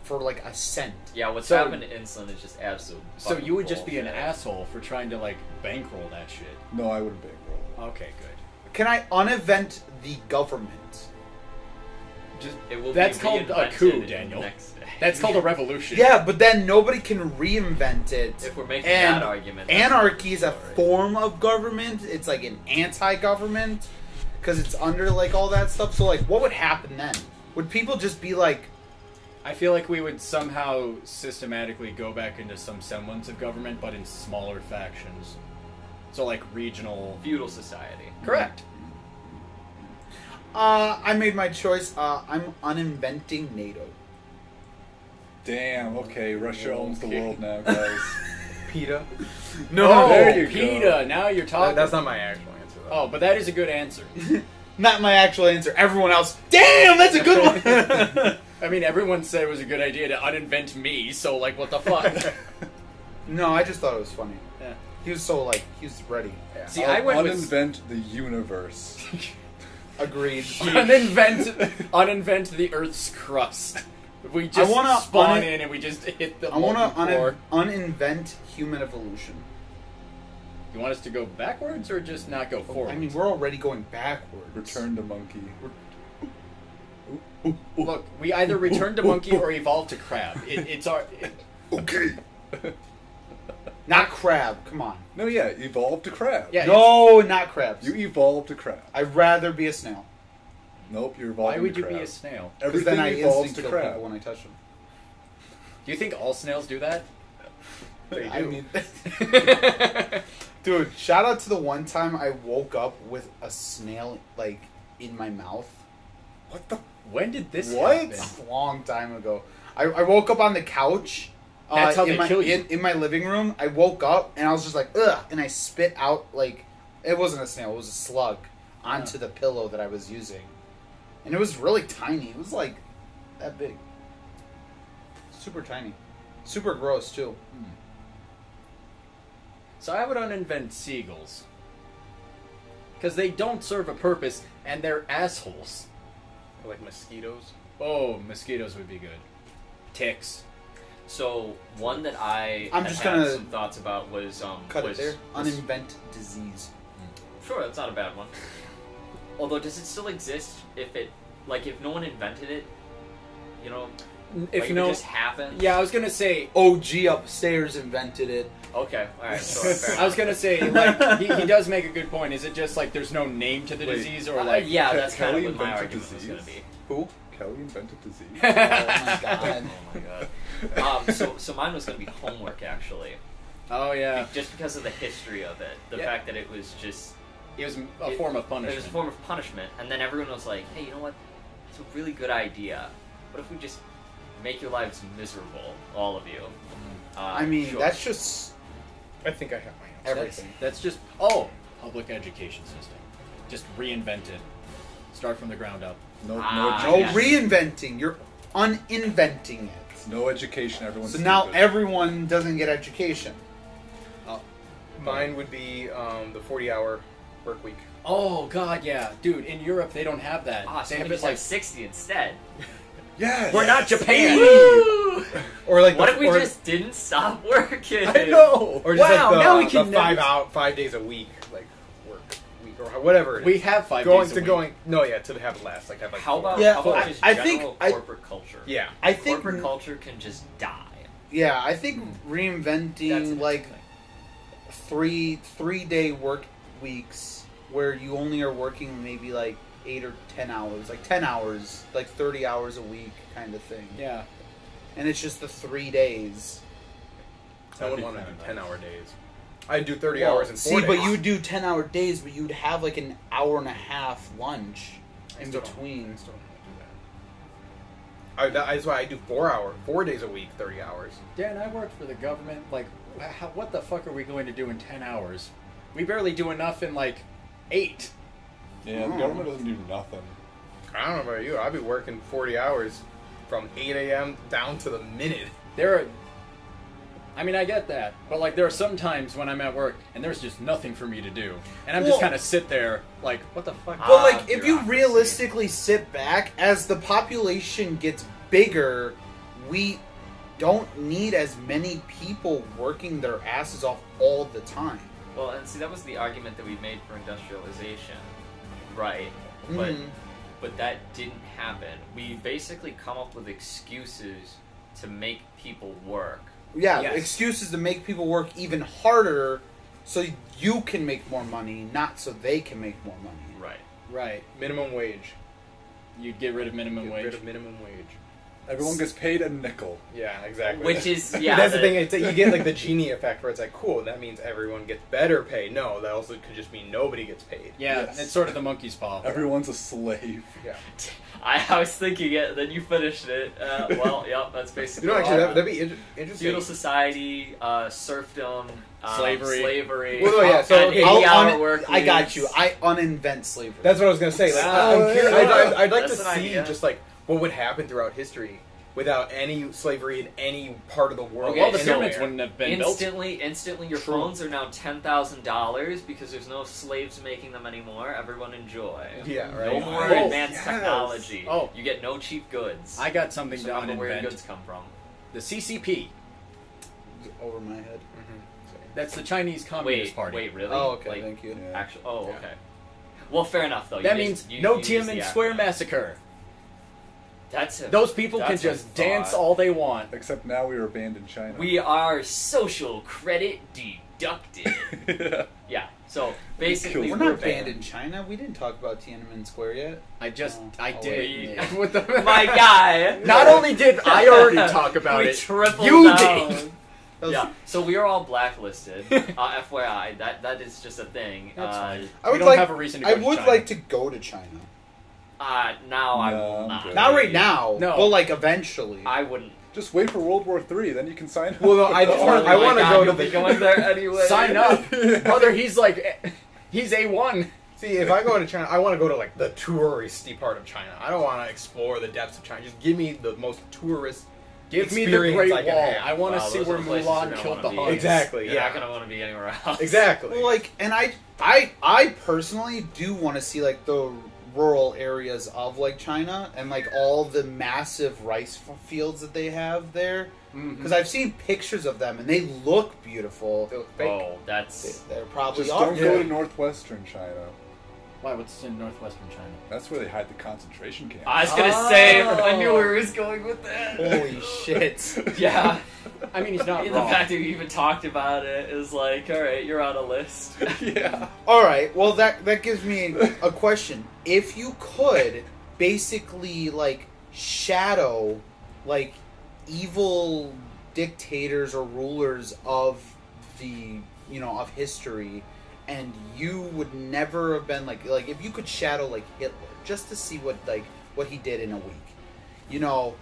[SPEAKER 3] for like a cent.
[SPEAKER 7] Yeah, what's
[SPEAKER 2] So-
[SPEAKER 7] happened to insulin is just absolute.
[SPEAKER 2] So
[SPEAKER 7] fucking
[SPEAKER 2] you would just be
[SPEAKER 7] bullshit.
[SPEAKER 2] an asshole for trying to like bankroll that shit.
[SPEAKER 4] No, I wouldn't bankroll
[SPEAKER 2] Okay, good.
[SPEAKER 3] Can I unevent the government?
[SPEAKER 2] Just
[SPEAKER 7] It will
[SPEAKER 2] That's
[SPEAKER 7] be
[SPEAKER 2] called a
[SPEAKER 7] reinvented
[SPEAKER 2] coup,
[SPEAKER 7] in the
[SPEAKER 2] Daniel.
[SPEAKER 7] next day.
[SPEAKER 2] that's called a revolution.
[SPEAKER 3] Yeah, but then nobody can reinvent it.
[SPEAKER 7] If we're making
[SPEAKER 3] And
[SPEAKER 7] that argument, that's-
[SPEAKER 3] Anarchy is a
[SPEAKER 7] Sorry.
[SPEAKER 3] form of government. It's like an anti-government because it's under like all that stuff. So like, what would happen then? Would people just be like,
[SPEAKER 2] I feel like we would somehow systematically go back into some semblance of government, but in smaller factions. So like regional.
[SPEAKER 7] feudal society.
[SPEAKER 2] Correct.
[SPEAKER 3] uh, "I made my choice. Uh, I'm uninventing NATO."
[SPEAKER 4] Damn, okay, Russia owns the
[SPEAKER 2] Okay.
[SPEAKER 4] world now, guys.
[SPEAKER 1] PETA.
[SPEAKER 3] No,
[SPEAKER 2] oh,
[SPEAKER 4] there you go.
[SPEAKER 2] PETA. Now you're talking.
[SPEAKER 1] That's not my actual answer though.
[SPEAKER 2] Oh, but that is a good answer.
[SPEAKER 3] not my actual answer. Everyone else, damn, that's a good one.
[SPEAKER 2] I mean, everyone said it was a good idea to uninvent me. So like, what the fuck?
[SPEAKER 3] no, I just thought it was funny.
[SPEAKER 2] Yeah.
[SPEAKER 3] He was so like, he was ready.
[SPEAKER 1] Yeah.
[SPEAKER 2] See,
[SPEAKER 4] I'll
[SPEAKER 2] I went with
[SPEAKER 4] uninvent the universe.
[SPEAKER 3] Agreed.
[SPEAKER 2] uninvent, uninvent the Earth's crust. We just
[SPEAKER 3] wanna
[SPEAKER 2] spawn
[SPEAKER 3] unin-
[SPEAKER 2] in and we just hit the
[SPEAKER 3] I want to
[SPEAKER 2] molten core.
[SPEAKER 3] un- uninvent human evolution.
[SPEAKER 2] You want us to go backwards or just not go forward?
[SPEAKER 3] I mean, we're already going backwards.
[SPEAKER 4] Return to monkey.
[SPEAKER 2] look, we either return to monkey or evolve to crab. It, it's our. It,
[SPEAKER 4] Okay.
[SPEAKER 3] Not crab. Come on.
[SPEAKER 4] No, yeah, evolve to crab.
[SPEAKER 2] Yeah.
[SPEAKER 3] No, not crabs.
[SPEAKER 4] You evolved to crab.
[SPEAKER 3] I'd rather be a snail.
[SPEAKER 4] Nope, you're evolving
[SPEAKER 2] why would
[SPEAKER 4] to
[SPEAKER 2] you
[SPEAKER 4] crab.
[SPEAKER 2] be a snail?
[SPEAKER 3] Because
[SPEAKER 4] Everything
[SPEAKER 3] then I
[SPEAKER 4] evolves
[SPEAKER 3] instantly
[SPEAKER 4] to
[SPEAKER 3] kill
[SPEAKER 4] crab.
[SPEAKER 3] people when I touch them.
[SPEAKER 2] Do you think all snails do that?
[SPEAKER 1] They
[SPEAKER 3] I
[SPEAKER 1] do.
[SPEAKER 3] mean, dude, shout out to the one time I woke up with a snail like in my mouth.
[SPEAKER 4] What the?
[SPEAKER 2] When did this
[SPEAKER 4] What?
[SPEAKER 2] happen?
[SPEAKER 3] A long time ago, I, I woke up on the couch. Uh,
[SPEAKER 2] That's how
[SPEAKER 3] in
[SPEAKER 2] they
[SPEAKER 3] my,
[SPEAKER 2] kill you.
[SPEAKER 3] In, in my living room, I woke up and I was just like, ugh, and I spit out like it wasn't a snail; it was a slug onto the pillow that I was using, and it was really tiny. It was like that big, super tiny, super gross too.
[SPEAKER 2] So I would uninvent seagulls. Because they don't serve a purpose and they're assholes.
[SPEAKER 1] Or like mosquitoes.
[SPEAKER 2] Oh, mosquitoes would be good. Ticks.
[SPEAKER 6] So one that I
[SPEAKER 3] I'm
[SPEAKER 6] had
[SPEAKER 3] just
[SPEAKER 6] had
[SPEAKER 3] gonna
[SPEAKER 6] some thoughts about was um
[SPEAKER 3] Cut
[SPEAKER 6] was,
[SPEAKER 3] it there.
[SPEAKER 6] was-
[SPEAKER 3] Uninvent disease.
[SPEAKER 6] sure that's not a bad one. Although does it still exist if it like if no one invented it, you know, like,
[SPEAKER 2] If
[SPEAKER 6] it
[SPEAKER 2] no.
[SPEAKER 6] just happened?
[SPEAKER 2] Yeah, I was gonna say.
[SPEAKER 3] OG upstairs invented it.
[SPEAKER 6] Okay. All right. Sure. fair
[SPEAKER 2] I was gonna say, like, he, he does make a good point. Is it just like there's no name to the
[SPEAKER 4] Wait.
[SPEAKER 2] disease or
[SPEAKER 6] enough. Uh,
[SPEAKER 2] like.
[SPEAKER 6] yeah,
[SPEAKER 4] Ke-
[SPEAKER 6] that's kind of
[SPEAKER 4] Kelly
[SPEAKER 6] what my
[SPEAKER 4] invented
[SPEAKER 6] argument was gonna
[SPEAKER 4] disease?
[SPEAKER 6] be.
[SPEAKER 3] Who?
[SPEAKER 4] Kelly invented disease.
[SPEAKER 3] Oh my god.
[SPEAKER 6] Oh my god. Um, so, so mine was going to be homework actually,
[SPEAKER 2] oh, yeah.
[SPEAKER 6] just because of the history of it, the
[SPEAKER 2] Yeah.
[SPEAKER 6] fact that it was just
[SPEAKER 2] It was a
[SPEAKER 6] it-
[SPEAKER 2] form of
[SPEAKER 6] It was
[SPEAKER 2] punishment.
[SPEAKER 6] a form of punishment, and then everyone was like, "Hey, you know what? It's a really good idea. What if we just make your lives miserable, all of you?"
[SPEAKER 2] Mm-hmm.
[SPEAKER 6] Uh,
[SPEAKER 3] I mean,
[SPEAKER 6] sure.
[SPEAKER 3] that's just
[SPEAKER 1] I think I have my answer.
[SPEAKER 3] everything.
[SPEAKER 2] That's, that's just. Oh! Public education system. Just reinvent it. Start from the ground up.
[SPEAKER 4] No,
[SPEAKER 6] Ah,
[SPEAKER 4] no,
[SPEAKER 3] No
[SPEAKER 6] yes.
[SPEAKER 3] reinventing. You're uninventing it.
[SPEAKER 4] no education. Everyone's
[SPEAKER 3] So now
[SPEAKER 4] stupid.
[SPEAKER 3] everyone doesn't get education.
[SPEAKER 1] Mine would be um, the 40 hour work week.
[SPEAKER 2] Oh god, yeah, dude. In Europe, they don't have that.
[SPEAKER 6] ah, so
[SPEAKER 2] they
[SPEAKER 6] we
[SPEAKER 2] have
[SPEAKER 6] just
[SPEAKER 2] it
[SPEAKER 6] have
[SPEAKER 2] like
[SPEAKER 6] sixty instead.
[SPEAKER 4] Yes.
[SPEAKER 2] We're not Japan.
[SPEAKER 6] Woo!
[SPEAKER 1] Or like
[SPEAKER 6] what
[SPEAKER 1] the,
[SPEAKER 6] if we
[SPEAKER 1] or,
[SPEAKER 6] just didn't stop working?
[SPEAKER 2] I know.
[SPEAKER 1] or just
[SPEAKER 2] wow,
[SPEAKER 1] like the,
[SPEAKER 2] now we can
[SPEAKER 1] the five out five days a week like work week or whatever. it is.
[SPEAKER 2] We have five
[SPEAKER 1] going
[SPEAKER 2] days a
[SPEAKER 1] to
[SPEAKER 2] week.
[SPEAKER 1] going no yeah to have it last like have like
[SPEAKER 6] How
[SPEAKER 1] four.
[SPEAKER 6] about
[SPEAKER 3] Yeah,
[SPEAKER 6] how about
[SPEAKER 3] I-
[SPEAKER 6] just
[SPEAKER 3] I think
[SPEAKER 6] general
[SPEAKER 3] I-
[SPEAKER 6] corporate culture?
[SPEAKER 1] yeah
[SPEAKER 3] I think.
[SPEAKER 6] corporate culture can just die.
[SPEAKER 3] Yeah, I think
[SPEAKER 6] That's
[SPEAKER 3] reinventing
[SPEAKER 6] an
[SPEAKER 3] like
[SPEAKER 6] interesting thing.
[SPEAKER 3] three three day work weeks where you only are working maybe like eight or ten hours, like ten hours, like thirty hours a week kind of thing.
[SPEAKER 2] Yeah,
[SPEAKER 3] And it's just the three days.
[SPEAKER 1] I
[SPEAKER 2] That'd
[SPEAKER 1] would
[SPEAKER 2] be
[SPEAKER 1] want to do
[SPEAKER 2] kinda
[SPEAKER 1] ten
[SPEAKER 2] nice.
[SPEAKER 1] hour days. I'd do thirty
[SPEAKER 6] Well,
[SPEAKER 1] hours and four
[SPEAKER 3] See, but
[SPEAKER 1] days.
[SPEAKER 3] you would do ten hour days, but you'd have like an hour and a half lunch in
[SPEAKER 1] still don't-
[SPEAKER 3] between.
[SPEAKER 1] I still don't wanna do that. I, that, that's why I do four hour four days a week, thirty hours.
[SPEAKER 2] Dan, I worked for the government. Like, how, what the fuck are we going to do in ten hours? We barely do enough in like eight.
[SPEAKER 4] Yeah, the government doesn't do nothing.
[SPEAKER 1] I don't know about you. I'd be working forty hours from eight a.m. down to the minute.
[SPEAKER 2] There are. I mean, I get that, but like, there are some times when I'm at work and there's just nothing for me to do, and I'm just
[SPEAKER 3] Well-
[SPEAKER 2] kind of sit there, like, what the fuck?
[SPEAKER 6] Ah,
[SPEAKER 3] But like, if you
[SPEAKER 6] bureaucracy.
[SPEAKER 3] realistically sit back, as the population gets bigger, we don't need as many people working their asses off all the time.
[SPEAKER 6] Well, and see, that was the argument that we made for industrialization, right? But
[SPEAKER 1] Mm-hmm.
[SPEAKER 3] Mhm.
[SPEAKER 6] but that didn't happen. We basically come up with excuses to make people work.
[SPEAKER 3] yeah,
[SPEAKER 2] yes.
[SPEAKER 3] excuses to make people work even harder, so you can make more money, not so they can make more money.
[SPEAKER 6] Right.
[SPEAKER 2] right,
[SPEAKER 1] Minimum wage.
[SPEAKER 2] you'd get rid of minimum
[SPEAKER 1] Get
[SPEAKER 2] wage.
[SPEAKER 1] rid of minimum wage.
[SPEAKER 4] Everyone gets paid a nickel.
[SPEAKER 1] Yeah, exactly.
[SPEAKER 6] Which is yeah.
[SPEAKER 1] that's the
[SPEAKER 6] that-
[SPEAKER 1] thing. It's, you get like the genie effect where it's like, cool, that means everyone gets better pay. No, that also could just mean nobody gets paid.
[SPEAKER 2] yeah,
[SPEAKER 4] Yes.
[SPEAKER 2] it's sort of the monkey's paw.
[SPEAKER 4] Everyone's a slave.
[SPEAKER 1] Yeah.
[SPEAKER 6] I, I was thinking it, then you finished it. Uh, well, yep, that's
[SPEAKER 1] You
[SPEAKER 6] basically.
[SPEAKER 1] know, actually,
[SPEAKER 6] all.
[SPEAKER 1] that, that'd be inter- interesting.
[SPEAKER 6] feudal society, uh, serfdom, um,
[SPEAKER 2] Slavery.
[SPEAKER 6] slavery.
[SPEAKER 1] Well, no, yeah, so,
[SPEAKER 6] and
[SPEAKER 1] okay,
[SPEAKER 6] 80
[SPEAKER 1] I'll
[SPEAKER 6] hour
[SPEAKER 3] un-
[SPEAKER 6] work.
[SPEAKER 3] I got
[SPEAKER 6] weeks.
[SPEAKER 3] you. I uninvent slavery.
[SPEAKER 1] That's what I was gonna say. Like,
[SPEAKER 2] Wow.
[SPEAKER 1] I'm curious. I'd, I'd, I'd like
[SPEAKER 6] That's
[SPEAKER 1] to
[SPEAKER 6] an
[SPEAKER 1] see
[SPEAKER 6] idea.
[SPEAKER 1] just like what would happen throughout history without any slavery in any part of the world.
[SPEAKER 6] Okay,
[SPEAKER 2] well, the
[SPEAKER 6] so-
[SPEAKER 2] pyramids wouldn't have been built.
[SPEAKER 6] instantly, instantly, your
[SPEAKER 1] True.
[SPEAKER 6] phones are now ten thousand dollars because there's no slaves making them anymore. Everyone enjoy.
[SPEAKER 1] Yeah,
[SPEAKER 6] No
[SPEAKER 1] right.
[SPEAKER 6] more
[SPEAKER 2] Oh,
[SPEAKER 6] advanced
[SPEAKER 4] yes.
[SPEAKER 6] technology.
[SPEAKER 2] Oh.
[SPEAKER 6] you get no cheap goods.
[SPEAKER 2] I got something
[SPEAKER 6] so
[SPEAKER 2] down
[SPEAKER 6] remember
[SPEAKER 2] in
[SPEAKER 6] where your
[SPEAKER 2] Bend.
[SPEAKER 6] goods come from.
[SPEAKER 2] The CCP.
[SPEAKER 3] Over my head.
[SPEAKER 2] That's the Chinese Communist
[SPEAKER 6] Wait,
[SPEAKER 2] Party.
[SPEAKER 6] wait, really?
[SPEAKER 3] Oh, okay.
[SPEAKER 6] Like,
[SPEAKER 3] thank you.
[SPEAKER 4] Yeah.
[SPEAKER 6] Actually, oh,
[SPEAKER 1] Yeah.
[SPEAKER 6] okay. Well, fair enough though. You
[SPEAKER 2] That
[SPEAKER 6] did-
[SPEAKER 2] means
[SPEAKER 6] you-
[SPEAKER 2] no
[SPEAKER 6] you used
[SPEAKER 2] Tiananmen
[SPEAKER 6] the
[SPEAKER 2] Square
[SPEAKER 6] acronym.
[SPEAKER 2] massacre.
[SPEAKER 6] That's it.
[SPEAKER 2] Those people can
[SPEAKER 6] That's what I
[SPEAKER 2] just dance
[SPEAKER 6] thought.
[SPEAKER 2] all they want.
[SPEAKER 4] Except now we are banned in China.
[SPEAKER 6] We are social credit deducted. yeah. So basically,
[SPEAKER 3] We're
[SPEAKER 4] We're
[SPEAKER 3] not banned in China. We didn't talk about Tiananmen Square yet.
[SPEAKER 2] I just,
[SPEAKER 3] Oh.
[SPEAKER 2] I
[SPEAKER 3] Oh,
[SPEAKER 2] did.
[SPEAKER 3] wait.
[SPEAKER 2] What the?
[SPEAKER 6] My guy.
[SPEAKER 2] Not only did I already talk about
[SPEAKER 6] we
[SPEAKER 2] it,
[SPEAKER 6] tripled
[SPEAKER 2] you
[SPEAKER 6] down.
[SPEAKER 2] did.
[SPEAKER 3] That was-
[SPEAKER 6] Yeah. So we are all blacklisted. uh, FYI, that that is just a thing.
[SPEAKER 2] That's
[SPEAKER 6] uh,
[SPEAKER 2] fine.
[SPEAKER 3] I
[SPEAKER 2] We
[SPEAKER 3] would
[SPEAKER 2] don't
[SPEAKER 3] like.
[SPEAKER 2] have a reason to go
[SPEAKER 3] I
[SPEAKER 2] to
[SPEAKER 3] would
[SPEAKER 2] China.
[SPEAKER 3] like to go to China.
[SPEAKER 6] uh, now I will
[SPEAKER 4] No,
[SPEAKER 6] not.
[SPEAKER 4] I'm
[SPEAKER 3] Not right now.
[SPEAKER 2] No.
[SPEAKER 3] But like eventually.
[SPEAKER 6] I wouldn't.
[SPEAKER 4] Just wait for World War Three, then you can sign up.
[SPEAKER 1] Well, no, I just
[SPEAKER 6] Oh
[SPEAKER 1] want-
[SPEAKER 6] my
[SPEAKER 1] I wanna
[SPEAKER 6] God,
[SPEAKER 1] go to
[SPEAKER 6] you'll be
[SPEAKER 1] the-
[SPEAKER 6] going there anyway.
[SPEAKER 2] Sign up, brother. He's like, eh, he's a one.
[SPEAKER 1] See, if I go to China, I want to go to like the touristy part of China. I don't want to explore the depths of China. Just give me the most tourist.
[SPEAKER 2] Give me the
[SPEAKER 1] Experience
[SPEAKER 2] Great
[SPEAKER 1] I can
[SPEAKER 2] Wall.
[SPEAKER 1] have.
[SPEAKER 2] I want to
[SPEAKER 6] Wow,
[SPEAKER 2] see
[SPEAKER 6] those
[SPEAKER 2] where
[SPEAKER 6] are the places you're
[SPEAKER 2] Mulan
[SPEAKER 6] gonna
[SPEAKER 2] killed
[SPEAKER 6] wanna
[SPEAKER 2] the
[SPEAKER 6] be.
[SPEAKER 2] Huns.
[SPEAKER 1] Exactly.
[SPEAKER 6] You're
[SPEAKER 1] yeah.
[SPEAKER 6] not gonna want to be anywhere else.
[SPEAKER 1] Exactly.
[SPEAKER 3] Well, like, and I, I, I personally do want to see like the rural areas of like China and like all the massive rice f- fields that they have there
[SPEAKER 2] Mm-hmm.
[SPEAKER 3] because I've seen pictures of them and they look beautiful.
[SPEAKER 1] They look fake.
[SPEAKER 6] Oh, that's
[SPEAKER 3] They, are probably
[SPEAKER 4] Just
[SPEAKER 3] are.
[SPEAKER 4] don't
[SPEAKER 1] Yeah.
[SPEAKER 4] go to northwestern China.
[SPEAKER 2] Why? What's in northwestern China?
[SPEAKER 4] That's where they hide the concentration camps.
[SPEAKER 6] I was gonna say,
[SPEAKER 2] Oh.
[SPEAKER 6] I knew where he was going with that.
[SPEAKER 3] Holy shit!
[SPEAKER 6] Yeah,
[SPEAKER 2] I mean, he's not
[SPEAKER 6] the
[SPEAKER 2] wrong.
[SPEAKER 6] fact that you even talked about it is like, all right, you're on a list.
[SPEAKER 4] yeah.
[SPEAKER 3] All right, well that that gives me a question. If you could basically like shadow like evil dictators or rulers of the you know of history and you would never have been like like if you could shadow like Hitler just to see what like what he did in a week. You know,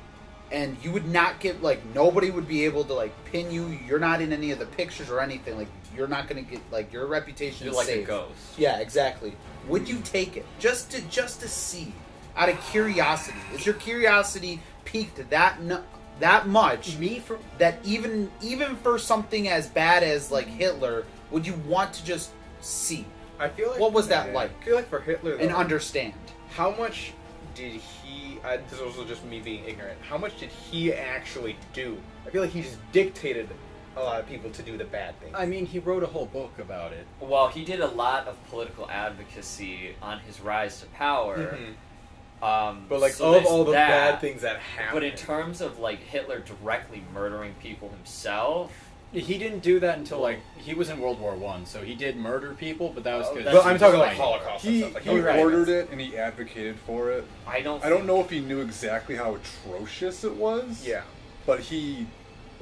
[SPEAKER 3] and you would not get like nobody would be able to like pin you. You're not in any of the pictures or anything. Like you're not going to get like your reputation
[SPEAKER 6] You're
[SPEAKER 3] is
[SPEAKER 6] like a
[SPEAKER 3] safe.
[SPEAKER 6] ghost.
[SPEAKER 3] Yeah, exactly. Would you take it just to just to see, out of curiosity? Is your curiosity piqued that n- that much
[SPEAKER 2] me for
[SPEAKER 3] that even even for something as bad as like Hitler, would you want to just see
[SPEAKER 1] I feel like
[SPEAKER 3] What was that
[SPEAKER 1] Yeah.
[SPEAKER 3] like?
[SPEAKER 1] I feel like for Hitler, though,
[SPEAKER 3] and understand?
[SPEAKER 1] how much did he? I, this is also just me being ignorant. How much did he actually do? I feel like he just dictated a lot of people to do the bad things.
[SPEAKER 2] I mean, he wrote a whole book about it.
[SPEAKER 6] Well, he did a lot of political advocacy on his rise to power.
[SPEAKER 1] Mhm.
[SPEAKER 6] Um,
[SPEAKER 1] But like
[SPEAKER 6] so
[SPEAKER 1] of
[SPEAKER 6] there's
[SPEAKER 1] all the
[SPEAKER 6] that.
[SPEAKER 1] bad things that happened,
[SPEAKER 6] But in terms of like Hitler directly murdering people himself,
[SPEAKER 2] He didn't do that until like he was in World War One, so he did murder people, but that was
[SPEAKER 6] Oh,
[SPEAKER 2] because.
[SPEAKER 6] that's-
[SPEAKER 1] but I'm talking like Holocaust. and
[SPEAKER 4] He,
[SPEAKER 1] stuff, like
[SPEAKER 4] he
[SPEAKER 1] those kinds of
[SPEAKER 4] ordered
[SPEAKER 1] things.
[SPEAKER 4] it and he advocated for it.
[SPEAKER 6] I don't.
[SPEAKER 4] I don't
[SPEAKER 6] think-
[SPEAKER 4] know if he knew exactly how atrocious it was.
[SPEAKER 1] Yeah.
[SPEAKER 4] But he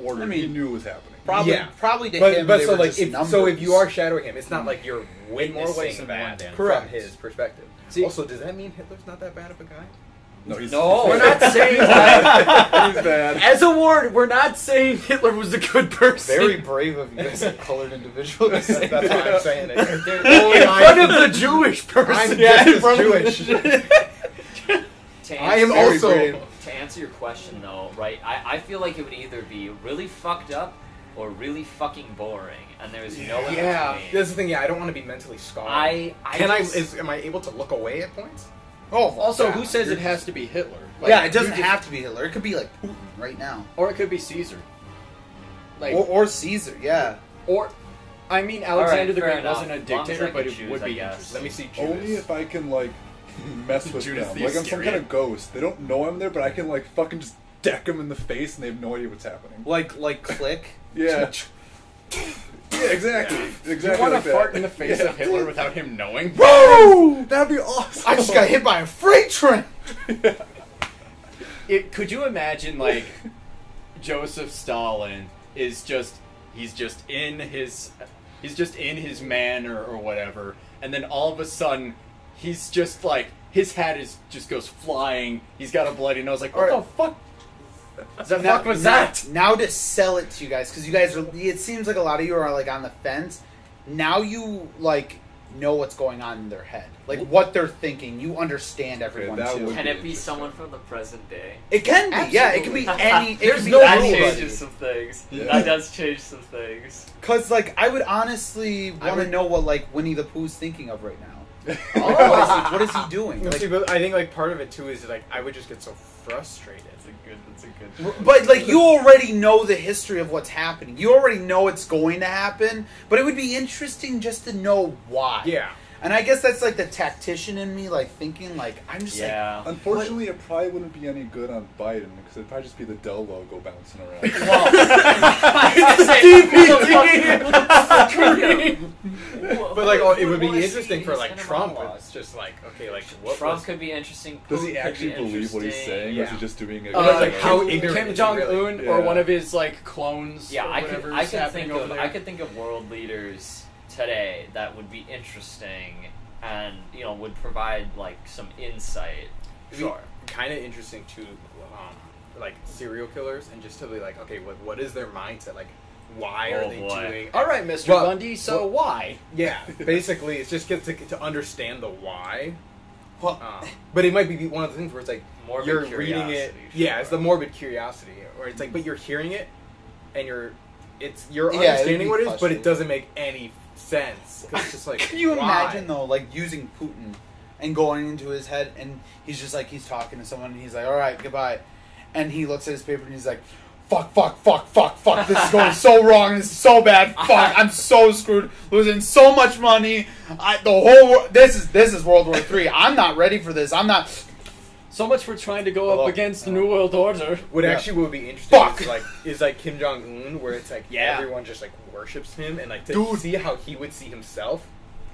[SPEAKER 4] ordered.
[SPEAKER 3] I mean-
[SPEAKER 4] he knew it was happening.
[SPEAKER 3] Probably,
[SPEAKER 1] Yeah.
[SPEAKER 3] probably to
[SPEAKER 1] But,
[SPEAKER 3] him.
[SPEAKER 1] but
[SPEAKER 3] they
[SPEAKER 1] so
[SPEAKER 3] were
[SPEAKER 1] like
[SPEAKER 3] just
[SPEAKER 1] if, so
[SPEAKER 3] numbers.
[SPEAKER 1] if you are shadowing him, it's not like you're
[SPEAKER 2] more ways than
[SPEAKER 1] witnessing
[SPEAKER 2] one,
[SPEAKER 1] bad
[SPEAKER 2] Dan.
[SPEAKER 1] from
[SPEAKER 3] Correct.
[SPEAKER 1] his perspective.
[SPEAKER 2] See-
[SPEAKER 1] also, does that mean Hitler's not that bad of a guy?
[SPEAKER 4] No, he's,
[SPEAKER 6] No,
[SPEAKER 4] he's
[SPEAKER 2] We're not
[SPEAKER 4] bad.
[SPEAKER 2] saying that.
[SPEAKER 4] he's bad.
[SPEAKER 2] As a ward, we're not saying Hitler was a good person.
[SPEAKER 3] very brave of you as a colored individual to say
[SPEAKER 1] That's why
[SPEAKER 3] that.
[SPEAKER 1] I'm saying it.
[SPEAKER 6] There-
[SPEAKER 2] in
[SPEAKER 1] I'm-
[SPEAKER 2] front of the Jewish person.
[SPEAKER 1] I'm
[SPEAKER 2] Yeah,
[SPEAKER 1] just
[SPEAKER 2] in
[SPEAKER 1] as
[SPEAKER 2] front of the
[SPEAKER 1] Jewish.
[SPEAKER 6] to
[SPEAKER 1] I am
[SPEAKER 6] answer-
[SPEAKER 1] also.
[SPEAKER 4] brave.
[SPEAKER 6] To answer your question though, right? I, I feel like it would either be really fucked up or really fucking boring, and there's no in
[SPEAKER 1] Yeah,
[SPEAKER 6] between.
[SPEAKER 1] that's the thing. Yeah, I don't want to be mentally scarred.
[SPEAKER 6] I, I
[SPEAKER 1] Can I?
[SPEAKER 6] just-
[SPEAKER 1] Is, am I able to look away at points?
[SPEAKER 3] Oh,
[SPEAKER 2] Also,
[SPEAKER 3] yeah.
[SPEAKER 2] who says it has to be Hitler? Like,
[SPEAKER 3] yeah, it doesn't
[SPEAKER 2] you just-
[SPEAKER 3] have to be Hitler. It could be like Putin right now,
[SPEAKER 2] Or it could be Caesar. Like,
[SPEAKER 3] or,
[SPEAKER 2] or,
[SPEAKER 3] or Caesar. Yeah.
[SPEAKER 2] I mean, Alexander
[SPEAKER 6] Alright,
[SPEAKER 2] the
[SPEAKER 6] fair
[SPEAKER 2] Great wasn't a
[SPEAKER 6] enough. As long as I
[SPEAKER 2] dictator,
[SPEAKER 6] can
[SPEAKER 2] but it
[SPEAKER 6] choose,
[SPEAKER 2] would
[SPEAKER 6] I
[SPEAKER 2] be interesting.
[SPEAKER 6] guess.
[SPEAKER 1] Let me see Judas.
[SPEAKER 4] Only if I can like mess with
[SPEAKER 2] Judas
[SPEAKER 4] them.
[SPEAKER 2] the
[SPEAKER 4] Like I'm some kind
[SPEAKER 2] Iscariot.
[SPEAKER 4] of ghost. They don't know I'm there, but I can like fucking just deck them in the face, and they have no idea what's happening.
[SPEAKER 3] Like like click.
[SPEAKER 4] Yeah. yeah, exactly. Exactly.
[SPEAKER 2] You want
[SPEAKER 4] like
[SPEAKER 2] to
[SPEAKER 4] that.
[SPEAKER 2] fart in the face
[SPEAKER 4] Yeah.
[SPEAKER 2] of Hitler without him knowing?
[SPEAKER 4] Whoa! That'd be awesome.
[SPEAKER 3] I just got hit by a freight train.
[SPEAKER 2] It, could you imagine, like, Joseph Stalin is just, he's just in his, he's just in his manor or whatever, and then all of a sudden, he's just like, his hat is just goes flying. He's got a bloody nose. Like, what
[SPEAKER 3] Alright.
[SPEAKER 2] the fuck? The
[SPEAKER 3] Now-
[SPEAKER 2] fuck was
[SPEAKER 3] now-
[SPEAKER 2] that?
[SPEAKER 3] Now to sell it to you guys because you guys are. It seems like a lot of you are like on the fence. Now you like know what's going on in their head, like what they're thinking. You understand everyone
[SPEAKER 4] that
[SPEAKER 3] too.
[SPEAKER 4] would-
[SPEAKER 6] Can
[SPEAKER 4] be
[SPEAKER 6] it be
[SPEAKER 4] interesting.
[SPEAKER 6] someone from the present day?
[SPEAKER 3] It can be, yeah. It can be any. It can
[SPEAKER 6] There's
[SPEAKER 3] be
[SPEAKER 6] no that
[SPEAKER 3] anybody.
[SPEAKER 6] changes some things.
[SPEAKER 4] Yeah.
[SPEAKER 6] That does change some things.
[SPEAKER 3] Cause like I would honestly
[SPEAKER 1] I
[SPEAKER 3] want to
[SPEAKER 1] would-
[SPEAKER 3] know what like Winnie the Pooh's thinking of right now. What is
[SPEAKER 4] Oh.
[SPEAKER 3] he, what is he doing?
[SPEAKER 1] No,
[SPEAKER 3] Like,
[SPEAKER 1] see, but I think like part of it too is like I would just get so frustrated.
[SPEAKER 6] That's a good. That's a
[SPEAKER 3] r-
[SPEAKER 6] good.
[SPEAKER 3] but like you already know the history of what's happening. You already know it's going to happen. But it would be interesting just to know why.
[SPEAKER 1] Yeah,
[SPEAKER 3] And I guess that's like the tactician in me, like thinking like I'm just like
[SPEAKER 6] Yeah.
[SPEAKER 4] Unfortunately, it probably wouldn't be any good on Biden because it'd probably just be the Dell logo bouncing around.
[SPEAKER 1] but like oh, it would be interesting for like Trump. It's just like okay, like what
[SPEAKER 6] Trump
[SPEAKER 1] was
[SPEAKER 6] could be interesting.
[SPEAKER 4] Does
[SPEAKER 6] Putin
[SPEAKER 4] he
[SPEAKER 6] could
[SPEAKER 4] actually
[SPEAKER 6] be
[SPEAKER 4] believe what he's
[SPEAKER 6] interesting.
[SPEAKER 4] saying, or is he
[SPEAKER 1] yeah.
[SPEAKER 4] just doing it?
[SPEAKER 1] Uh, like, how
[SPEAKER 2] Kim-
[SPEAKER 1] ignorant
[SPEAKER 2] Kim
[SPEAKER 1] is he
[SPEAKER 2] Jong Un
[SPEAKER 1] really?
[SPEAKER 2] or
[SPEAKER 4] Yeah.
[SPEAKER 2] one of his like clones.
[SPEAKER 6] Yeah,
[SPEAKER 2] or
[SPEAKER 6] I could.
[SPEAKER 2] whatever's
[SPEAKER 6] I could
[SPEAKER 2] happening
[SPEAKER 6] think
[SPEAKER 2] over
[SPEAKER 6] of.
[SPEAKER 2] there.
[SPEAKER 6] I could think of world leaders today that would be interesting, and you know would provide like some insight. Sure.
[SPEAKER 1] kind of interesting to um, like serial killers and just to be like okay, what what is their mindset? Like why
[SPEAKER 6] Oh,
[SPEAKER 1] are they
[SPEAKER 6] boy.
[SPEAKER 1] doing?
[SPEAKER 2] All right, Mr.
[SPEAKER 1] Well,
[SPEAKER 2] Bundy. So why?
[SPEAKER 1] Yeah, basically, it's just get to, to understand the why.
[SPEAKER 3] Well-
[SPEAKER 1] Um, but it might be one of the things where it's like
[SPEAKER 6] Morbid
[SPEAKER 1] you're
[SPEAKER 6] curiosity,
[SPEAKER 1] reading it.
[SPEAKER 6] sure.
[SPEAKER 1] Yeah, it's the morbid curiosity, or it's like, but you're hearing it, and you're, it's you're
[SPEAKER 3] Yeah, it'd
[SPEAKER 1] understanding
[SPEAKER 3] be
[SPEAKER 1] what it is, but
[SPEAKER 3] frustrating.
[SPEAKER 1] it doesn't make any sense. 'Cause it's just like,
[SPEAKER 3] Can you
[SPEAKER 1] why?
[SPEAKER 3] imagine though, like using Putin and going into his head, and he's just like he's talking to someone, and he's like, "All right, goodbye," and he looks at his paper and he's like, "Fuck, fuck, fuck, fuck, fuck! This is going so wrong. This is so bad. Fuck, I'm so screwed. Losing so much money. I, the whole world. This is this is World War Three. I'm not ready for this. I'm not.
[SPEAKER 2] So much for trying to go
[SPEAKER 3] Hello.
[SPEAKER 2] up against the New World Order.
[SPEAKER 1] What
[SPEAKER 3] Yeah.
[SPEAKER 1] actually would be interesting
[SPEAKER 3] Fuck.
[SPEAKER 1] is like is like Kim Jong Un, where it's like
[SPEAKER 2] Yeah.
[SPEAKER 1] everyone just like worships him, and like to
[SPEAKER 3] Dude.
[SPEAKER 1] see how he would see himself.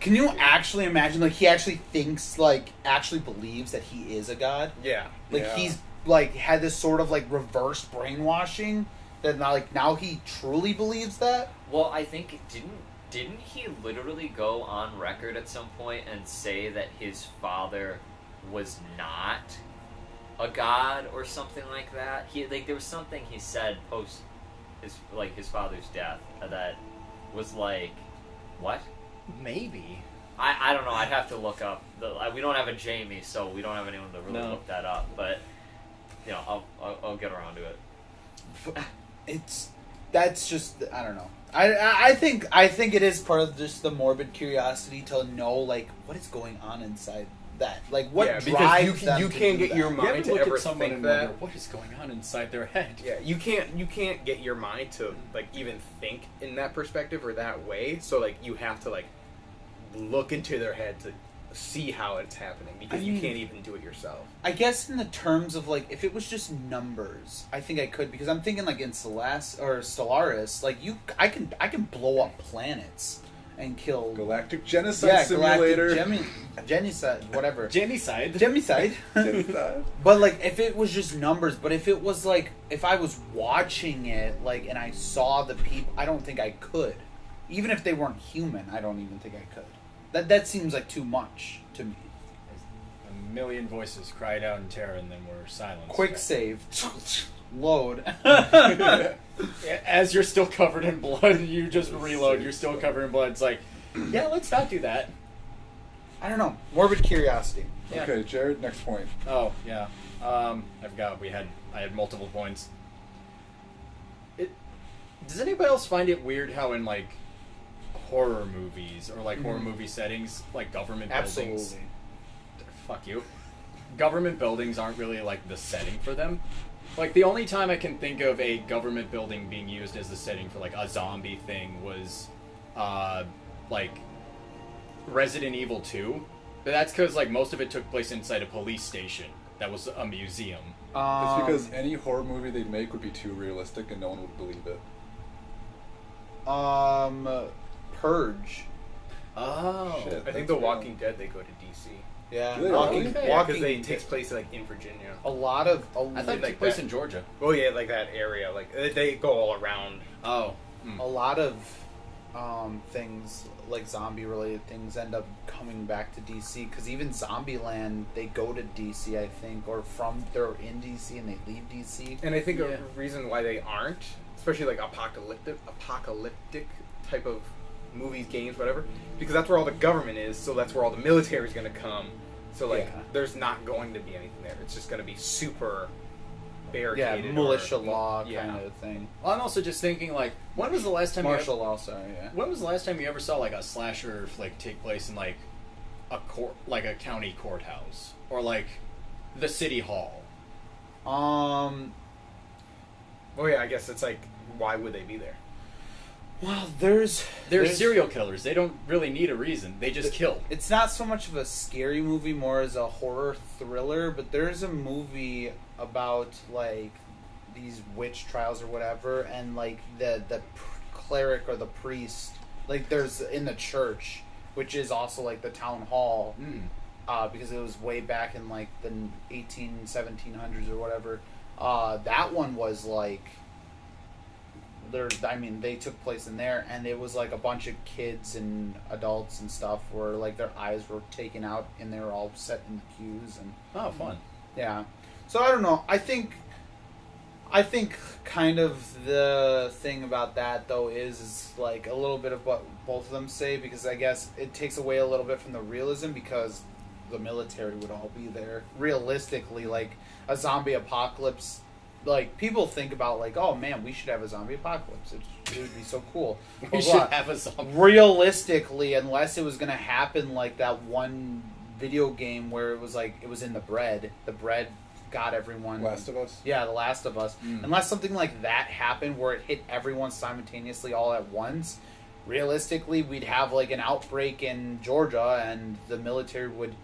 [SPEAKER 3] Can you actually imagine? Like he actually thinks, like actually believes that he is a god.
[SPEAKER 1] Yeah,
[SPEAKER 3] Like
[SPEAKER 4] Yeah.
[SPEAKER 3] he's like had this sort of like reverse brainwashing that now like now he truly believes that.
[SPEAKER 6] Well, I think didn't didn't he literally go on record at some point and say that his father was not a god or something like that? He like there was something he said post his like his father's death that was like what?
[SPEAKER 2] Maybe.
[SPEAKER 6] I, I don't know. I'd have to look up. The, I, we don't have a Jamie, so we don't have anyone to really
[SPEAKER 2] No.
[SPEAKER 6] look that up. But you know, I'll, I'll I'll get around to it.
[SPEAKER 3] It's that's just I don't know. I, I I think I think it is part of just the morbid curiosity to know like what is going on inside that. Like what
[SPEAKER 1] yeah, because
[SPEAKER 3] drives
[SPEAKER 1] you can,
[SPEAKER 3] them
[SPEAKER 1] you
[SPEAKER 3] to
[SPEAKER 1] can't
[SPEAKER 3] do
[SPEAKER 1] get
[SPEAKER 3] that?
[SPEAKER 1] your
[SPEAKER 2] You ever
[SPEAKER 1] mind to
[SPEAKER 2] look
[SPEAKER 1] ever
[SPEAKER 2] at someone
[SPEAKER 1] think
[SPEAKER 2] and
[SPEAKER 1] that.
[SPEAKER 2] wonder what is going on inside their head?
[SPEAKER 1] Yeah, you can't you can't get your mind to like even think in that perspective or that way. So like you have to like look into their head to see how it's happening because
[SPEAKER 3] I
[SPEAKER 1] you
[SPEAKER 3] mean-
[SPEAKER 1] can't even do it yourself.
[SPEAKER 3] I guess in the terms of like if it was just numbers, I think I could because I'm thinking like in Celeste or Stellaris, like you I can I can blow up planets and kill
[SPEAKER 4] Galactic Genocide
[SPEAKER 3] yeah,
[SPEAKER 4] Simulator.
[SPEAKER 3] galactic gemi- genocide, whatever.
[SPEAKER 2] Genocide.
[SPEAKER 3] Gemicide.
[SPEAKER 4] Genocide.
[SPEAKER 3] But like, if it was just numbers, but if it was like, if I was watching it, like, and I saw the people, I don't think I could. Even if they weren't human, I don't even think I could. That that seems like too much to me.
[SPEAKER 2] A million voices cried out in terror and then were silenced.
[SPEAKER 3] Quick save, load.
[SPEAKER 2] As you're still covered in blood, you just reload. You're still covered in blood. It's like, yeah, let's not do that.
[SPEAKER 3] I don't know. Morbid curiosity.
[SPEAKER 2] Yeah.
[SPEAKER 4] Okay, Jared. Next point.
[SPEAKER 2] Oh yeah. Um, I forgot we had I had multiple points. It does anybody else find it weird how in like horror movies or like
[SPEAKER 1] Mm-hmm.
[SPEAKER 2] horror movie settings, like government buildings, fuck you, government buildings aren't really like the setting for them. Like the only time I can think of a government building being used as the setting for like a zombie thing was, uh, like Resident Evil Two. But that's because like most of it took place inside a police station that was a museum.
[SPEAKER 3] Um,
[SPEAKER 4] it's because any horror movie they'd make would be too realistic and no one would believe it.
[SPEAKER 3] um, purge.
[SPEAKER 2] Oh,
[SPEAKER 4] Shit.
[SPEAKER 1] I think
[SPEAKER 4] That's
[SPEAKER 1] The
[SPEAKER 4] real.
[SPEAKER 1] Walking Dead they go to DC.
[SPEAKER 3] Yeah,
[SPEAKER 4] Really?
[SPEAKER 2] Okay.
[SPEAKER 3] walking.
[SPEAKER 1] Yeah, because
[SPEAKER 3] walking
[SPEAKER 1] they it takes place like in Virginia.
[SPEAKER 3] a lot of. A,
[SPEAKER 2] I thought it
[SPEAKER 1] like
[SPEAKER 2] took place
[SPEAKER 1] that.
[SPEAKER 2] in Georgia.
[SPEAKER 1] Oh yeah, like that area. Like they- they go all around.
[SPEAKER 2] Oh, mm.
[SPEAKER 3] a lot of um, things like zombie related things end up coming back to DC because even Zombieland they go to DC I think or from they're in DC and they leave DC.
[SPEAKER 1] And I think
[SPEAKER 2] Yeah.
[SPEAKER 1] a reason why they aren't, especially like apocalyptic apocalyptic type of movies, games, whatever, because that's where all the government is. So that's where all the military is going to come. So like,
[SPEAKER 3] Yeah.
[SPEAKER 1] there's not going to be anything there. It's just going to be super
[SPEAKER 3] yeah,
[SPEAKER 1] barricaded. or-
[SPEAKER 3] militia law
[SPEAKER 1] yeah.
[SPEAKER 3] kind of thing.
[SPEAKER 2] Well, I'm also just thinking like, when was the last time you
[SPEAKER 3] Martial law, sorry, yeah.
[SPEAKER 2] When was the last time you ever saw like a slasher flick take place in like a court, like a county courthouse, or like the city hall?
[SPEAKER 3] Um,
[SPEAKER 1] Well, yeah, I guess it's like, why would they be there?
[SPEAKER 3] well, there's
[SPEAKER 2] They're
[SPEAKER 3] there's-
[SPEAKER 2] serial killers. They don't really need a reason. They just kill.
[SPEAKER 3] It's not so much of a scary movie, more as a horror thriller. But there's a movie about like these witch trials or whatever, and like the the pr- cleric or the priest, like there's in the church, which is also like the town hall,
[SPEAKER 2] Mm.
[SPEAKER 3] uh, because it was way back in like the 18 1700s or whatever. Uh, that one was like there I mean they took place in there and it was like a bunch of kids and adults and stuff where like their eyes were taken out and they were all set in queues and
[SPEAKER 2] Oh, fun.
[SPEAKER 3] yeah. So I don't know. I think I think kind of the thing about that though is, is like a little bit of what both of them say because I guess it takes away a little bit from the realism because the military would all be there. Realistically, like a zombie apocalypse like people think about like, oh man, we should have a zombie apocalypse. It, it would be so cool. Blah,
[SPEAKER 2] We
[SPEAKER 3] blah
[SPEAKER 2] should have a zombie.
[SPEAKER 3] realistically, unless it was going to happen like that one video game where it was like it was in the bread, the bread got everyone.
[SPEAKER 4] Last of Us.
[SPEAKER 3] yeah, The Last of Us.
[SPEAKER 2] Mm.
[SPEAKER 3] Unless something like that happened where it hit everyone simultaneously all at once, realistically, we'd have like an outbreak in Georgia and the military would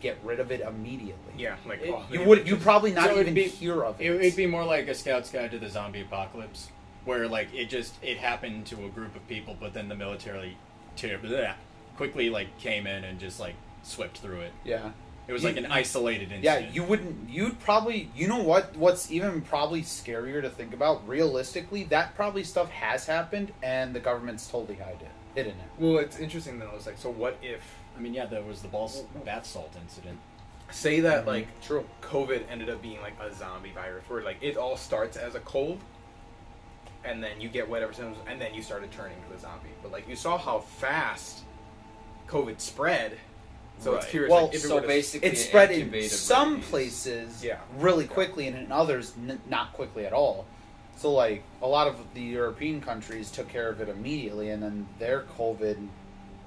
[SPEAKER 3] get rid of it immediately.
[SPEAKER 1] Yeah, like
[SPEAKER 2] It-
[SPEAKER 1] oh,
[SPEAKER 3] You would you probably not
[SPEAKER 2] So it'd
[SPEAKER 3] even
[SPEAKER 2] be-
[SPEAKER 3] hear of
[SPEAKER 2] It,
[SPEAKER 3] it.
[SPEAKER 2] it'd be more like a Scout's Guide to the Zombie Apocalypse, where like it just it happened to a group of people, but then the military ter- bleh, quickly like came in and just like swept through it.
[SPEAKER 3] yeah.
[SPEAKER 2] It was
[SPEAKER 3] You-
[SPEAKER 2] like an isolated incident.
[SPEAKER 3] Yeah, you wouldn't. You'd probably. You know what? What's even probably scarier to think about? Realistically, that probably stuff has happened, and the government's totally hide it, hidden it.
[SPEAKER 1] Well, it's interesting though. It's like, so what if
[SPEAKER 2] I mean, yeah, there was the ball
[SPEAKER 3] Oh,
[SPEAKER 2] bath salt incident.
[SPEAKER 1] say that like
[SPEAKER 3] True.
[SPEAKER 1] COVID ended up being like a zombie virus, where like it all starts as a cold, and then you get whatever symptoms, and then you started turning into a zombie. But like you saw how fast COVID spread, so it's
[SPEAKER 2] Right.
[SPEAKER 1] curious.
[SPEAKER 3] Well,
[SPEAKER 1] like, if it
[SPEAKER 7] so
[SPEAKER 1] would've-
[SPEAKER 7] basically,
[SPEAKER 3] It spread in
[SPEAKER 7] incubated
[SPEAKER 3] some
[SPEAKER 7] rabies.
[SPEAKER 3] places
[SPEAKER 1] Yeah.
[SPEAKER 3] really quickly, and in others n- not quickly at all. So, like a lot of the European countries took care of it immediately, and then their COVID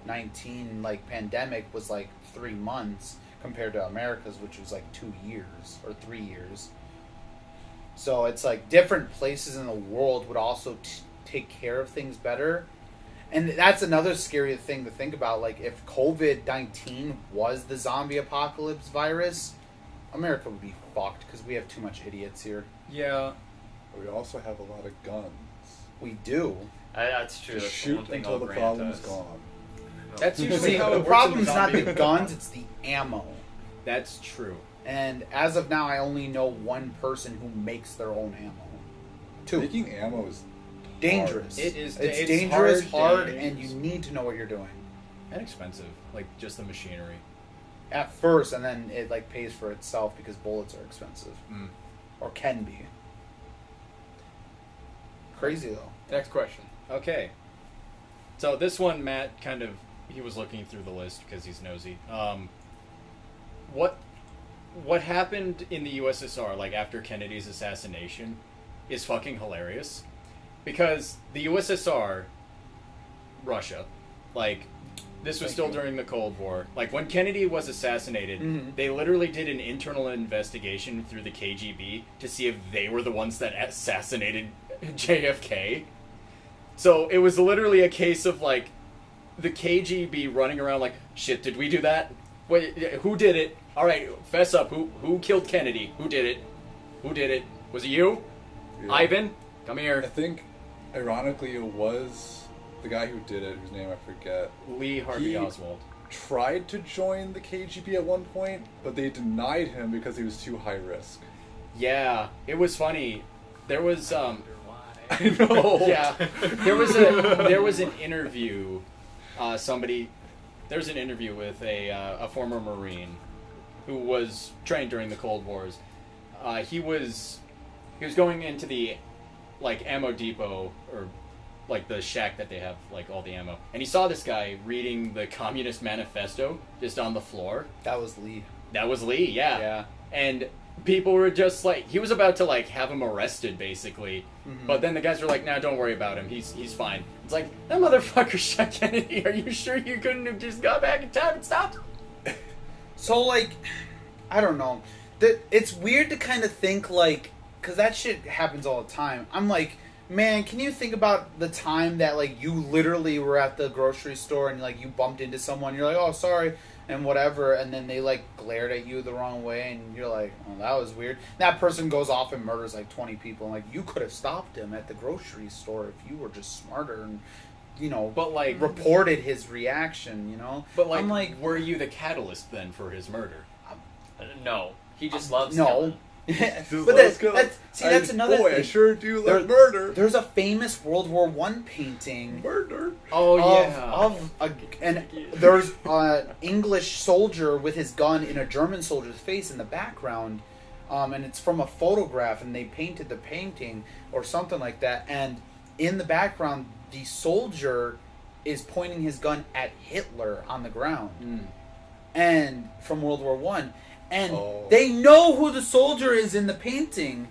[SPEAKER 3] nineteen like pandemic was like three months compared to America's, which was like two years or three years. So it's like different places in the world would also t- take care of things better. And that's another scary thing to think about. Like, if COVID 19 was the zombie apocalypse virus, America would be fucked because we have too much idiots here.
[SPEAKER 2] Yeah,
[SPEAKER 4] But we also have a lot of guns.
[SPEAKER 3] We do.
[SPEAKER 6] Uh, that's true.
[SPEAKER 4] Just
[SPEAKER 6] That's the one
[SPEAKER 4] shoot
[SPEAKER 6] thing
[SPEAKER 4] until
[SPEAKER 6] I'll
[SPEAKER 4] the
[SPEAKER 6] grant
[SPEAKER 4] problem's
[SPEAKER 6] us.
[SPEAKER 4] gone.
[SPEAKER 2] that's usually
[SPEAKER 3] See,
[SPEAKER 2] how it
[SPEAKER 3] the
[SPEAKER 2] works
[SPEAKER 3] problem's
[SPEAKER 2] in
[SPEAKER 3] not
[SPEAKER 2] zombie-
[SPEAKER 3] the guns, it's the ammo.
[SPEAKER 2] That's true.
[SPEAKER 3] And as of now, I only know one person who makes their own ammo. Two.
[SPEAKER 4] Making ammo is
[SPEAKER 3] dangerous.
[SPEAKER 2] It is-
[SPEAKER 3] It's,
[SPEAKER 2] it's
[SPEAKER 3] dangerous,
[SPEAKER 2] hard,
[SPEAKER 3] hard, and you
[SPEAKER 2] dangerous.
[SPEAKER 3] need to know what you're doing
[SPEAKER 2] And expensive, like just the machinery.
[SPEAKER 3] at first, and then it like pays for itself because bullets are expensive
[SPEAKER 2] Mm.
[SPEAKER 3] or can be. Crazy though.
[SPEAKER 1] Next question.
[SPEAKER 2] Okay. So this one, Matt kind of he was looking through the list because he's nosy. Um, what what happened in the USSR, like after Kennedy's assassination, is fucking hilarious because the USSR, Russia, like this was still during the Cold War. Like when Kennedy was assassinated,
[SPEAKER 3] Mhm.
[SPEAKER 2] they literally did an internal investigation through the KGB to see if they were the ones that assassinated JFK. So it was literally a case of like the KGB running around like, shit, did we do that? Wait, yeah, who did it? All right, fess up. Who who killed Kennedy? Who did it? Who did it? Was it you,
[SPEAKER 4] Yeah.
[SPEAKER 2] Ivan? Come
[SPEAKER 4] I
[SPEAKER 2] here,
[SPEAKER 4] think, ironically, it was the guy who did it, whose name I forget,
[SPEAKER 2] Lee Harvey
[SPEAKER 4] He-
[SPEAKER 2] Oswald.
[SPEAKER 4] tried to join the KGB at one point, but they denied him because he was too high risk.
[SPEAKER 2] Yeah, it was funny. There was um,
[SPEAKER 4] I know.
[SPEAKER 2] yeah, there was a there was an interview. Uh, somebody there was an interview with a uh, a former Marine who was trained during the Cold Wars. Uh, he was he was going into the like ammo depot or like the shack that they have like all the ammo. And he saw this guy reading the Communist Manifesto just on the floor.
[SPEAKER 3] That was Lee.
[SPEAKER 2] That was Lee, yeah.
[SPEAKER 3] Yeah.
[SPEAKER 2] And people were just like, he was about to like have him arrested basically,
[SPEAKER 3] Mm-hmm.
[SPEAKER 2] but then the guys were like, "Nah, don't worry about him. He's he's fine." It's like that motherfucker shot Kennedy. Are you sure you couldn't have just got back in time and stopped? him?"
[SPEAKER 3] So like, I don't know. That it's weird to kind of think like, because that shit happens all the time. I'm like, man, can you think about the time that like you literally were at the grocery store and like you bumped into someone, you're like, oh sorry, and whatever, and then they like glared at you the wrong way, and you're like, oh that was weird. That person goes off and murders like 20 people, and like you could have stopped him at the grocery store if you were just smarter and you know,
[SPEAKER 2] But like,
[SPEAKER 3] reported his reaction. You know,
[SPEAKER 2] but like,
[SPEAKER 3] I'm like,
[SPEAKER 2] were you the catalyst then for his murder?
[SPEAKER 6] Uh, No, he just loves
[SPEAKER 3] Um, no.
[SPEAKER 6] killing.
[SPEAKER 4] Just
[SPEAKER 3] but
[SPEAKER 4] let
[SPEAKER 3] that's,
[SPEAKER 4] us go.
[SPEAKER 3] that's see,
[SPEAKER 4] And
[SPEAKER 3] that's another
[SPEAKER 4] boy, I
[SPEAKER 3] thing.
[SPEAKER 4] sure do love
[SPEAKER 3] There-
[SPEAKER 4] murder.
[SPEAKER 3] There's a famous World War One painting
[SPEAKER 4] murder.
[SPEAKER 2] Oh
[SPEAKER 3] of, of a, and there's an English soldier with his gun in a German soldier's face in the background, um, and it's from a photograph, and they painted the painting or something like that. And in the background, the soldier is pointing his gun at Hitler on the ground
[SPEAKER 2] Mm.
[SPEAKER 3] and from World War One, and
[SPEAKER 4] Oh.
[SPEAKER 3] they know who the soldier is in the painting,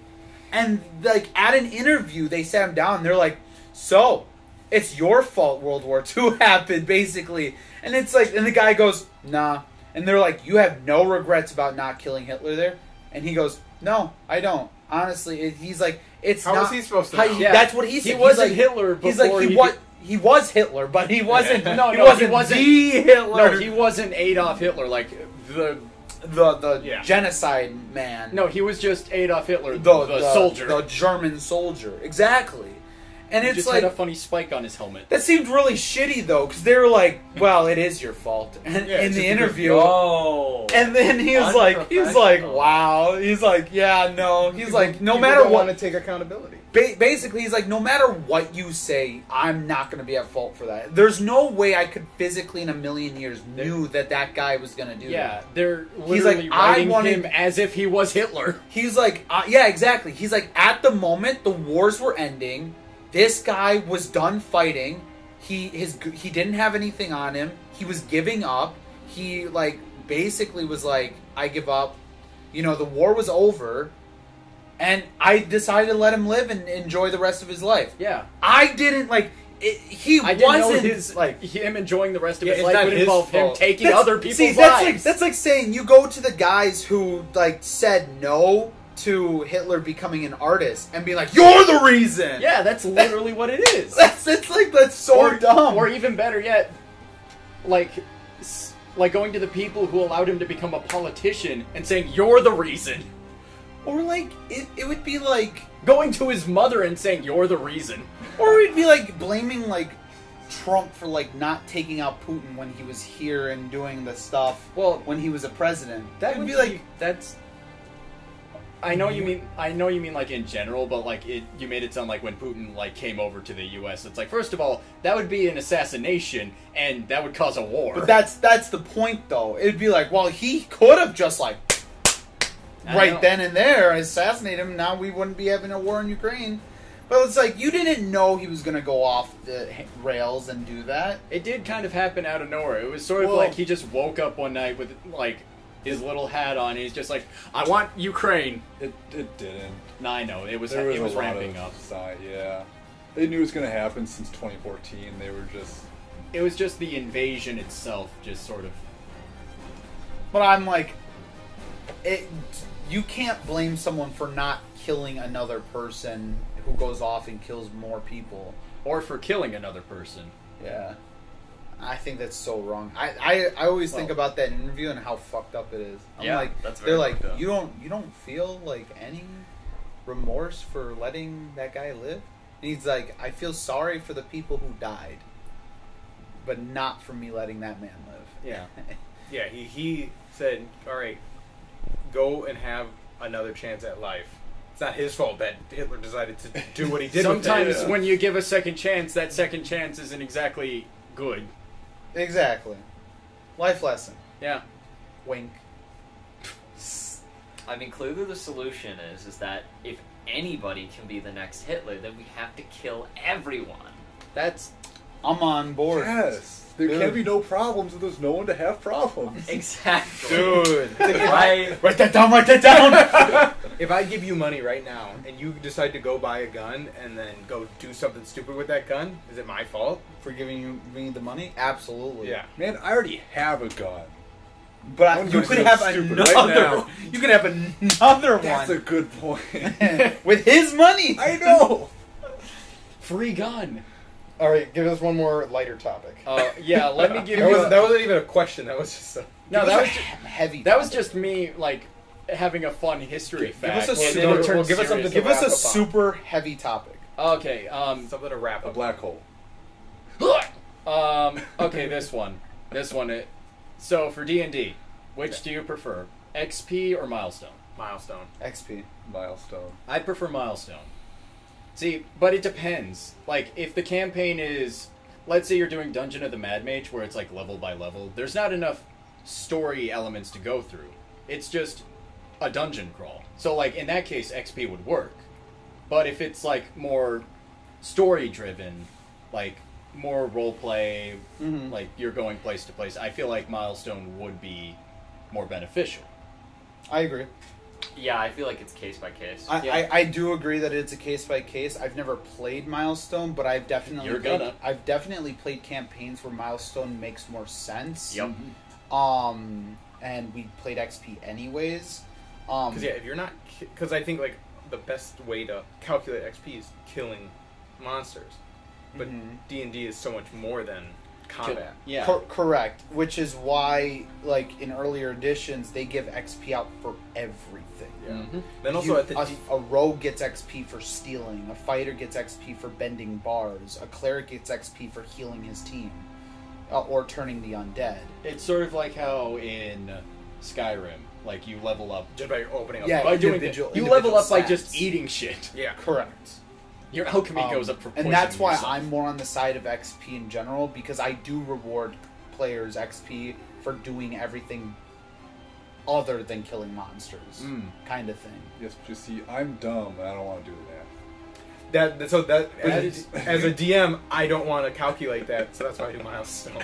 [SPEAKER 3] and like at an interview they sat him down. And they're like, "So, it's your fault World War Two happened, basically." And it's like, and the guy goes, "Nah," and they're like, "You have no regrets about not killing Hitler there," and he goes, "No, I don't." Honestly, it, he's like, "It's
[SPEAKER 1] How
[SPEAKER 3] not."
[SPEAKER 1] was he supposed to?
[SPEAKER 3] how-
[SPEAKER 1] know?
[SPEAKER 2] Yeah.
[SPEAKER 3] That's what he said.
[SPEAKER 2] he
[SPEAKER 3] He's
[SPEAKER 2] wasn't
[SPEAKER 3] like-
[SPEAKER 2] Hitler before
[SPEAKER 3] He's like, he,
[SPEAKER 2] he
[SPEAKER 3] was. He was Hitler, but he wasn't.
[SPEAKER 2] No,
[SPEAKER 3] he
[SPEAKER 2] no, he
[SPEAKER 3] wasn't,
[SPEAKER 2] wasn't-
[SPEAKER 3] the Hitler.
[SPEAKER 2] No, he wasn't Adolf Hitler. Like the
[SPEAKER 3] the the
[SPEAKER 2] Yeah.
[SPEAKER 3] genocide man.
[SPEAKER 2] no, he was just Adolf Hitler,
[SPEAKER 3] the,
[SPEAKER 2] the, soldier.
[SPEAKER 3] the German soldier. Exactly. And
[SPEAKER 2] He
[SPEAKER 3] it's
[SPEAKER 2] just
[SPEAKER 3] like
[SPEAKER 2] had a funny spike on his helmet.
[SPEAKER 3] that seemed really shitty though, because they were like, "Well, it is your fault." And,
[SPEAKER 4] Yeah,
[SPEAKER 3] in
[SPEAKER 4] it's
[SPEAKER 3] the
[SPEAKER 4] just because-
[SPEAKER 3] interview,
[SPEAKER 6] Oh,
[SPEAKER 3] and then he was like, he was like,
[SPEAKER 6] Unprofessional.
[SPEAKER 3] "Wow." He's like, "Yeah, no." He's
[SPEAKER 1] People-
[SPEAKER 3] like, "No
[SPEAKER 1] people
[SPEAKER 3] matter
[SPEAKER 1] don't
[SPEAKER 3] what."
[SPEAKER 1] want to take accountability.
[SPEAKER 3] Ba- basically, he's like, "No matter what you say, I'm not going to be at fault for that." There's no way I could physically in a million years knew that that guy was going to do that.
[SPEAKER 2] Yeah, they're literally
[SPEAKER 3] He's like, "I
[SPEAKER 2] writing
[SPEAKER 3] wanted-
[SPEAKER 2] him as if he was Hitler.
[SPEAKER 3] He's like, uh, yeah, exactly. He's like, at the moment the wars were ending, this guy was done fighting. He his he didn't have anything on him. He was giving up. He like basically was like, I give up. You know, the war was over, and I decided to let him live and enjoy the rest of his life.
[SPEAKER 2] Yeah,
[SPEAKER 3] I didn't like. It, he
[SPEAKER 2] I didn't know
[SPEAKER 3] wasn't
[SPEAKER 2] his
[SPEAKER 3] like
[SPEAKER 2] like him enjoying the rest of
[SPEAKER 1] Yeah,
[SPEAKER 2] his
[SPEAKER 1] it's
[SPEAKER 2] life
[SPEAKER 1] not
[SPEAKER 2] would
[SPEAKER 1] his
[SPEAKER 2] involve him
[SPEAKER 1] fault.
[SPEAKER 2] taking
[SPEAKER 3] That's-
[SPEAKER 2] other people's
[SPEAKER 3] see, that's like
[SPEAKER 2] lives.
[SPEAKER 3] that's like saying you go to the guys who like said no to Hitler becoming an artist and be like, "You're the reason."
[SPEAKER 2] yeah, that's literally what it is.
[SPEAKER 3] that's it's like that's so
[SPEAKER 2] or
[SPEAKER 3] dumb.
[SPEAKER 2] or even better yet, like s- like going to the people who allowed him to become a politician and saying you're the reason.
[SPEAKER 3] or like it, it would be like,
[SPEAKER 2] Going to his mother and saying you're the reason.
[SPEAKER 3] or it'd be like blaming like Trump for like not taking out Putin when he was here and doing the stuff.
[SPEAKER 2] Well,
[SPEAKER 3] when he was a president,
[SPEAKER 2] That
[SPEAKER 3] It'd
[SPEAKER 2] would
[SPEAKER 3] be like Mm-hmm.
[SPEAKER 2] that's. I know you mean I know you mean like in general, but like it you made it sound like when Putin like came over to the U.S. It's like first of all that would be an assassination and that would cause a war.
[SPEAKER 3] But that's that's the point, though. It'd be like, well, he could have just like
[SPEAKER 2] I
[SPEAKER 3] right
[SPEAKER 2] know.
[SPEAKER 3] then and there assassinated him. Now we wouldn't be having a war in Ukraine. But it's like you didn't know he was gonna go off the h- rails and do that.
[SPEAKER 2] it did kind of happen out of nowhere. It was sort of
[SPEAKER 4] Well-
[SPEAKER 2] like he just woke up one night with like his little hat on. and He's just like, I want Ukraine.
[SPEAKER 4] It, it didn't.
[SPEAKER 2] No, I know it was
[SPEAKER 4] There was,
[SPEAKER 2] it was
[SPEAKER 4] a lot
[SPEAKER 2] ramping
[SPEAKER 4] of
[SPEAKER 2] up.
[SPEAKER 4] side, yeah. They knew it was going to happen since 2014. They were just
[SPEAKER 2] It was just the invasion itself, just sort of.
[SPEAKER 3] But I'm like, it. You can't blame someone for not killing another person who goes off and kills more people.
[SPEAKER 2] Or for killing another person.
[SPEAKER 3] Yeah. I think that's so wrong. I, I, I always think
[SPEAKER 2] Well-
[SPEAKER 3] about that interview and how fucked up it is. I'm
[SPEAKER 6] Yeah,
[SPEAKER 3] like
[SPEAKER 6] that's
[SPEAKER 3] they're
[SPEAKER 6] very
[SPEAKER 3] like
[SPEAKER 6] fucked up.
[SPEAKER 3] you don't you don't feel like any remorse for letting that guy live? And he's like, I feel sorry for the people who died. But not for me letting that man live.
[SPEAKER 2] Yeah.
[SPEAKER 1] Yeah, he, he said, all right, go and have another chance at life. It's not his fault that Hitler decided to do what he did. with it.
[SPEAKER 2] Sometimes
[SPEAKER 4] yeah.
[SPEAKER 2] when you give a second chance, that second chance isn't exactly good.
[SPEAKER 3] exactly. Life lesson.
[SPEAKER 2] Yeah.
[SPEAKER 3] Wink.
[SPEAKER 6] I mean, clearly the solution is is that if anybody can be the next Hitler, then we have to kill everyone.
[SPEAKER 2] That's
[SPEAKER 3] I'm on board.
[SPEAKER 4] Yes. There
[SPEAKER 3] Dude.
[SPEAKER 4] can be no problems if there's no one to have problems.
[SPEAKER 6] Exactly.
[SPEAKER 1] Dude,
[SPEAKER 6] Right?
[SPEAKER 3] Write that down. Write that down.
[SPEAKER 1] if I give you money right now and you decide to go buy a gun and then go do something stupid with that gun, is it my fault?
[SPEAKER 3] For giving you me the money, absolutely.
[SPEAKER 1] Yeah.
[SPEAKER 4] Man, I already have a gun.
[SPEAKER 3] But I,
[SPEAKER 4] I'm
[SPEAKER 3] you
[SPEAKER 4] doing
[SPEAKER 3] could
[SPEAKER 4] something
[SPEAKER 3] have
[SPEAKER 4] stupid
[SPEAKER 3] another.
[SPEAKER 4] right now.
[SPEAKER 3] one. you could have another
[SPEAKER 4] That's a
[SPEAKER 3] one
[SPEAKER 4] good point.
[SPEAKER 3] with his money.
[SPEAKER 4] I know.
[SPEAKER 2] free gun.
[SPEAKER 1] All right, give us one more lighter topic.
[SPEAKER 2] Uh, yeah, let me give
[SPEAKER 1] that,
[SPEAKER 2] you.
[SPEAKER 1] wasn't,
[SPEAKER 2] a-
[SPEAKER 1] that wasn't even a question. That was just a,
[SPEAKER 2] no, that was
[SPEAKER 3] It's a
[SPEAKER 2] ju-
[SPEAKER 3] heavy.
[SPEAKER 2] that was just me like having a fun history
[SPEAKER 1] give
[SPEAKER 2] fact.
[SPEAKER 1] us a
[SPEAKER 2] and
[SPEAKER 1] super-
[SPEAKER 2] then it turned
[SPEAKER 1] well, give
[SPEAKER 2] serious.
[SPEAKER 1] us something-
[SPEAKER 3] give us a
[SPEAKER 1] Wrap up.
[SPEAKER 3] super heavy topic.
[SPEAKER 2] Okay. Um.
[SPEAKER 1] something to wrap
[SPEAKER 4] A
[SPEAKER 1] up.
[SPEAKER 4] black hole.
[SPEAKER 2] Um. Okay. This one. This one. It, so for D and D, which do you prefer, XP or milestone?
[SPEAKER 1] milestone.
[SPEAKER 3] XP.
[SPEAKER 4] Milestone.
[SPEAKER 2] I prefer milestone. See, but it depends. Like, if the campaign is, let's say you're doing Dungeon of the Mad Mage, where it's like level by level, there's not enough story elements to go through. It's just a dungeon crawl. So, like, in that case, XP would work. But if it's like more story driven, like more role play,
[SPEAKER 4] Mm-hmm.
[SPEAKER 3] Mhm.
[SPEAKER 2] like you're going place to place, I feel like milestone would be more beneficial.
[SPEAKER 3] I agree.
[SPEAKER 6] Yeah, I feel like it's case by case.
[SPEAKER 3] I,
[SPEAKER 2] Yeah.
[SPEAKER 3] I, I do agree that it's a case by case. I've never played Milestone, but I've definitely
[SPEAKER 2] You're
[SPEAKER 3] played,
[SPEAKER 2] gonna.
[SPEAKER 3] I've definitely played campaigns where Milestone makes more sense.
[SPEAKER 6] Yep.
[SPEAKER 3] Um, and we played XP anyways. Um,
[SPEAKER 1] Because yeah, if you're not, because I think like the best way to calculate XP is killing monsters, but
[SPEAKER 3] Mhm.
[SPEAKER 1] D and D is so much more than combat.
[SPEAKER 2] Yeah.
[SPEAKER 3] cor- correct. Which is why, like in earlier editions, they give XP out for everything.
[SPEAKER 1] Yeah.
[SPEAKER 2] Mhm.
[SPEAKER 1] Then also
[SPEAKER 3] You-
[SPEAKER 1] at the
[SPEAKER 3] a,
[SPEAKER 1] D-
[SPEAKER 3] a rogue gets XP for stealing, a fighter gets XP for bending bars, a cleric gets XP for healing his team, uh, or turning the undead.
[SPEAKER 2] It's sort of like how in Skyrim, like you level up
[SPEAKER 1] just by opening up.
[SPEAKER 3] Yeah.
[SPEAKER 2] by doing that.
[SPEAKER 3] individual-
[SPEAKER 2] You level
[SPEAKER 3] individual
[SPEAKER 2] up by
[SPEAKER 3] stats.
[SPEAKER 2] just eating shit.
[SPEAKER 1] Yeah.
[SPEAKER 3] Correct.
[SPEAKER 2] Your alchemy goes up for.
[SPEAKER 3] Um, and that's
[SPEAKER 2] poisoning
[SPEAKER 3] why
[SPEAKER 2] yourself.
[SPEAKER 3] I'm more on the side of XP in general because I do reward players XP for doing everything other than killing monsters,
[SPEAKER 2] Mm.
[SPEAKER 3] kind of thing.
[SPEAKER 4] Yes, but you see, I'm dumb and I don't want to do that.
[SPEAKER 1] That that- so that
[SPEAKER 2] That
[SPEAKER 1] as,
[SPEAKER 2] is-
[SPEAKER 1] as a DM, I don't want to calculate that, so that's why I do milestone.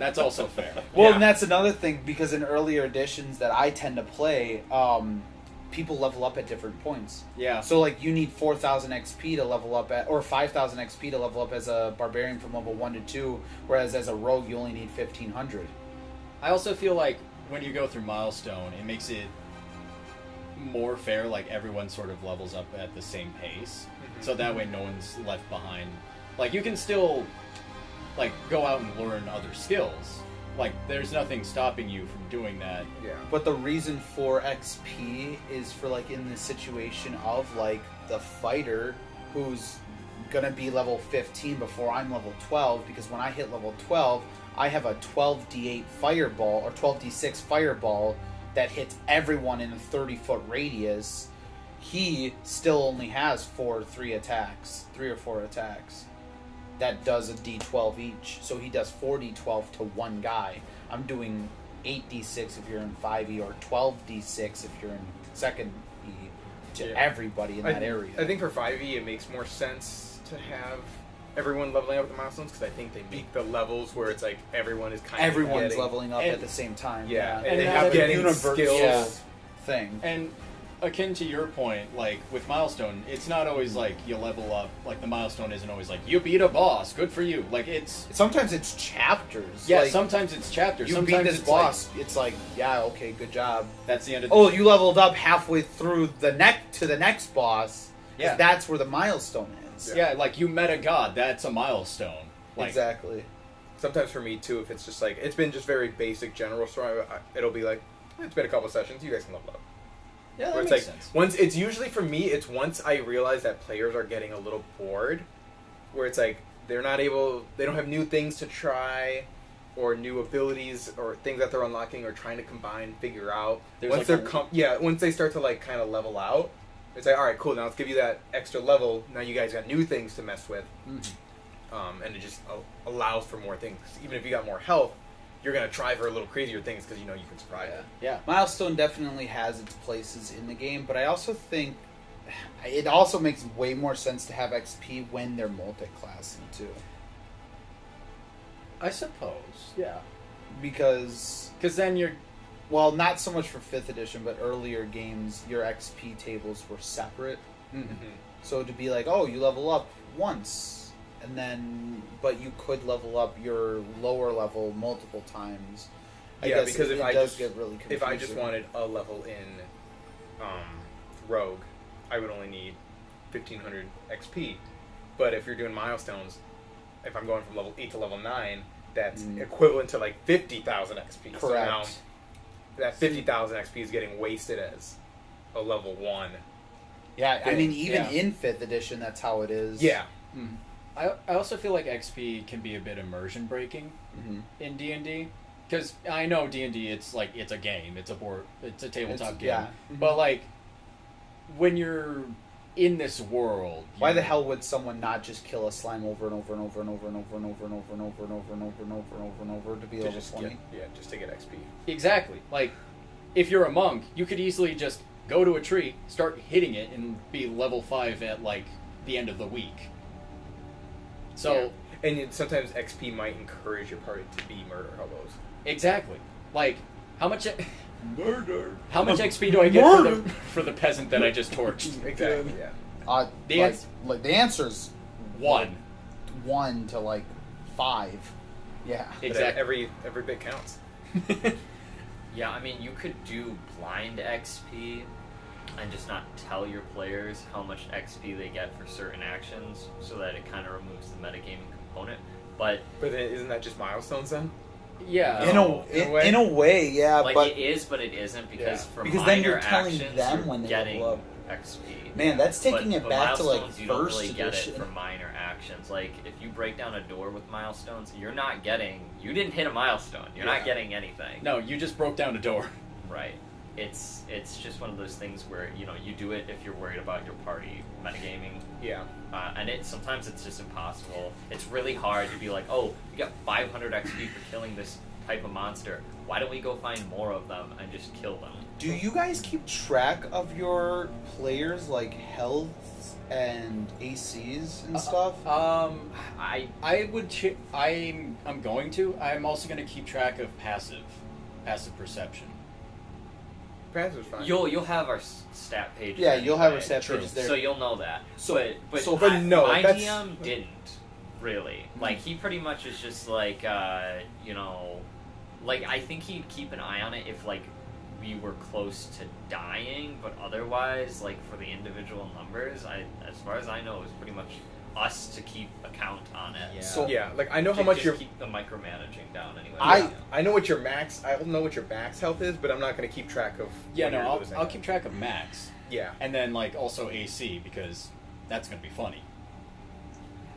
[SPEAKER 2] That's also fair.
[SPEAKER 3] Well,
[SPEAKER 1] Yeah.
[SPEAKER 3] and that's another thing because in earlier editions that I tend to play, um, people level up at different points.
[SPEAKER 2] Yeah.
[SPEAKER 3] So like you need 4000 XP to level up at or 5000 XP to level up as a barbarian from level 1 to 2 whereas as a rogue you only need 1500.
[SPEAKER 2] I also feel like when you go through milestone, it makes it more fair. Like everyone sort of levels up at the same pace,
[SPEAKER 3] Mm-hmm.
[SPEAKER 2] so that way no one's left behind. Like you can still, like go out and learn other skills. Like there's nothing stopping you from doing that.
[SPEAKER 1] Yeah.
[SPEAKER 3] But the reason for XP is for like in the situation of like the fighter who's gonna be level 15 before I'm level 12 because when I hit level 12 I have a 12d8 fireball or 12d6 fireball that hits everyone in a 30 foot radius. He still only has four, three attacks, three or four attacks that does a d12 each. So he does 4d12 to one guy. I'm doing 8d6 if you're in 5e or 12d6 if you're in 2nd E to
[SPEAKER 1] Yeah.
[SPEAKER 3] everybody in
[SPEAKER 1] I,
[SPEAKER 3] that area.
[SPEAKER 1] I think for five E, it makes more sense to have everyone leveling up the milestones because I think they make the levels where it's like everyone is kind
[SPEAKER 3] everyone's
[SPEAKER 1] of getting,
[SPEAKER 3] leveling up at
[SPEAKER 2] and-
[SPEAKER 3] the same time.
[SPEAKER 1] Yeah, and,
[SPEAKER 2] And
[SPEAKER 1] they
[SPEAKER 2] not
[SPEAKER 1] have
[SPEAKER 2] every
[SPEAKER 1] getting
[SPEAKER 3] universe-
[SPEAKER 1] skills.
[SPEAKER 2] Yeah.
[SPEAKER 3] thing.
[SPEAKER 2] And akin to your point, like with milestone, it's not always like you level up. Like the milestone isn't always like you beat a boss, good for you. Like it's
[SPEAKER 3] Sometimes it's chapters.
[SPEAKER 2] yeah.
[SPEAKER 3] like,
[SPEAKER 2] sometimes it's chapters.
[SPEAKER 3] you
[SPEAKER 2] sometimes
[SPEAKER 3] beat this
[SPEAKER 2] it's
[SPEAKER 3] boss, it's like, yeah, okay, good job.
[SPEAKER 2] like, that's the end of. The,
[SPEAKER 3] Oh, you leveled up halfway through the neck to the next boss. 'cause
[SPEAKER 2] Yeah.
[SPEAKER 3] That's where the milestone is.
[SPEAKER 2] yeah. Like you met a god. That's a milestone. Like
[SPEAKER 3] exactly.
[SPEAKER 1] Sometimes for me too, if it's just like it's been just very basic general, so I, I- it'll be like it's been a couple sessions. You guys can level up.
[SPEAKER 2] yeah, that
[SPEAKER 1] Where it's
[SPEAKER 2] makes
[SPEAKER 1] like
[SPEAKER 2] sense.
[SPEAKER 1] once it's usually for me, it's once I realize that players are getting a little bored, where it's like they're not able, they don't have new things to try, or new abilities or things that they're unlocking or trying to combine, figure out.
[SPEAKER 2] There's
[SPEAKER 1] once
[SPEAKER 2] like
[SPEAKER 1] they're
[SPEAKER 2] a-
[SPEAKER 1] com- yeah, once they start to like kind of level out, it's like all right, cool. Now let's give you that extra level. Now you guys got new things to mess with,
[SPEAKER 2] Mm-hmm.
[SPEAKER 1] um, and it just a- allows for more things. Even if you got more health, you're gonna try for a little crazier things because you know you can survive.
[SPEAKER 2] Yeah.
[SPEAKER 3] Milestone definitely has its places in the game, but I also think it also makes way more sense to have XP when they're multi-classing too,
[SPEAKER 2] I suppose. Yeah.
[SPEAKER 3] because
[SPEAKER 2] Because then you're.
[SPEAKER 3] well, not so much for fifth edition, but earlier games, your XP tables were separate.
[SPEAKER 1] Mm-hmm.
[SPEAKER 3] So to be like, oh, you level up once, and then, but you could level up your lower level multiple times.
[SPEAKER 1] Yeah, because
[SPEAKER 3] it,
[SPEAKER 1] if
[SPEAKER 3] it
[SPEAKER 1] I
[SPEAKER 3] does
[SPEAKER 1] just-
[SPEAKER 3] get really
[SPEAKER 1] If I just
[SPEAKER 3] confusing.
[SPEAKER 1] wanted a level in um, Rogue, I would only need 1500 XP. But if you're doing milestones, if I'm going from level 8 to level 9, that's
[SPEAKER 3] Mm.
[SPEAKER 1] equivalent to like 50,000 XP. So
[SPEAKER 3] correct,
[SPEAKER 1] now that 50,000 XP is getting wasted as a level 1.
[SPEAKER 3] yeah, I mean, even
[SPEAKER 2] Yeah.
[SPEAKER 3] in fifth edition, that's how it is.
[SPEAKER 1] Yeah.
[SPEAKER 2] I, I also feel like XP can be a bit immersion breaking
[SPEAKER 3] Mhm.
[SPEAKER 2] in D and D. Because I know D and D, it's like it's a game, it's a board, it's a tabletop
[SPEAKER 3] It's-
[SPEAKER 2] game.
[SPEAKER 3] yeah. Mm-hmm.
[SPEAKER 2] But like, when you're in this world,
[SPEAKER 3] Why the
[SPEAKER 2] you-
[SPEAKER 3] hell would someone not just kill a slime over and over and over and over and over and over and over and over and over and over and over and over and over to be
[SPEAKER 1] To
[SPEAKER 3] level
[SPEAKER 1] just get,
[SPEAKER 3] twenty?
[SPEAKER 1] yeah, just to get XP.
[SPEAKER 2] Exactly. Like, if you're a monk, you could easily just go to a tree, start hitting it, and be level five at like the end of the week. So
[SPEAKER 1] And it, sometimes XP might encourage your party to be murder hobos.
[SPEAKER 2] exactly, like how much e-,
[SPEAKER 4] Murder.
[SPEAKER 2] how much XP do I get for the, for the peasant that I just torched?
[SPEAKER 1] Exactly, yeah.
[SPEAKER 3] Uh,
[SPEAKER 2] The
[SPEAKER 3] like,
[SPEAKER 2] ans-
[SPEAKER 3] like, the answer's
[SPEAKER 2] One.
[SPEAKER 3] one to like five. Yeah.
[SPEAKER 1] But
[SPEAKER 2] Exactly.
[SPEAKER 1] Every, every bit counts.
[SPEAKER 6] Yeah, I mean, you could do blind XP and just not tell your players how much XP they get for certain actions so that it kind of removes the metagaming component. But,
[SPEAKER 1] But then isn't that just milestones then?
[SPEAKER 2] yeah.
[SPEAKER 3] in
[SPEAKER 6] No,
[SPEAKER 3] a in, in a way, yeah,
[SPEAKER 6] like,
[SPEAKER 3] Uh, but
[SPEAKER 6] it is, but it isn't because
[SPEAKER 1] Yeah.
[SPEAKER 6] for
[SPEAKER 3] Because
[SPEAKER 6] minor
[SPEAKER 3] then you're telling
[SPEAKER 6] actions,
[SPEAKER 3] them
[SPEAKER 6] you're
[SPEAKER 3] when they
[SPEAKER 6] getting
[SPEAKER 3] level
[SPEAKER 6] XP.
[SPEAKER 3] man, that's
[SPEAKER 6] But-
[SPEAKER 3] taking it
[SPEAKER 6] but
[SPEAKER 3] back to like
[SPEAKER 6] milestones,
[SPEAKER 3] first
[SPEAKER 6] you don't really get
[SPEAKER 3] edition.
[SPEAKER 6] it for minor actions. Like if you break down a door with milestones, you're not getting. You didn't hit a milestone. You're
[SPEAKER 1] Yeah.
[SPEAKER 6] not getting anything.
[SPEAKER 2] No, you just broke down a door.
[SPEAKER 6] Right. It's it's just one of those things where you know you do it if you're worried about your party metagaming,
[SPEAKER 1] Yeah.
[SPEAKER 6] uh, and it sometimes it's just impossible. It's really hard to be like, oh, we got 500 XP for killing this type of monster. Why don't we go find more of them and just kill them?
[SPEAKER 3] Do you guys keep track of your players like healths and ACs and
[SPEAKER 2] Uh,
[SPEAKER 3] stuff?
[SPEAKER 2] Um,
[SPEAKER 6] I
[SPEAKER 2] I would. Ch- I'm. I'm going to. I'm also going to keep track of passive, passive perception.
[SPEAKER 1] Perhaps it's fine.
[SPEAKER 6] you'll you'll have our s- stat page.
[SPEAKER 3] yeah, you'll have our
[SPEAKER 6] anyway.
[SPEAKER 3] stat
[SPEAKER 2] True.
[SPEAKER 3] pages there.
[SPEAKER 6] So you'll know that.
[SPEAKER 3] So-
[SPEAKER 6] but but,
[SPEAKER 3] so-
[SPEAKER 1] but
[SPEAKER 6] I-
[SPEAKER 1] no,
[SPEAKER 6] my
[SPEAKER 1] that's-
[SPEAKER 6] DM didn't really.
[SPEAKER 3] Mm-hmm.
[SPEAKER 6] Like he pretty much is just like uh, you know, like I think he'd keep an eye on it if like we were close to dying, but otherwise, like for the individual numbers, I as far as I know, it was pretty much us to keep account on it.
[SPEAKER 2] Yeah.
[SPEAKER 3] So-
[SPEAKER 1] yeah, like I know
[SPEAKER 6] Ju-
[SPEAKER 1] how much
[SPEAKER 6] just
[SPEAKER 1] your
[SPEAKER 6] keep the micromanaging down anyway.
[SPEAKER 3] I-
[SPEAKER 1] I know what your max. I don't know what your max health is, but I'm not going to keep track of.
[SPEAKER 2] Yeah,
[SPEAKER 1] when
[SPEAKER 2] no,
[SPEAKER 1] you're
[SPEAKER 2] I'll,
[SPEAKER 1] losing.
[SPEAKER 2] I'll keep track of max,
[SPEAKER 1] Yeah,
[SPEAKER 2] and then like also AC because that's gonna be funny.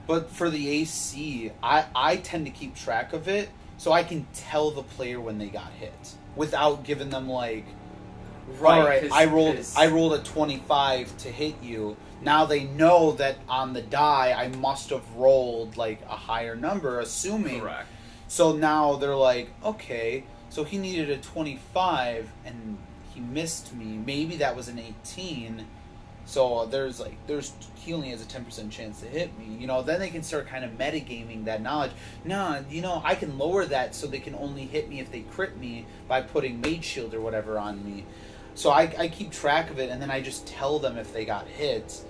[SPEAKER 3] But for the AC, I, I tend to keep track of it so I can tell the player when they got hit without giving them like,
[SPEAKER 6] Right,
[SPEAKER 3] all right,
[SPEAKER 6] 'cause-
[SPEAKER 3] I rolled
[SPEAKER 6] 'cause-
[SPEAKER 3] I rolled a twenty five to hit you. Now they know that on the die I must have rolled like a higher number, assuming.
[SPEAKER 6] correct.
[SPEAKER 3] So now they're like, okay, so he needed a 25 and he missed me. Maybe that was an 18. So there's like, there's, he only has a 10% chance to hit me. You know, then they can start kind of metagaming that knowledge. Nah, you know, I can lower that so they can only hit me if they crit me by putting Mage Shield or whatever on me. So I, I keep track of it and then I just tell them if they got hit.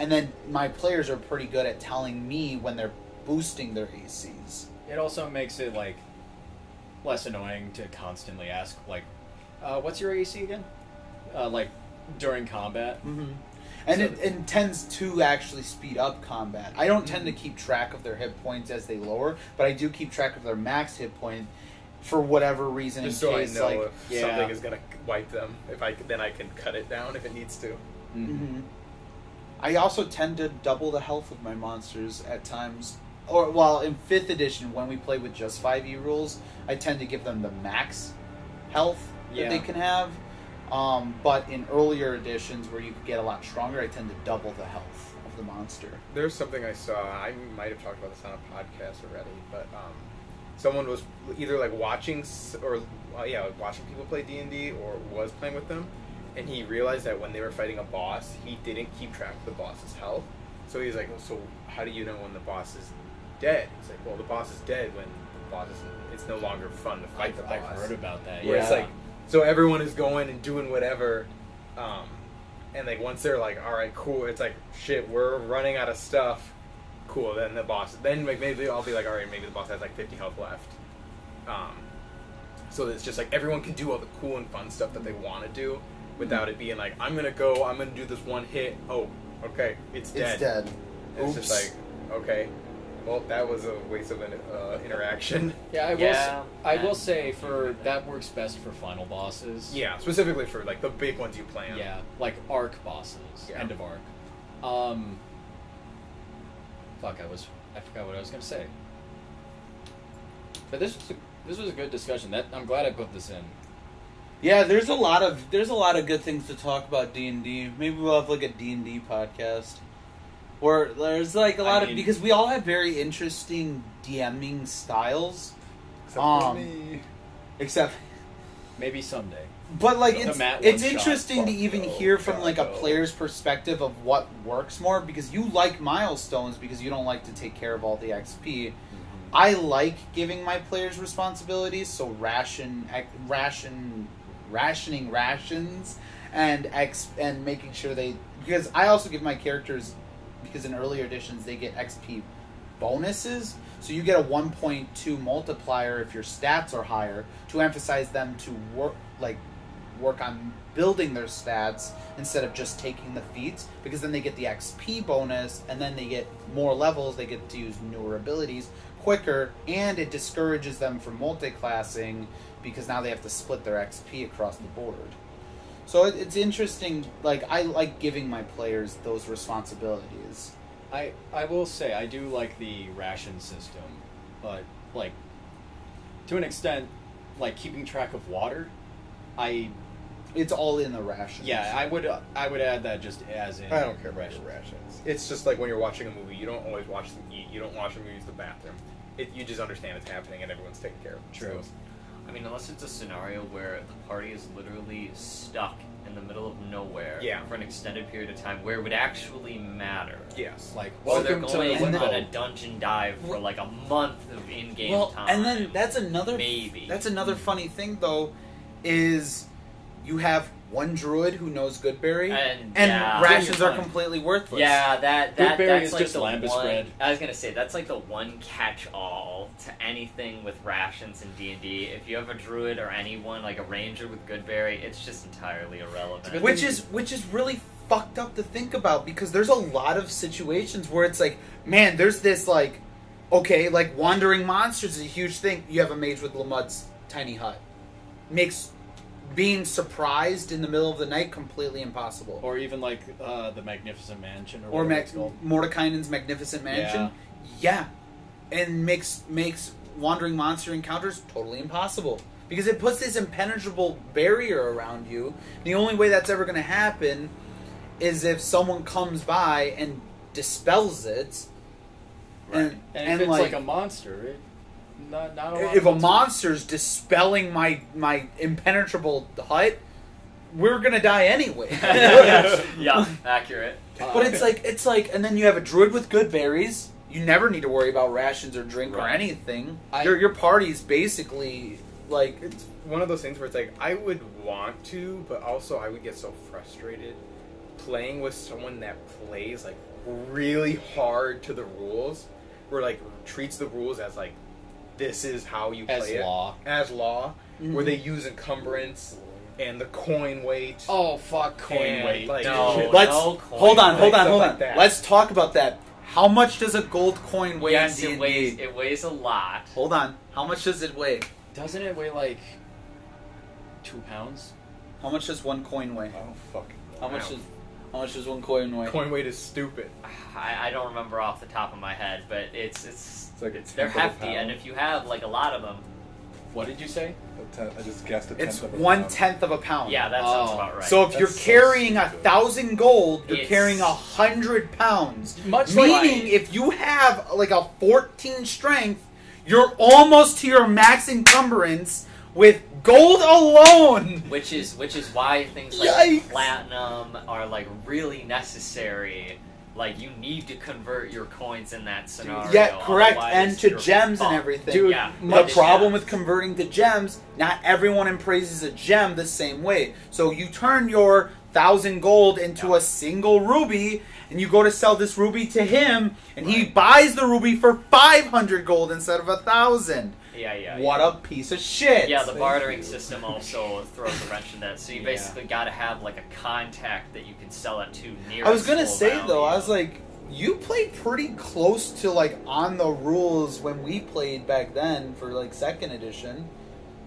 [SPEAKER 3] And then my players are pretty good at telling me when they're boosting their ACs.
[SPEAKER 2] It also makes it like less annoying to constantly ask like, uh, "What's your AC again?" Uh, like during combat.
[SPEAKER 1] Mm-hmm.
[SPEAKER 3] hmm And
[SPEAKER 2] So-
[SPEAKER 3] it, it tends to actually speed up combat. I don't tend to
[SPEAKER 1] Mm-hmm.
[SPEAKER 3] keep track of their hit points as they lower, but I do keep track of their max hit point for whatever reason.
[SPEAKER 1] just
[SPEAKER 3] in
[SPEAKER 1] so I
[SPEAKER 3] case,
[SPEAKER 1] know
[SPEAKER 3] like,
[SPEAKER 1] if
[SPEAKER 2] yeah.
[SPEAKER 1] something is going to wipe them. If I c- then I can cut it down if it needs to.
[SPEAKER 2] Mm-hmm.
[SPEAKER 3] Mhm. I also tend to double the health of my monsters at times. Or well, in fifth edition, when we play with just five E rules, I tend to give them the max health
[SPEAKER 2] Yeah.
[SPEAKER 3] that they can have. Um, but in earlier editions, where you could get a lot stronger, I tend to double the health of the monster.
[SPEAKER 1] There's something I saw. I might have talked about this on a podcast already, but um, someone was either like watching s- or uh, yeah, like watching people play D and D or was playing with them, and he realized that when they were fighting a boss, he didn't keep track of the boss's health. So he's like, so how do you know when the boss is dead? He's like, well, the boss is dead when the boss is. It's no longer fun to fight
[SPEAKER 2] I've,
[SPEAKER 1] the boss.
[SPEAKER 2] I've heard about that.
[SPEAKER 1] Where
[SPEAKER 2] Yeah.
[SPEAKER 1] it's like, so everyone is going and doing whatever, um, and like once they're like, all right, cool. It's like, shit, we're running out of stuff. Cool. Then the boss. Then like maybe I'll be like, all right, maybe the boss has like fifty health left. Um, so it's just like everyone can do all the cool and fun stuff that they want to do, without it being like, I'm gonna go, I'm gonna do this one hit. Oh, okay, it's
[SPEAKER 3] It's
[SPEAKER 1] dead.
[SPEAKER 3] dead.
[SPEAKER 1] It's just like, okay, well, that was a waste of an uh, interaction.
[SPEAKER 2] yeah, I will.
[SPEAKER 6] Yeah,
[SPEAKER 2] s- I will
[SPEAKER 6] and-
[SPEAKER 2] say for that works best for final bosses.
[SPEAKER 1] Yeah, specifically for like the big ones you plan.
[SPEAKER 2] Yeah, like arc bosses.
[SPEAKER 1] Yeah.
[SPEAKER 2] End of arc. Um. Fuck, I was. I forgot what I was gonna say. But this was a, this was a good discussion. That I'm glad I put this in.
[SPEAKER 3] Yeah, there's a lot of there's a lot of good things to talk about D and D. Maybe we'll have like a D and D podcast, where there's like a
[SPEAKER 2] I
[SPEAKER 3] lot
[SPEAKER 2] mean-
[SPEAKER 3] of because we all have very interesting DMing styles.
[SPEAKER 4] Except
[SPEAKER 3] Um,
[SPEAKER 4] for me.
[SPEAKER 3] Except,
[SPEAKER 2] Maybe someday.
[SPEAKER 3] but like
[SPEAKER 2] The
[SPEAKER 3] it's
[SPEAKER 2] Matt
[SPEAKER 3] it's
[SPEAKER 2] one shot.
[SPEAKER 3] interesting to
[SPEAKER 4] Fuck
[SPEAKER 3] even
[SPEAKER 4] no,
[SPEAKER 3] hear from
[SPEAKER 4] God,
[SPEAKER 3] like a
[SPEAKER 4] no.
[SPEAKER 3] player's perspective of what works more because you like milestones because you don't like to take care of all the
[SPEAKER 2] Mm-hmm.
[SPEAKER 3] XP. I like giving my players responsibilities, so ration, ac- ration, rationing rations, and X and making sure they because I also give my characters because in earlier editions they get XP bonuses, so you get a one point two multiplier if your stats are higher to emphasize them to work like work on building their stats instead of just taking the feats because then they get the XP bonus and then they get more levels, they get to use newer abilities quicker, and it discourages them from multiclassing because now they have to split their XP across the board. So it, it's interesting. Like I like giving my players those responsibilities.
[SPEAKER 2] I I will say I do like the ration system, but like to an extent, like keeping track of water. I
[SPEAKER 3] It's all in the rations.
[SPEAKER 2] yeah I would I would add that just as in
[SPEAKER 1] I don't care about
[SPEAKER 2] ration.
[SPEAKER 1] your rations. It's just like when you're watching a movie, you don't always watch them eat. You don't watch them use the bathroom. It, you just understand it's happening and everyone's taking care of it.
[SPEAKER 2] True.
[SPEAKER 6] I mean, unless it's a scenario where the party is literally stuck in the middle of nowhere
[SPEAKER 1] Yeah.
[SPEAKER 6] for an extended period of time where it would actually matter.
[SPEAKER 1] Yes.
[SPEAKER 2] Like
[SPEAKER 6] Or they're
[SPEAKER 2] welcome to
[SPEAKER 6] going
[SPEAKER 2] the
[SPEAKER 3] And then-
[SPEAKER 6] on a
[SPEAKER 2] limbo.
[SPEAKER 6] dungeon dive for like a month of in-game
[SPEAKER 3] well,
[SPEAKER 6] time.
[SPEAKER 3] and then that's another
[SPEAKER 6] maybe.
[SPEAKER 3] That's another funny thing though, is you have one druid who knows Goodberry,
[SPEAKER 6] and,
[SPEAKER 3] and
[SPEAKER 6] Uh, yeah.
[SPEAKER 3] rations are
[SPEAKER 2] Fine.
[SPEAKER 3] completely worthless.
[SPEAKER 6] Yeah, that that
[SPEAKER 2] Blueberry
[SPEAKER 6] that's
[SPEAKER 2] is
[SPEAKER 6] like
[SPEAKER 2] just
[SPEAKER 6] the
[SPEAKER 2] lambus
[SPEAKER 6] one.
[SPEAKER 2] bread.
[SPEAKER 6] I was gonna say that's like the one catch-all to anything with rations in D and D. If you have a druid or anyone like a ranger with Goodberry, it's just entirely irrelevant.
[SPEAKER 3] which is which is really fucked up to think about because there's a lot of situations where it's like man there's this like okay like wandering monsters is a huge thing you have a mage with lamud's tiny hut makes being surprised in the middle of the night completely impossible
[SPEAKER 2] or even like uh, the Magnificent Mansion or,
[SPEAKER 3] or
[SPEAKER 2] whatever
[SPEAKER 3] Ma-
[SPEAKER 2] it's called.
[SPEAKER 3] Mordekainen's magnificent mansion. Yeah. and makes makes wandering monster encounters totally impossible because it puts this impenetrable barrier around you. The only way that's ever going to happen is if someone comes by and dispels it. And,
[SPEAKER 2] And,
[SPEAKER 3] and,
[SPEAKER 2] if it's like,
[SPEAKER 3] like,
[SPEAKER 2] a monster, it, not not a lot
[SPEAKER 3] if
[SPEAKER 2] of
[SPEAKER 3] a
[SPEAKER 2] it's-
[SPEAKER 3] monster's dispelling my my impenetrable hut, we're gonna die anyway.
[SPEAKER 6] yeah, accurate.
[SPEAKER 2] uh,
[SPEAKER 3] But it's like it's like, and then you have a druid with good berries. You never need to worry about rations or drink or
[SPEAKER 6] Right.
[SPEAKER 3] anything.
[SPEAKER 2] I-
[SPEAKER 3] your your party's basically like
[SPEAKER 1] It's one of those things where it's like I would want to, but also I would get so frustrated playing with someone that plays like really hard to the rules, or like treats the rules as like this is how you
[SPEAKER 2] as
[SPEAKER 1] play it
[SPEAKER 2] law. Mm-hmm.
[SPEAKER 1] as law, where
[SPEAKER 4] mm-hmm.
[SPEAKER 3] Mhm.
[SPEAKER 1] they use encumbrance and the coin weight.
[SPEAKER 2] Oh fuck, coin
[SPEAKER 1] and,
[SPEAKER 2] weight.
[SPEAKER 1] like,
[SPEAKER 6] No,
[SPEAKER 3] Let's-
[SPEAKER 6] no coin.
[SPEAKER 3] hold on, hold
[SPEAKER 1] like
[SPEAKER 3] on, hold
[SPEAKER 1] stuff
[SPEAKER 3] on.
[SPEAKER 1] like that.
[SPEAKER 3] Let's talk about that. How much does a gold coin weigh?
[SPEAKER 6] Yes,
[SPEAKER 3] in
[SPEAKER 6] it
[SPEAKER 3] D&D?
[SPEAKER 6] weighs it weighs a lot.
[SPEAKER 3] Hold on. How much does it weigh?
[SPEAKER 2] Doesn't it weigh like two pounds?
[SPEAKER 3] How much does one coin weigh?
[SPEAKER 4] I don't fucking know.
[SPEAKER 3] How much does how much does one coin weigh?
[SPEAKER 1] Coin weight is stupid.
[SPEAKER 6] I, I don't remember off the top of my head, but it's it's,
[SPEAKER 4] It's like a
[SPEAKER 6] they're
[SPEAKER 4] tenth of a
[SPEAKER 6] hefty, and
[SPEAKER 4] pound.
[SPEAKER 6] if you have like a lot of them,
[SPEAKER 2] What did you say?
[SPEAKER 4] A ten- I just guessed a tenth
[SPEAKER 3] It's
[SPEAKER 4] of a
[SPEAKER 3] one
[SPEAKER 4] pound.
[SPEAKER 3] tenth of a pound.
[SPEAKER 6] yeah, that sounds
[SPEAKER 2] Oh.
[SPEAKER 6] about right.
[SPEAKER 3] So if
[SPEAKER 4] That's
[SPEAKER 3] you're
[SPEAKER 4] so
[SPEAKER 3] carrying a
[SPEAKER 4] stupid.
[SPEAKER 3] thousand gold, you're
[SPEAKER 6] It's-
[SPEAKER 3] carrying a hundred pounds.
[SPEAKER 2] Much
[SPEAKER 3] Meaning,
[SPEAKER 2] like
[SPEAKER 3] if you have like a 14 strength, you're almost to your max encumbrance with gold alone.
[SPEAKER 6] which is which is why things like
[SPEAKER 3] Yikes.
[SPEAKER 6] platinum are like really necessary. Like you need to convert your coins in that scenario.
[SPEAKER 3] Yeah, correct.
[SPEAKER 6] otherwise
[SPEAKER 3] And to
[SPEAKER 6] you're
[SPEAKER 3] gems and
[SPEAKER 6] fucked.
[SPEAKER 3] everything.
[SPEAKER 2] Dude,
[SPEAKER 6] Yeah,
[SPEAKER 3] The
[SPEAKER 6] yeah.
[SPEAKER 3] problem with converting to gems, not everyone appraises a gem the same way. So you turn your thousand gold into a single ruby, and you go to sell this ruby to him, and he buys the ruby for five hundred gold instead of a thousand.
[SPEAKER 6] yeah, yeah,
[SPEAKER 3] What a piece of shit!
[SPEAKER 6] Yeah, the bartering
[SPEAKER 4] you.
[SPEAKER 6] system also throws a wrench in that. So you
[SPEAKER 2] Yeah.
[SPEAKER 6] basically got to have like a contact that you can sell it to near.
[SPEAKER 3] I was gonna
[SPEAKER 6] full
[SPEAKER 3] say
[SPEAKER 6] value.
[SPEAKER 3] though, I was like, you played pretty close to like on the rules when we played back then for like second edition.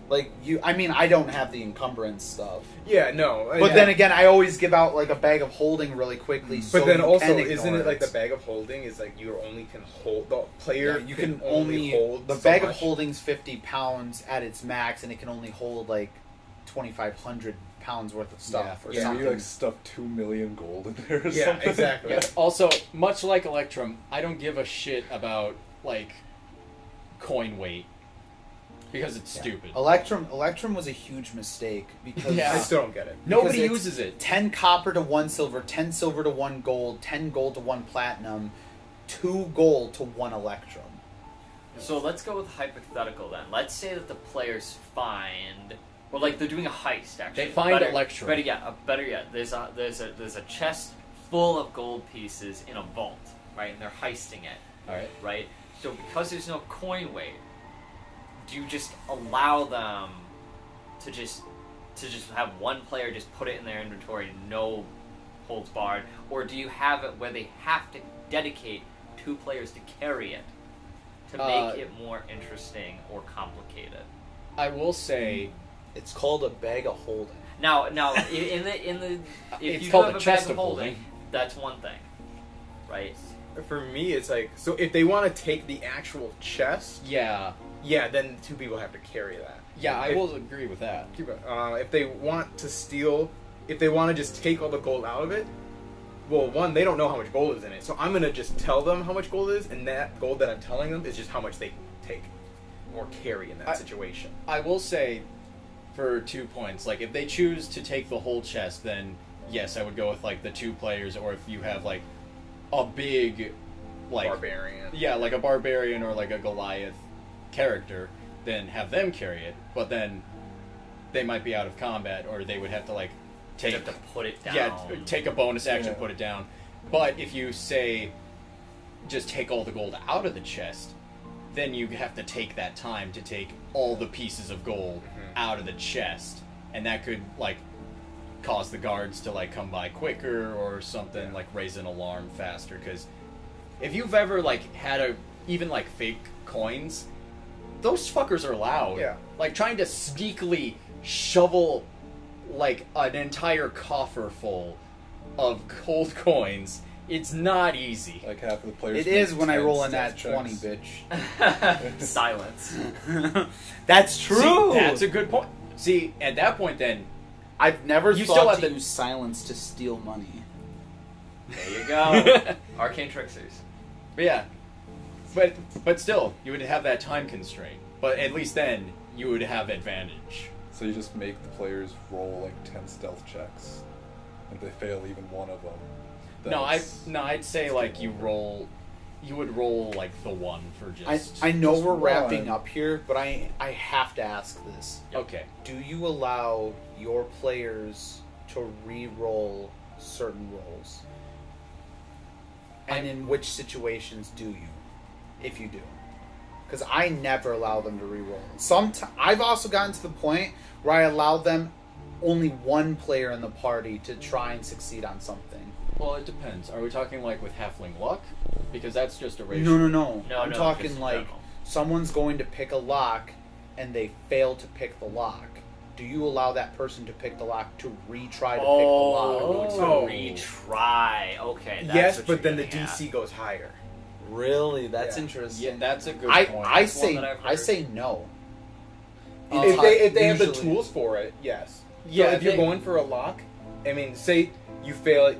[SPEAKER 3] Like you, I mean, I don't have the encumbrance stuff,
[SPEAKER 1] Yeah, no.
[SPEAKER 3] but then again, I always give out like a bag of holding really quickly.
[SPEAKER 1] but
[SPEAKER 3] so
[SPEAKER 1] then
[SPEAKER 3] you
[SPEAKER 1] also,
[SPEAKER 3] can ignore
[SPEAKER 1] isn't it like the
[SPEAKER 3] it.
[SPEAKER 1] bag of holding is like you only can hold the player?
[SPEAKER 3] Yeah, you can, only
[SPEAKER 1] hold
[SPEAKER 3] the
[SPEAKER 1] so
[SPEAKER 3] bag of
[SPEAKER 1] much.
[SPEAKER 3] holdings fifty pounds at its max, and it can only hold like twenty five hundred pounds worth of stuff or
[SPEAKER 1] Yeah.
[SPEAKER 4] So
[SPEAKER 3] something.
[SPEAKER 4] you like stuff two million gold in there. Or
[SPEAKER 1] Yeah,
[SPEAKER 4] something.
[SPEAKER 1] exactly.
[SPEAKER 2] Yeah. Also, much like Electrum, I don't give a shit about like coin weight because it's stupid.
[SPEAKER 3] Electrum, Electrum was a huge mistake because
[SPEAKER 2] Yeah.
[SPEAKER 1] I still don't get it.
[SPEAKER 2] Nobody
[SPEAKER 3] because
[SPEAKER 2] uses
[SPEAKER 3] it's-
[SPEAKER 2] it.
[SPEAKER 3] 10 copper to 1 silver, 10 silver to 1 gold, 10 gold to 1 platinum, 2 gold to 1 electrum.
[SPEAKER 6] So let's go with hypothetical then. Let's say that the players find, well, like they're doing a heist. Actually,
[SPEAKER 2] They find
[SPEAKER 6] better,
[SPEAKER 2] Electrum.
[SPEAKER 6] Better yet, uh, better yet, there's a there's a there's a chest full of gold pieces in a vault, right? And they're heisting it,
[SPEAKER 2] All right.
[SPEAKER 6] right? So because there's no coin weight, do you just allow them to just to just have one player just put it in their inventory, no holds barred, or do you have it where they have to dedicate two players to carry it to make
[SPEAKER 2] Uh,
[SPEAKER 6] it more interesting or complicated?
[SPEAKER 2] I will say
[SPEAKER 3] It's called a bag of holding.
[SPEAKER 6] Now, now i- in the in the if
[SPEAKER 2] It's
[SPEAKER 6] you
[SPEAKER 2] called
[SPEAKER 6] have
[SPEAKER 2] a
[SPEAKER 6] a
[SPEAKER 2] chest of
[SPEAKER 6] bag of holding,
[SPEAKER 2] holding.
[SPEAKER 6] that's one thing, right?
[SPEAKER 1] For me, it's like so if they want to take the actual chest,
[SPEAKER 2] yeah,
[SPEAKER 1] yeah, then two people have to carry that.
[SPEAKER 2] yeah. I
[SPEAKER 1] If-
[SPEAKER 2] will agree with that.
[SPEAKER 1] Keep it- Uh, if they want to steal, if they want to just take all the gold out of it, well, one, they don't know how much gold is in it, so I'm gonna just tell them how much gold is, and that gold that I'm telling them is just how much they take or carry in that
[SPEAKER 2] I-
[SPEAKER 1] situation.
[SPEAKER 2] I will say for two points, like if they choose to take the whole chest, then yes, I would go with like the two players, or if you have like a big, like
[SPEAKER 1] Barbarian.
[SPEAKER 2] yeah, like a barbarian or like a Goliath character, then have them carry it. But then they might be out of combat, or they would have to like
[SPEAKER 6] You
[SPEAKER 2] take
[SPEAKER 6] have to put it down.
[SPEAKER 2] yeah t- take a bonus action,
[SPEAKER 4] Yeah.
[SPEAKER 2] put it down. But if you say just take all the gold out of the chest, then you have to take that time to take all the pieces of gold out of the chest, and that could like cause the guards to like come by quicker or something, like raise an alarm faster. Because if you've ever like had a even like fake coins, those fuckers are loud.
[SPEAKER 1] Yeah.
[SPEAKER 2] Like trying to sneakily shovel like an entire coffer full of gold coins. It's not easy.
[SPEAKER 4] Like half of the players.
[SPEAKER 3] It is
[SPEAKER 4] make
[SPEAKER 3] when I
[SPEAKER 4] 10
[SPEAKER 3] roll in that
[SPEAKER 4] stealth
[SPEAKER 3] 20,
[SPEAKER 4] checks.
[SPEAKER 3] bitch.
[SPEAKER 6] silence.
[SPEAKER 3] That's
[SPEAKER 2] See, that's a good point. See, at that point, then
[SPEAKER 3] I've never
[SPEAKER 2] You
[SPEAKER 3] thought
[SPEAKER 2] still have
[SPEAKER 3] to
[SPEAKER 2] to-
[SPEAKER 3] use silence to steal money.
[SPEAKER 6] There you go. Arcane tricksters.
[SPEAKER 2] But um, yeah, but but still, you would have that time constraint. But at least then you would have advantage.
[SPEAKER 4] So you just make the players roll like ten stealth checks, and if they fail even one of them.
[SPEAKER 2] no, I
[SPEAKER 4] that's-
[SPEAKER 2] no, I'd say like you roll, you would roll like the one for
[SPEAKER 3] I,
[SPEAKER 2] just.
[SPEAKER 3] I know
[SPEAKER 4] just
[SPEAKER 3] we're
[SPEAKER 4] one.
[SPEAKER 3] wrapping up here, but I, I have to ask this.
[SPEAKER 2] okay.
[SPEAKER 3] Do you allow your players to re-roll certain rolls? And in which situations do you? If you do. Because I never allow them to re-roll. Some I've also gotten to the point where I allow them only one player in the party to try and succeed on something.
[SPEAKER 2] Well, it depends. Are we talking like with halfling luck? Because that's just a ratio.
[SPEAKER 3] No, no, no.
[SPEAKER 6] No,
[SPEAKER 3] I'm
[SPEAKER 6] no,
[SPEAKER 3] talking
[SPEAKER 6] just
[SPEAKER 3] like
[SPEAKER 6] general.
[SPEAKER 3] someone's going to pick a lock and they fail to pick the lock. Do you allow that person to pick the lock to retry to
[SPEAKER 6] Oh,
[SPEAKER 3] pick
[SPEAKER 6] to
[SPEAKER 3] the lock?
[SPEAKER 1] Oh.
[SPEAKER 6] retry. Okay. That's
[SPEAKER 1] yes,
[SPEAKER 6] what
[SPEAKER 1] but
[SPEAKER 6] you're
[SPEAKER 1] then the
[SPEAKER 6] getting at.
[SPEAKER 1] DC goes higher.
[SPEAKER 3] Really? That's
[SPEAKER 1] Yeah.
[SPEAKER 3] interesting.
[SPEAKER 2] Yeah, that's a good
[SPEAKER 3] I,
[SPEAKER 2] point.
[SPEAKER 3] I
[SPEAKER 6] That's one
[SPEAKER 3] say
[SPEAKER 6] that I've
[SPEAKER 3] I
[SPEAKER 6] heard.
[SPEAKER 3] say no.
[SPEAKER 1] if
[SPEAKER 3] Uh,
[SPEAKER 1] they if they have the
[SPEAKER 3] usually.
[SPEAKER 1] tools for it, yes.
[SPEAKER 2] Yeah,
[SPEAKER 1] Yeah. if you're
[SPEAKER 2] they-
[SPEAKER 1] going for a lock, I mean, say you fail it.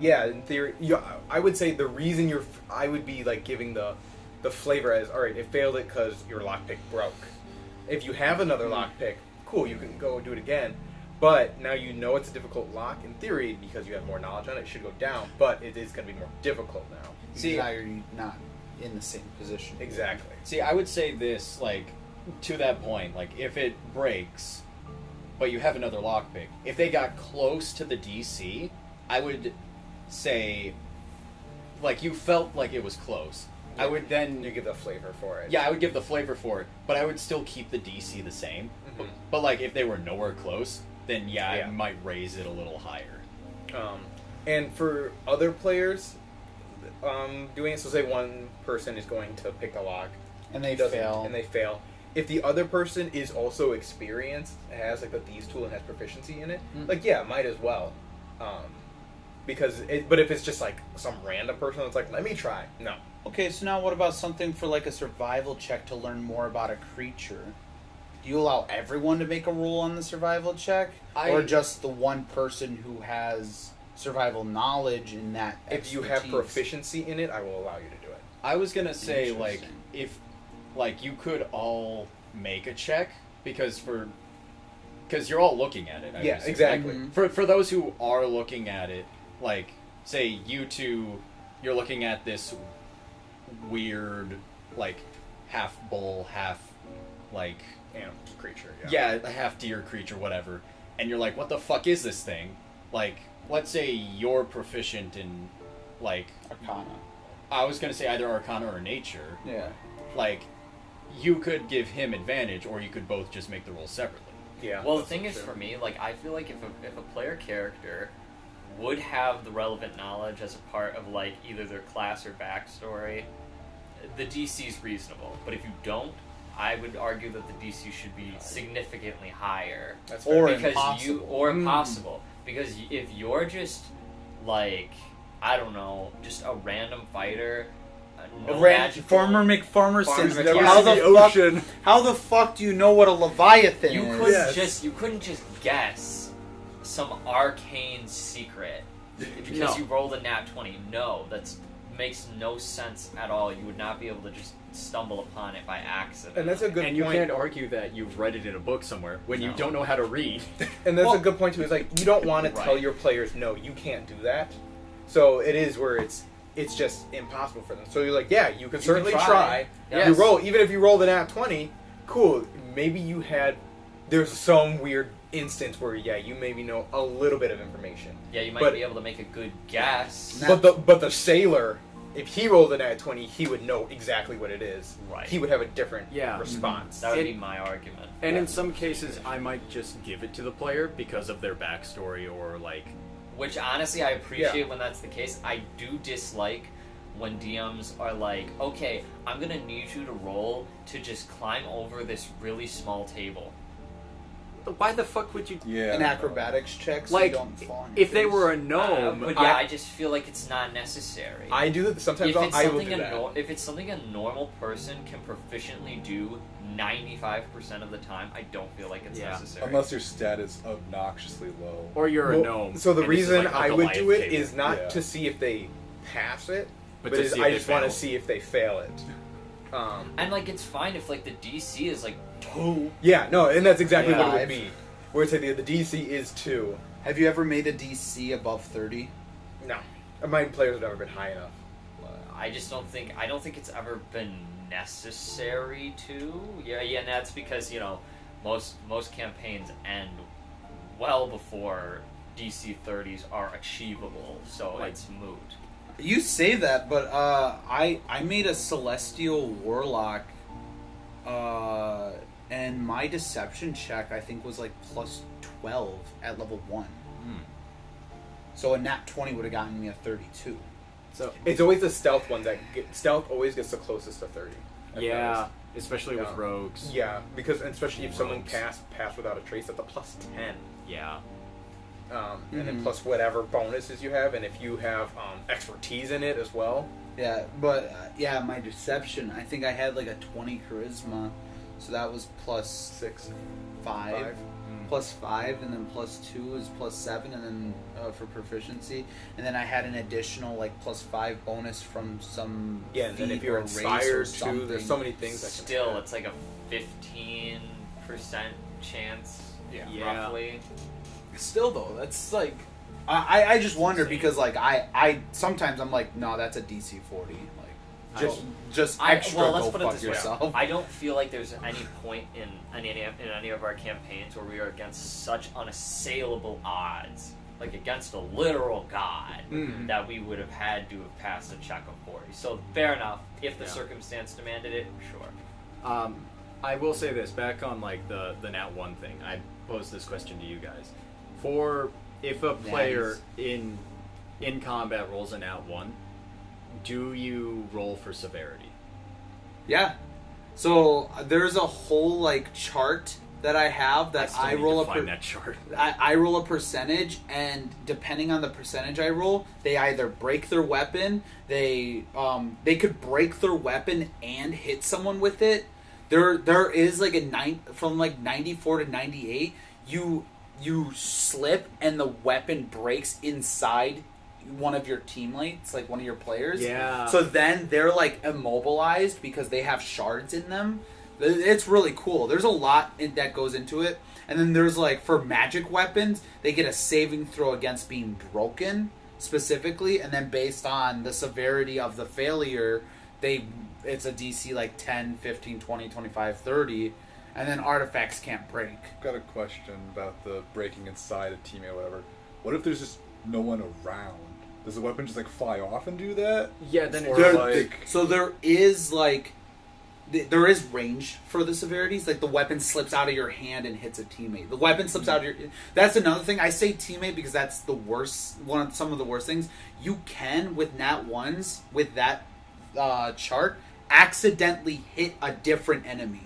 [SPEAKER 1] Yeah, in theory, you, I would say the reason you're f- I would be like giving the the flavor as all right, it failed it because your lockpick broke. If you have another
[SPEAKER 2] Hmm.
[SPEAKER 1] lock pick, cool, you can go do it again. But now you know it's a difficult lock in theory because you have more knowledge on it. It should go down, but it is going to be more difficult now.
[SPEAKER 2] See-
[SPEAKER 3] now you're not in the same position.
[SPEAKER 1] Exactly.
[SPEAKER 2] See, I would say this, like, to that point, like, if it breaks, but you have another lockpick, if they got close to the DC, I would say, like, you felt like it was close. I would then,
[SPEAKER 1] You give the flavor for it.
[SPEAKER 2] yeah, I would give the flavor for it, but I would still keep the DC the same.
[SPEAKER 1] Mhm.
[SPEAKER 2] But, like, if they were nowhere close, then yeah,
[SPEAKER 1] Yeah.
[SPEAKER 2] I might raise it a little higher.
[SPEAKER 1] Um, and for other players, um, doing it, so say one person is going to pick a lock,
[SPEAKER 3] And they
[SPEAKER 1] doesn't,
[SPEAKER 3] fail.
[SPEAKER 1] and they fail. If the other person is also experienced, has like a thieves tool and has proficiency in it,
[SPEAKER 3] Hmm.
[SPEAKER 2] Mm.
[SPEAKER 1] like yeah, might as well, um, because. It, but if it's just like some random person that's like, let me try, no,
[SPEAKER 3] okay, so now what about something for like a survival check to learn more about a creature? Do you allow everyone to make a roll on the survival check,
[SPEAKER 2] I-
[SPEAKER 3] or just the one person who has survival knowledge in that?
[SPEAKER 1] if you have
[SPEAKER 3] expertise?
[SPEAKER 1] proficiency in it, I will allow you to do it.
[SPEAKER 2] I was gonna say like
[SPEAKER 3] Interesting.
[SPEAKER 2] if like you could all make a check because for because you're all looking at it. I
[SPEAKER 1] yeah,
[SPEAKER 2] guess.
[SPEAKER 1] exactly.
[SPEAKER 3] Mhm.
[SPEAKER 2] For for those who are looking at it, like say you two, you're looking at this weird like half bull, half like
[SPEAKER 1] Animal creature. Yeah.
[SPEAKER 2] yeah, a half deer creature, whatever, and you're like, what the fuck is this thing? Like, let's say you're proficient in like
[SPEAKER 3] Arcana.
[SPEAKER 2] I was gonna say either Arcana or Nature
[SPEAKER 3] Yeah.
[SPEAKER 2] like you could give him advantage or you could both just make the roll separately
[SPEAKER 1] Yeah,
[SPEAKER 6] Well, the
[SPEAKER 1] that's
[SPEAKER 6] thing is,
[SPEAKER 1] true.
[SPEAKER 6] for me, like I feel like if a, if a player character would have the relevant knowledge as a part of like either their class or backstory, the DC is reasonable. But if you don't, I would argue that the DC should be significantly higher
[SPEAKER 1] that's fair.
[SPEAKER 3] Or
[SPEAKER 6] because
[SPEAKER 3] impossible.
[SPEAKER 6] you or
[SPEAKER 1] Hmm.
[SPEAKER 3] Mm.
[SPEAKER 6] impossible because y- if you're just like I don't know, just a random fighter, uh, no
[SPEAKER 3] Ran-
[SPEAKER 6] magical-
[SPEAKER 3] farmer McFarmer
[SPEAKER 1] Farmer
[SPEAKER 3] sins.
[SPEAKER 1] Mc- Yeah.
[SPEAKER 4] Never seen
[SPEAKER 3] How the,
[SPEAKER 4] the
[SPEAKER 3] fuck?
[SPEAKER 4] ocean.
[SPEAKER 3] How the fuck do you know what a leviathan
[SPEAKER 6] You
[SPEAKER 3] is?
[SPEAKER 6] couldn't
[SPEAKER 4] Yes.
[SPEAKER 6] just you couldn't just guess some arcane secret because
[SPEAKER 3] No.
[SPEAKER 6] you rolled a nat twenty. No, that's makes no sense at all. You would not be able to just stumble upon it by accident.
[SPEAKER 1] and that's a good
[SPEAKER 2] and you
[SPEAKER 1] point.
[SPEAKER 2] can't argue that you've read it in a book somewhere when you
[SPEAKER 6] No.
[SPEAKER 2] don't know how to read
[SPEAKER 1] And that's
[SPEAKER 2] Well-
[SPEAKER 1] a good point too. Is like you don't want to tell
[SPEAKER 2] Right.
[SPEAKER 1] your players no, you can't do that. So it is where it's it's just impossible for them. So you're like, yeah, you can
[SPEAKER 6] can
[SPEAKER 1] certainly
[SPEAKER 6] try.
[SPEAKER 1] try.
[SPEAKER 6] Yes.
[SPEAKER 1] You roll, even if you rolled an at twenty, cool. Maybe you had there's some weird instance where yeah, you maybe know a little bit of information.
[SPEAKER 6] yeah, you might
[SPEAKER 1] but-
[SPEAKER 6] be able to make a good guess.
[SPEAKER 3] Nat-
[SPEAKER 1] But the but the sailor, if he rolled an at twenty, he would know exactly what it is.
[SPEAKER 6] Right.
[SPEAKER 1] He would have a different
[SPEAKER 8] Yeah.
[SPEAKER 1] response.
[SPEAKER 6] That would
[SPEAKER 8] It-
[SPEAKER 6] be my argument.
[SPEAKER 8] And in some cases, I might just give it to the player because of their backstory or like.
[SPEAKER 6] Which honestly, I appreciate when that's the case. I do dislike when DMs are like, "Okay, I'm gonna need you to roll to just climb over this really small table."
[SPEAKER 8] But Why the fuck would you?
[SPEAKER 4] Yeah.
[SPEAKER 3] An acrobatics check so
[SPEAKER 8] Like,
[SPEAKER 3] you don't fall on your
[SPEAKER 8] if they
[SPEAKER 3] face.
[SPEAKER 8] were a
[SPEAKER 6] Uh,
[SPEAKER 8] gnome,
[SPEAKER 6] but yeah, I,
[SPEAKER 8] I-
[SPEAKER 6] just feel like it's not necessary.
[SPEAKER 1] I do that sometimes.
[SPEAKER 6] Mm-hmm. if
[SPEAKER 1] I'll-
[SPEAKER 6] it's
[SPEAKER 1] I will
[SPEAKER 6] something
[SPEAKER 1] do
[SPEAKER 6] a
[SPEAKER 1] that.
[SPEAKER 6] nor- if it's something a normal person can proficiently do ninety five percent of the time, I don't feel like it's
[SPEAKER 8] Yeah.
[SPEAKER 6] necessary.
[SPEAKER 4] Unless your stat is obnoxiously low.
[SPEAKER 8] or you're
[SPEAKER 1] Well,
[SPEAKER 8] a gnome.
[SPEAKER 1] So the
[SPEAKER 8] and this is,
[SPEAKER 1] reason
[SPEAKER 8] like, a
[SPEAKER 1] I would do
[SPEAKER 8] Goliath
[SPEAKER 1] it is
[SPEAKER 8] table.
[SPEAKER 1] not
[SPEAKER 4] Yeah.
[SPEAKER 1] to see if they pass it, but,
[SPEAKER 8] But to
[SPEAKER 1] is-
[SPEAKER 8] see if
[SPEAKER 1] I
[SPEAKER 8] they
[SPEAKER 1] just want to
[SPEAKER 8] fail.
[SPEAKER 1] see if they fail it. Um,
[SPEAKER 6] and like it's fine if like the DC is like two.
[SPEAKER 1] yeah, no, and that's exactly what it would
[SPEAKER 3] Five.
[SPEAKER 1] be. Where it's like the, the DC is two.
[SPEAKER 3] Have you ever made a DC above 30?
[SPEAKER 1] No, my players have never been high enough.
[SPEAKER 6] Uh, I just don't think I don't think it's ever been necessary to. Yeah, yeah, and that's because you know most most campaigns end well before DC thirties are achievable, so
[SPEAKER 8] Like-
[SPEAKER 6] it's moot.
[SPEAKER 3] You say that, but uh, I I made a celestial warlock, uh, and my deception check I think was like plus twelve at level one. So a nat twenty would have gotten me a thirty-two.
[SPEAKER 8] So
[SPEAKER 1] It's always the stealth ones that get, stealth always gets the closest to thirty. I've
[SPEAKER 8] yeah, especially
[SPEAKER 1] Yeah.
[SPEAKER 8] with rogues.
[SPEAKER 1] noticed. Yeah, because and especially if someone
[SPEAKER 8] Rogues.
[SPEAKER 1] passed passed without a trace, that's a plus ten.
[SPEAKER 8] Yeah.
[SPEAKER 1] Um, And then
[SPEAKER 3] Mhm.
[SPEAKER 1] plus whatever bonuses you have, and if you have um, expertise in it as well.
[SPEAKER 3] Yeah, but uh, yeah, my deception I think I had like a twenty charisma, so that was plus
[SPEAKER 1] Six,
[SPEAKER 3] five.
[SPEAKER 1] five.
[SPEAKER 3] plus five, and then plus two is plus seven, and then uh, for proficiency, and then I had an additional like plus five bonus from some
[SPEAKER 1] Yeah, and then
[SPEAKER 3] feat
[SPEAKER 1] if you're
[SPEAKER 3] or race or
[SPEAKER 1] inspired to, there's so
[SPEAKER 3] something.
[SPEAKER 1] many things that can
[SPEAKER 6] Still,
[SPEAKER 1] happen.
[SPEAKER 6] it's like a fifteen percent chance,
[SPEAKER 9] Yeah.
[SPEAKER 2] Yeah.
[SPEAKER 6] roughly.
[SPEAKER 3] Still though, that's like I, I- I just wonder because like I, I sometimes I'm like, no, that's a DC forty. Like just just
[SPEAKER 6] I,
[SPEAKER 3] extra
[SPEAKER 6] well, let's
[SPEAKER 3] go
[SPEAKER 6] put it
[SPEAKER 3] fuck
[SPEAKER 6] this
[SPEAKER 3] yourself.
[SPEAKER 6] way: I don't feel like there's any point in any in any of our campaigns where we are against such unassailable odds, like against a literal god,
[SPEAKER 3] Mm-hmm.
[SPEAKER 6] that we would have had to have passed a check of forty. So fair enough. If the
[SPEAKER 2] Yeah.
[SPEAKER 6] circumstance demanded it, sure.
[SPEAKER 2] Um, I will say this back on like the the nat one thing. I posed this question to you guys. For if a player in in combat rolls a nat one, do you roll for severity?
[SPEAKER 3] Yeah. So uh, there's a whole like chart that I have that
[SPEAKER 2] still
[SPEAKER 3] I,
[SPEAKER 2] need
[SPEAKER 3] roll
[SPEAKER 2] to
[SPEAKER 3] a
[SPEAKER 2] find
[SPEAKER 3] per-
[SPEAKER 2] that chart.
[SPEAKER 3] I, I roll a percentage, and depending on the percentage I roll, they either break their weapon, they um, they could break their weapon and hit someone with it. There there is like a nine from like ninety four to ninety eight. You you slip and the weapon breaks inside one of your teammates, like one of your players.
[SPEAKER 2] Yeah.
[SPEAKER 3] So then they're like immobilized because they have shards in them. It's really cool. There's a lot in, that goes into it. And then there's like for magic weapons, they get a saving throw against being broken specifically, and then based on the severity of the failure, they it's a DC like 10, 15, 20, 25, 30, and then artifacts can't break.
[SPEAKER 4] I've got a question about the breaking inside a teammate or whatever. What if there's just no one around? Does the weapon just like fly off and do that?
[SPEAKER 2] yeah, then
[SPEAKER 4] Or
[SPEAKER 3] There-
[SPEAKER 4] like
[SPEAKER 3] So there is like th- there is range for the severities. Like the weapon slips out of your hand and hits a teammate. The weapon slips out of your. That's another thing. I say teammate because that's the worst. One of some of the worst things you can with nat ones with that uh, chart accidentally hit a different enemy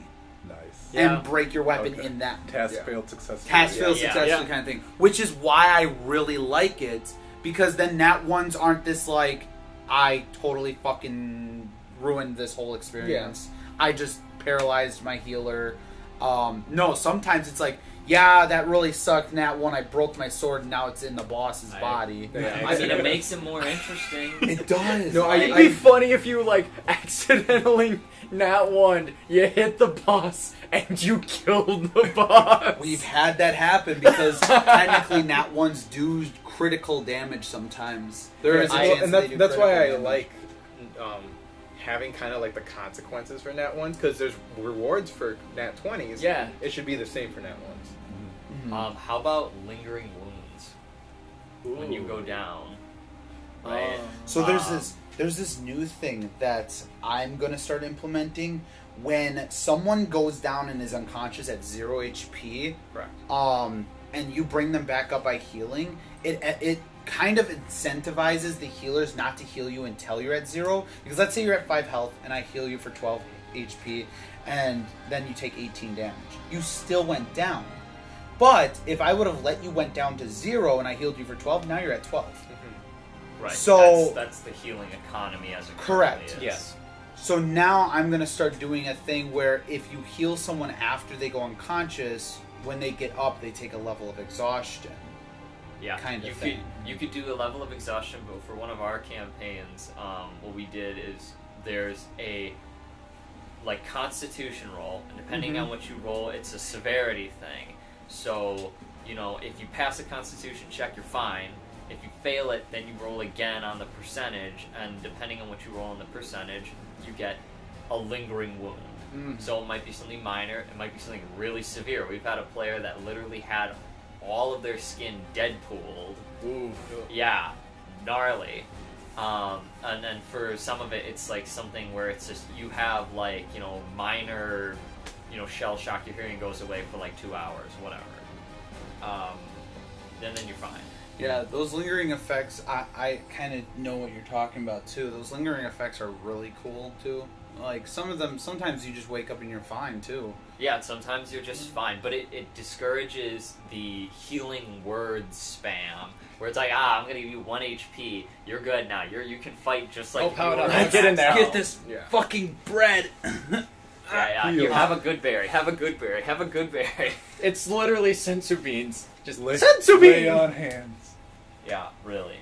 [SPEAKER 4] nice.
[SPEAKER 2] Yeah.
[SPEAKER 3] and break your weapon
[SPEAKER 4] Okay.
[SPEAKER 3] in that
[SPEAKER 4] Task
[SPEAKER 9] Yeah.
[SPEAKER 4] failed successfully.
[SPEAKER 3] pass fail
[SPEAKER 2] Yeah.
[SPEAKER 3] successful
[SPEAKER 2] Yeah.
[SPEAKER 3] kind of thing, which is why I really like it because then nat ones aren't this like I totally fucking ruined this whole experience. I just paralyzed my healer. Um, no, sometimes it's like yeah, that really sucked. Nat one, I broke my sword, and now it's in the boss's
[SPEAKER 2] I-
[SPEAKER 3] body.
[SPEAKER 4] Yeah.
[SPEAKER 6] I mean, it makes it more interesting.
[SPEAKER 3] It does.
[SPEAKER 1] No, I-
[SPEAKER 2] It'd be funny if you like accidentally nat one, you hit the boss and you killed the boss.
[SPEAKER 3] We've had that happen because technically nat ones do critical damage sometimes. There is a
[SPEAKER 1] I-
[SPEAKER 3] chance
[SPEAKER 1] and
[SPEAKER 3] that
[SPEAKER 1] that,
[SPEAKER 3] they do
[SPEAKER 1] that's
[SPEAKER 3] critical
[SPEAKER 1] why I
[SPEAKER 3] damage.
[SPEAKER 1] like um, having kind of like the consequences for nat ones because there's rewards for nat twenties.
[SPEAKER 2] Yeah.
[SPEAKER 1] it should be the same for nat ones.
[SPEAKER 3] Mm-hmm.
[SPEAKER 6] um, how about lingering wounds when you go down? Right.
[SPEAKER 3] So there's
[SPEAKER 6] Um,
[SPEAKER 3] this there's this new thing that I'm gonna start implementing. When someone goes down and is unconscious at zero HP,
[SPEAKER 1] Correct.
[SPEAKER 3] um, and you bring them back up by healing, it it kind of incentivizes the healers not to heal you until you're at zero. Because let's say you're at five health and I heal you for twelve HP, and then you take eighteen damage. You still went down. But if I would have let you went down to zero and I healed you for twelve, now you're at twelve.
[SPEAKER 6] Right.
[SPEAKER 3] So-
[SPEAKER 6] that's, that's the healing economy as it currently
[SPEAKER 3] Correct.
[SPEAKER 6] Is.
[SPEAKER 2] Yes.
[SPEAKER 3] So now I'm gonna start doing a thing where if you heal someone after they go unconscious, when they get up, they take a level of exhaustion.
[SPEAKER 6] yeah,
[SPEAKER 3] kind of
[SPEAKER 6] you
[SPEAKER 3] thing.
[SPEAKER 6] Could, you could do a level of exhaustion, but for one of our campaigns, um, what we did is there's a like Constitution roll, and depending on what you roll, it's a severity thing. So you know, if you pass a Constitution check, you're fine. If you fail it, then you roll again on the percentage, and depending on what you roll on the percentage, you get a lingering wound. So it might be something minor, it might be something really severe. We've had a player that literally had all of their skin Deadpooled.
[SPEAKER 1] Ooh,
[SPEAKER 2] Oh,
[SPEAKER 6] Yeah, gnarly. Um, and then for some of it, it's like something where it's just you have like you know minor, you know shell shock. Your hearing goes away for like two hours, whatever. Um, then then you're fine.
[SPEAKER 3] Yeah, those lingering effects, I, I kind of know what you're talking about too. Those lingering effects are really cool too. Like some of them, sometimes you just wake up and you're fine too.
[SPEAKER 6] Yeah, and sometimes you're just fine, but it, it discourages the healing word spam, where it's like, ah, I'm gonna give you one HP. You're good now. You're you can fight just like
[SPEAKER 2] Oh, power
[SPEAKER 6] you
[SPEAKER 2] down.
[SPEAKER 6] were
[SPEAKER 2] Let's get in there.
[SPEAKER 6] last
[SPEAKER 2] Get Ah,
[SPEAKER 6] time.
[SPEAKER 1] yeah.
[SPEAKER 3] fucking bread.
[SPEAKER 6] Yeah, yeah.
[SPEAKER 4] Heal.
[SPEAKER 6] Here, have a good berry. Have a good berry. Have a good berry.
[SPEAKER 2] It's literally sensu beans. Just
[SPEAKER 4] Lay-
[SPEAKER 2] sensu
[SPEAKER 4] lay
[SPEAKER 2] beans.
[SPEAKER 4] on hands.
[SPEAKER 6] yeah, really.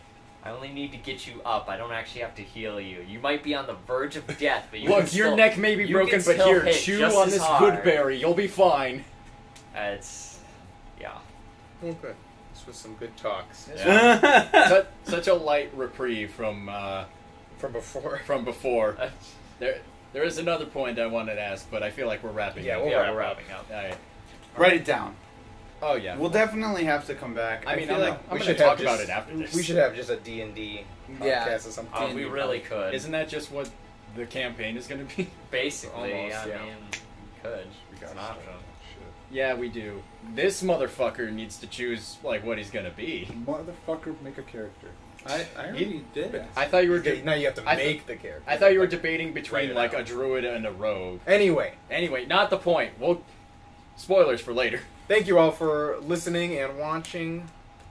[SPEAKER 6] I only need to get you up. I don't actually have to heal you. You might be on the verge of death, but you
[SPEAKER 2] Look,
[SPEAKER 6] can
[SPEAKER 2] your
[SPEAKER 6] still-
[SPEAKER 2] neck may be
[SPEAKER 6] you
[SPEAKER 2] broken,
[SPEAKER 6] can
[SPEAKER 2] but
[SPEAKER 6] still
[SPEAKER 2] here,
[SPEAKER 6] hit
[SPEAKER 2] chew
[SPEAKER 6] just
[SPEAKER 2] on
[SPEAKER 6] as
[SPEAKER 2] this
[SPEAKER 6] hard.
[SPEAKER 2] good berry. You'll be fine.
[SPEAKER 6] Uh, it's yeah.
[SPEAKER 1] Okay. This was some good talks
[SPEAKER 2] Yeah. such, such a light reprieve from uh,
[SPEAKER 1] from before.
[SPEAKER 2] from before.
[SPEAKER 6] Uh,
[SPEAKER 2] There, there is another point I wanted to ask, but I feel like we're wrapping.
[SPEAKER 1] Yeah,
[SPEAKER 2] up.
[SPEAKER 1] we'll
[SPEAKER 6] yeah,
[SPEAKER 1] wrap
[SPEAKER 6] we're
[SPEAKER 1] up.
[SPEAKER 6] wrapping up.
[SPEAKER 2] All right.
[SPEAKER 10] Write it down.
[SPEAKER 2] Oh yeah.
[SPEAKER 10] We'll definitely have to come back.
[SPEAKER 2] I mean,
[SPEAKER 10] feel
[SPEAKER 2] I'm,
[SPEAKER 10] like
[SPEAKER 2] like,
[SPEAKER 1] we
[SPEAKER 2] I'm gonna
[SPEAKER 1] should
[SPEAKER 2] talk
[SPEAKER 1] have
[SPEAKER 2] about
[SPEAKER 1] just-
[SPEAKER 2] it after this.
[SPEAKER 1] We should have just a D and D podcast
[SPEAKER 10] Yeah.
[SPEAKER 1] or something.
[SPEAKER 6] Uh, we really
[SPEAKER 1] um,
[SPEAKER 6] could.
[SPEAKER 2] Isn't that just what the campaign is going to be?
[SPEAKER 6] Basically,
[SPEAKER 1] Almost,
[SPEAKER 6] I
[SPEAKER 1] yeah.
[SPEAKER 6] mean, we could.
[SPEAKER 4] We
[SPEAKER 6] It's
[SPEAKER 4] got
[SPEAKER 6] an option.
[SPEAKER 2] Yeah, we do. This motherfucker needs to choose like what he's going to be.
[SPEAKER 4] Motherfucker, make a character.
[SPEAKER 10] I, I already did.
[SPEAKER 2] I thought you were. De-
[SPEAKER 1] now you have to
[SPEAKER 2] I
[SPEAKER 1] make
[SPEAKER 2] th-
[SPEAKER 1] the character.
[SPEAKER 2] I thought you were debating
[SPEAKER 1] Write
[SPEAKER 2] between
[SPEAKER 1] it
[SPEAKER 2] like
[SPEAKER 1] out.
[SPEAKER 2] a druid and a rogue.
[SPEAKER 1] Anyway,
[SPEAKER 2] Anyway, not the point. We'll spoilers for later.
[SPEAKER 1] thank you all for listening and watching.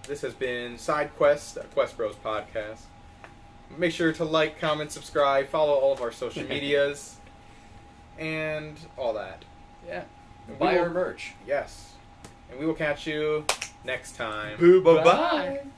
[SPEAKER 1] This has been Side Quest, a Quest Bros podcast. Make sure to like, comment, subscribe, follow all of our social medias, and all that.
[SPEAKER 2] Yeah.
[SPEAKER 1] And we
[SPEAKER 2] Buy
[SPEAKER 1] will-
[SPEAKER 2] our merch.
[SPEAKER 1] Yes. And we will catch you next time.
[SPEAKER 2] Bye.